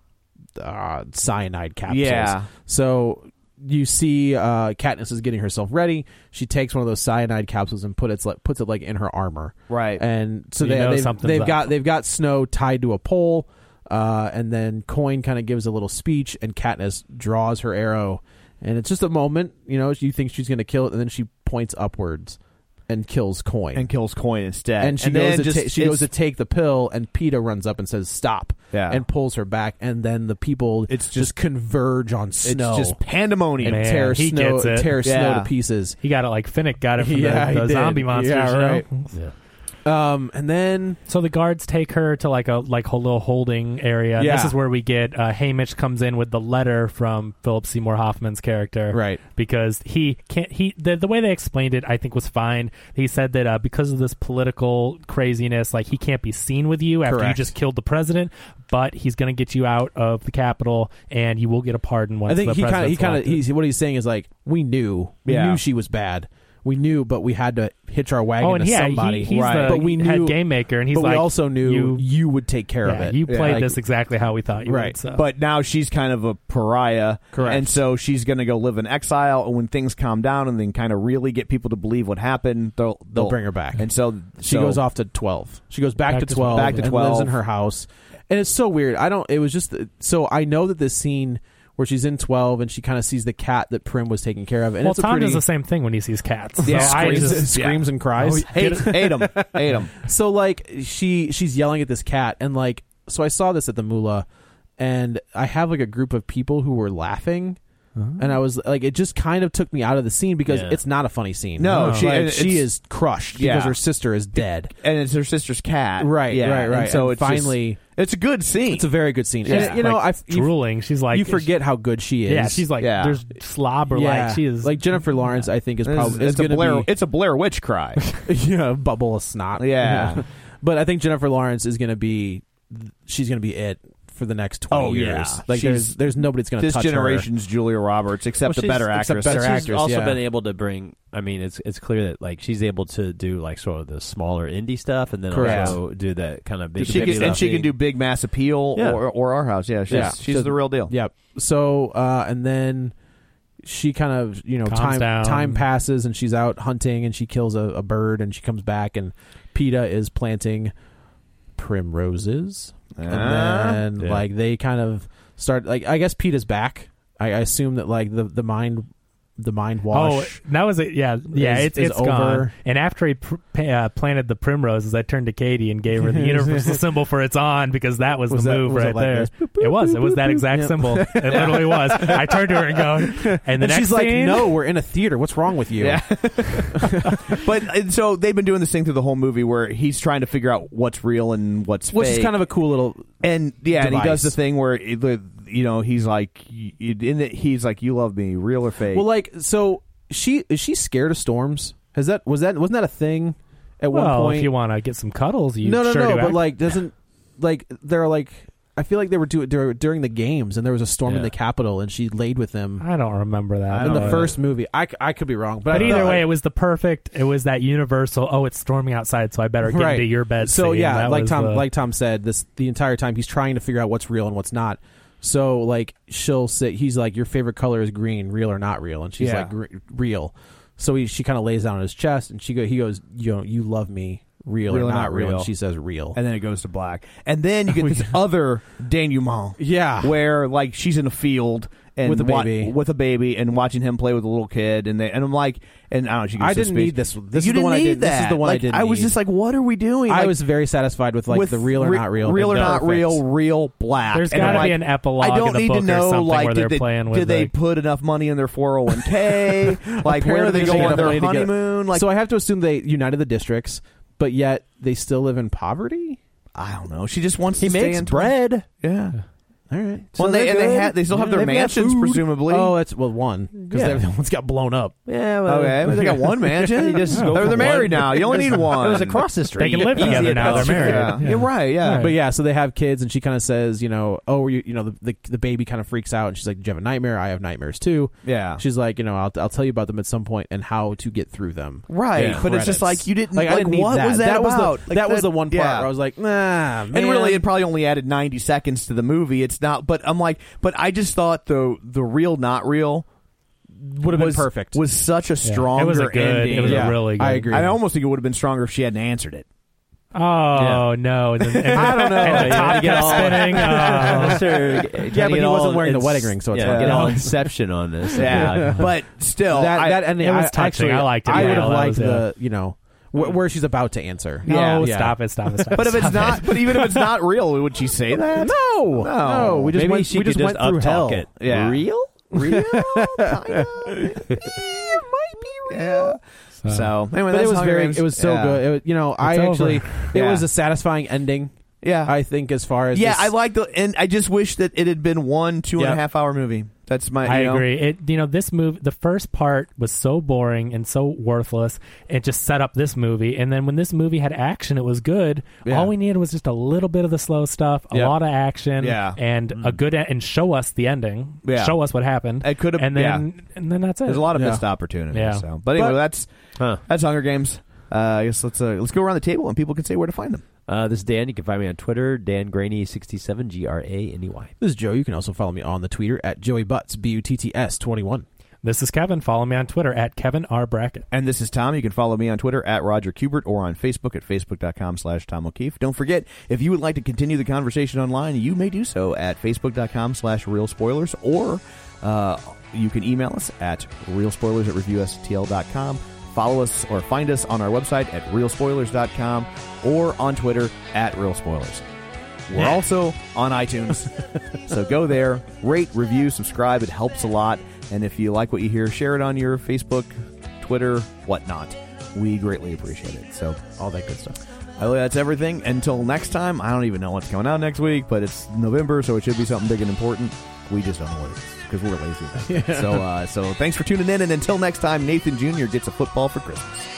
S8: uh, cyanide capsules.
S2: Yeah.
S8: So you see, uh, Katniss is getting herself ready. She takes one of those cyanide capsules and put it like puts it like in her armor.
S2: Right.
S8: And so
S4: You
S8: they
S4: know
S8: they've,
S4: something's
S8: they've
S4: up.
S8: got they've got Snow tied to a pole, uh, and then Coin kind of gives a little speech, and Katniss draws her arrow, and it's just a moment. You know, you think she's going to kill it, and then she points upwards and kills Coin
S2: and kills Coin instead.
S8: and she
S2: then
S8: goes to
S2: just,
S8: ta- she
S2: it's-
S8: goes to take the pill and Peta runs up and says stop
S2: Yeah.
S8: and pulls her back and then the people
S2: It's
S8: just,
S2: just-
S8: converge on
S2: it's
S8: snow
S2: just
S8: and
S2: pandemonium.
S4: Man,
S8: tear
S4: he
S8: snow
S4: gets it.
S8: tear snow
S2: Yeah.
S8: to pieces
S4: He got it like Finnick got it from
S8: Yeah, he
S4: the, the
S8: did.
S4: zombie monsters.
S8: Yeah,
S4: you know?
S8: right. um and then
S4: So the guards take her to like a like a little holding area. And
S8: Yeah.
S4: This is where we get uh, Haymitch comes in with the letter from Philip Seymour Hoffman's character,
S8: Right.
S4: Because he can't he the, the way they explained it, I think was fine. He said that uh, because of this political craziness, like he can't be seen with you after
S8: Correct.
S4: you just killed the president, but he's going to get you out of the Capitol and you will get a pardon once.
S8: I think
S4: the
S8: he kind of he
S4: president's
S8: kind of
S4: elected.
S8: he's what he's saying is like we knew we
S2: Yeah.
S8: knew she was bad we knew but we had to hitch our wagon
S4: Oh, and
S8: to
S4: yeah, he-
S8: somebody
S4: he's the
S8: but we knew
S4: head game maker, and he's
S8: but we
S4: like,
S8: also knew
S4: you-
S8: you, would take care of
S4: Yeah,
S8: it
S4: You played
S8: Like,
S4: this exactly how we thought you would.
S8: Right.
S4: So.
S2: But now she's kind of a pariah.
S8: Correct.
S2: And so she's going to go live in exile. And when things calm down and then kind of really get people to believe what happened, they'll, they'll,
S8: bring her back.
S2: And so
S8: She
S2: so-
S8: goes off to twelve. She goes back,
S4: Back
S8: to
S4: to
S8: twelve.
S4: 12.
S2: Back to
S8: and
S2: 12.
S8: Lives in her house, and it's so weird. I don't. It was just so I know that this scene where she's in twelve and she kind of sees the cat that Prim was taking care of, and
S4: well,
S8: it's a
S4: Tom
S8: pretty
S4: does the same thing when he sees cats. So
S2: Yeah,
S4: I
S8: screams,
S4: just
S8: screams and
S4: Oh,
S8: cries.
S2: Hate, hate Oh, him. Hate him.
S8: So like she she's yelling at this cat, and like so I saw this at the Moolah, and I have like a group of people who were laughing. And
S2: Oh.
S8: I was like, it just kind of took me out of the scene because
S1: Yeah.
S8: it's not a funny scene.
S2: No,
S8: Like,
S2: she- and
S8: she
S2: it's-
S8: is crushed
S2: Yeah.
S8: because her sister is dead.
S2: and it's her sister's cat.
S8: Right,
S2: yeah,
S8: right, right.
S2: And so
S8: And
S2: it's just-
S8: finally-
S2: it's a good scene.
S8: It's a very good scene. And,
S4: She's,
S8: you know,
S4: like,
S8: I you-
S4: drooling. She's like
S8: you forget how good she is.
S4: Yeah, she's like
S2: Yeah.
S4: there's slobber.
S8: Yeah.
S4: Like she is
S8: like Jennifer Lawrence. I think is
S2: It's-
S8: probably is
S2: it's a
S8: gonna
S2: Blair.
S8: be-
S2: It's a Blair Witch cry.
S8: yeah, bubble of snot.
S2: Yeah.
S8: but I think Jennifer Lawrence is going to be she's going to be it for the next 20
S2: Oh,
S8: years.
S2: yeah.
S8: Like there's
S2: She's-
S8: there's nobody that's going to
S2: this
S8: touch
S2: generation's Julia Roberts, except
S8: Well,
S2: the
S8: she's-
S2: better
S8: except
S2: actress.
S8: better
S1: She's
S8: actress,
S1: also
S8: yeah.
S1: been able to bring. I mean, it's it's clear that like she's able to do like sort of the smaller indie stuff, and then
S8: Correct.
S1: also do that kind of big.
S2: She
S1: big
S2: can, and she
S1: stuff.
S2: can do big mass appeal
S1: Yeah.
S2: or, or our house. Yeah, she's,
S8: Yeah.
S2: she's
S8: So-
S2: the real deal.
S8: her. Yep. So uh and then she kind of, you know,
S4: Calms
S8: time
S4: down.
S8: time passes and she's out hunting and she kills a, a bird and she comes back and PETA is planting primroses.
S2: Ah.
S8: and then
S1: Yeah.
S8: like they kind of start like I guess PETA's back. I, I assume that like the the mind the mind
S4: Oh,
S8: wash
S4: that was it. Yeah, yeah,
S8: is-
S4: it's
S8: is
S4: it's gone.
S8: over.
S4: And after he pr- pa- uh, planted the primroses, I turned to Katie and gave her the universal symbol for it's on because that was,
S8: Was
S4: the
S8: that-
S4: move
S8: was it
S4: right
S8: like
S4: there.
S8: this? Boop,
S4: it was. It was
S8: boop,
S4: that
S8: boop,
S4: exact
S8: boop.
S4: symbol. It literally was. I turned to her and go, and the
S8: and
S4: next
S8: she's like,
S4: scene-
S8: "No, we're in a theater. What's wrong with you?"
S2: Yeah. but and so they've been doing this thing through the whole movie where he's trying to figure out what's real and what's
S8: which
S2: fake.
S8: is kind of a cool little.
S2: and yeah, and he
S8: device.
S2: does the thing where it- the- you know he's like y- y- in it, he's like you love me, real or fake.
S8: Well, like, so she is she scared of storms? Has that was that wasn't that a thing at
S4: Well,
S8: one point?
S4: if you want to get some cuddles, you
S8: no, no,
S4: sure
S8: no.
S4: do
S8: But
S4: act-
S8: like, doesn't like there are like I feel like they were doing during the games, and there was a storm in
S1: Yeah.
S8: the Capitol, and she laid with him
S4: I don't remember that.
S8: in the
S4: but-
S8: first movie. I, c- I could be wrong, but,
S4: But
S8: I
S4: either
S8: thought-
S4: way, it was the perfect. It was that universal. Oh, it's storming outside, so I better get
S8: right.
S4: into your bed.
S8: So
S4: scene.
S8: yeah,
S4: That
S8: like
S4: was
S8: Tom,
S4: the-
S8: like Tom said, this the entire time he's trying to figure out what's real and what's not. So like she'll sit, he's like, "Your favorite color is green, real or not real?" And she's
S2: Yeah.
S8: like, "Gre- "Real." So he, she kind of lays down on his chest, and she go, he goes, "You know, you love me, real, or not, real?" And she says, "Real."
S2: and then it goes to black, and then you get this other denouement.
S8: yeah,
S2: where like she's in a field and
S8: With a
S2: wa-
S8: baby.
S2: with a baby, and watching him play with a little kid, and they, and I'm like, and I don't know. She gives
S8: I
S2: this
S8: didn't
S2: speech.
S8: need this- this
S2: you
S8: is the
S2: didn't
S8: one I
S2: need
S8: did- this
S2: That.
S8: is the one I
S2: Like,
S8: didn't
S2: I was
S8: need.
S2: just like, what are we doing?
S8: I
S2: Like,
S8: was very satisfied with like
S2: with
S8: the real or
S2: re-
S8: not real,
S2: real or
S8: and
S2: not
S8: perfect.
S2: real, real black.
S4: There's
S2: And
S4: gotta
S2: I'm
S4: be
S2: like,
S4: an epilogue
S2: I don't
S4: in the
S2: need
S4: book
S2: to
S4: or
S2: know,
S4: something
S2: like,
S4: where
S2: did
S4: they're
S2: they,
S4: playing
S2: did
S4: with,
S2: they
S4: like-
S2: put enough money in their 401k? like, where do
S8: Apparently
S2: they go
S8: get
S2: on
S8: enough money
S2: their
S8: to get-
S2: honeymoon? Like,
S8: so I have to assume they united the districts, but yet they still live in poverty.
S2: I don't know. She just wants
S8: He
S2: to
S8: makes
S2: stay in
S8: bread.
S2: Yeah.
S8: All right.
S2: Well, they, and they, ha- they still have their mansions, presumably.
S8: Oh, that's well one because
S2: Yeah.
S8: everyone's got blown up.
S1: Yeah. Well,
S2: okay. They got one mansion.
S1: You just go
S2: they're
S1: for
S2: they're
S1: one.
S2: married now. You only need one.
S1: It was across the street.
S4: They can live
S1: Easy
S4: together
S1: at
S4: now.
S1: that.
S4: They're married.
S2: Yeah.
S4: Yeah.
S2: You're right. Yeah.
S4: Right.
S8: But yeah, so they have kids, and she kind of says, you know, oh, were you, you know, the, the the baby kind of freaks out, and she's like, "Did you have a nightmare? I have nightmares too."
S2: Yeah.
S8: She's like, you know, I'll, I'll tell you about them at some point and how to get through them.
S2: Right,
S8: Yeah.
S2: but it's just
S8: Credits.
S2: like you didn't.
S8: Like,
S2: Like,
S8: I didn't need
S2: what
S8: that.
S2: was that,
S8: That was the-
S2: about?
S8: that was the one part where I was like,
S2: nah.
S8: man.
S2: And really, it probably only added ninety seconds to the movie. It's not, but I'm like, but I just thought the the real, not real,
S8: Would have been
S2: was
S8: perfect.
S2: Was such a stronger
S4: it was a good.
S2: ending.
S4: It was
S8: Yeah.
S4: a really good.
S8: I agree.
S2: I almost think it would have been stronger if she hadn't answered it.
S4: Oh no! And then- and then-
S2: I don't know.
S4: and the
S2: Yeah,
S4: top
S2: you get
S4: kept
S2: all-
S4: spinning. Oh.
S1: Sure.
S8: Yeah, but he wasn't wearing the wedding ring, so it's
S1: yeah,
S8: fine.
S1: get all
S8: Yeah.
S1: Inception on this.
S2: but still,
S8: that
S2: I-
S8: that ending.
S4: it was
S8: I,
S4: touching.
S8: Actually,
S4: I liked it.
S8: I
S4: Yeah,
S8: would have
S4: that
S8: liked
S4: was
S8: the you know wh- where she's about to answer.
S4: No,
S8: Yeah.
S4: oh, stop it! Stop it! Stop
S2: but
S4: it!
S2: if it's not, but even if it's not real, would she say that?
S8: No,
S2: No.
S8: we just
S1: Maybe
S8: went,
S1: she
S8: we
S1: could
S8: just went
S1: just
S8: through
S1: uptalk
S8: hell.
S1: it.
S2: Yeah.
S8: Real, real.
S2: Yeah. So, anyway,
S8: but
S2: that's
S8: it was
S2: Hunger
S8: very,
S2: Games.
S8: it was so
S2: Yeah.
S8: good. It was, you know, I
S4: over.
S8: actually, it
S2: Yeah.
S8: was a satisfying ending.
S2: Yeah.
S8: I think as far as
S2: Yeah,
S8: this-
S2: I like the, and I just wish that it had been one two and a half
S8: Yeah.
S2: hour movie. That's my.
S4: I
S2: you know.
S4: agree. It you know this movie, the first part was so boring and so worthless. It just set up this movie, and then when this movie had action, it was good.
S8: Yeah.
S4: All we needed was just a little bit of the slow stuff, a
S8: Yeah.
S4: lot of action,
S2: Yeah.
S4: and a good e- and show us the ending.
S2: Yeah.
S4: Show us what happened.
S2: It could've-
S4: and then and then that's it.
S2: There's a lot of
S8: Yeah.
S2: missed opportunities.
S4: Yeah.
S2: So, but anyway,
S8: But-
S2: that's
S1: Huh.
S2: that's Hunger Games. Uh, I guess let's uh, let's go around the table and people can say where to find them.
S1: Uh, this is Dan. You can find me on Twitter, Dan Graney67, G R A N E Y.
S8: This is Joe. You can also follow me on the Twitter at Joey Butts B U T T S twenty one.
S4: This is Kevin. Follow me on Twitter at Kevin R Brackett.
S2: And this is Tom. You can follow me on Twitter at Roger Kubert or on Facebook at facebook.com slash Tom O'Keefe. Don't forget, if you would like to continue the conversation online, you may do so at facebook.com slash real spoilers or uh, you can email us at real spoilers at reviewstl.com. Follow us or find us on our website at realspoilers.com or on Twitter at real spoilers. We're also on iTunes. so go there, rate, review, subscribe. It helps a lot. And if you like what you hear, share it on your Facebook, Twitter, whatnot. We greatly appreciate it. So, all that good stuff. I believe that's everything. Until next time, I don't even know what's coming out next week, but it's November, so it should be something big and important. We just don't know what it is because we're lazy. about it. So, uh, so thanks for tuning in. And until next time, Nathan Jr. gets a football for Christmas.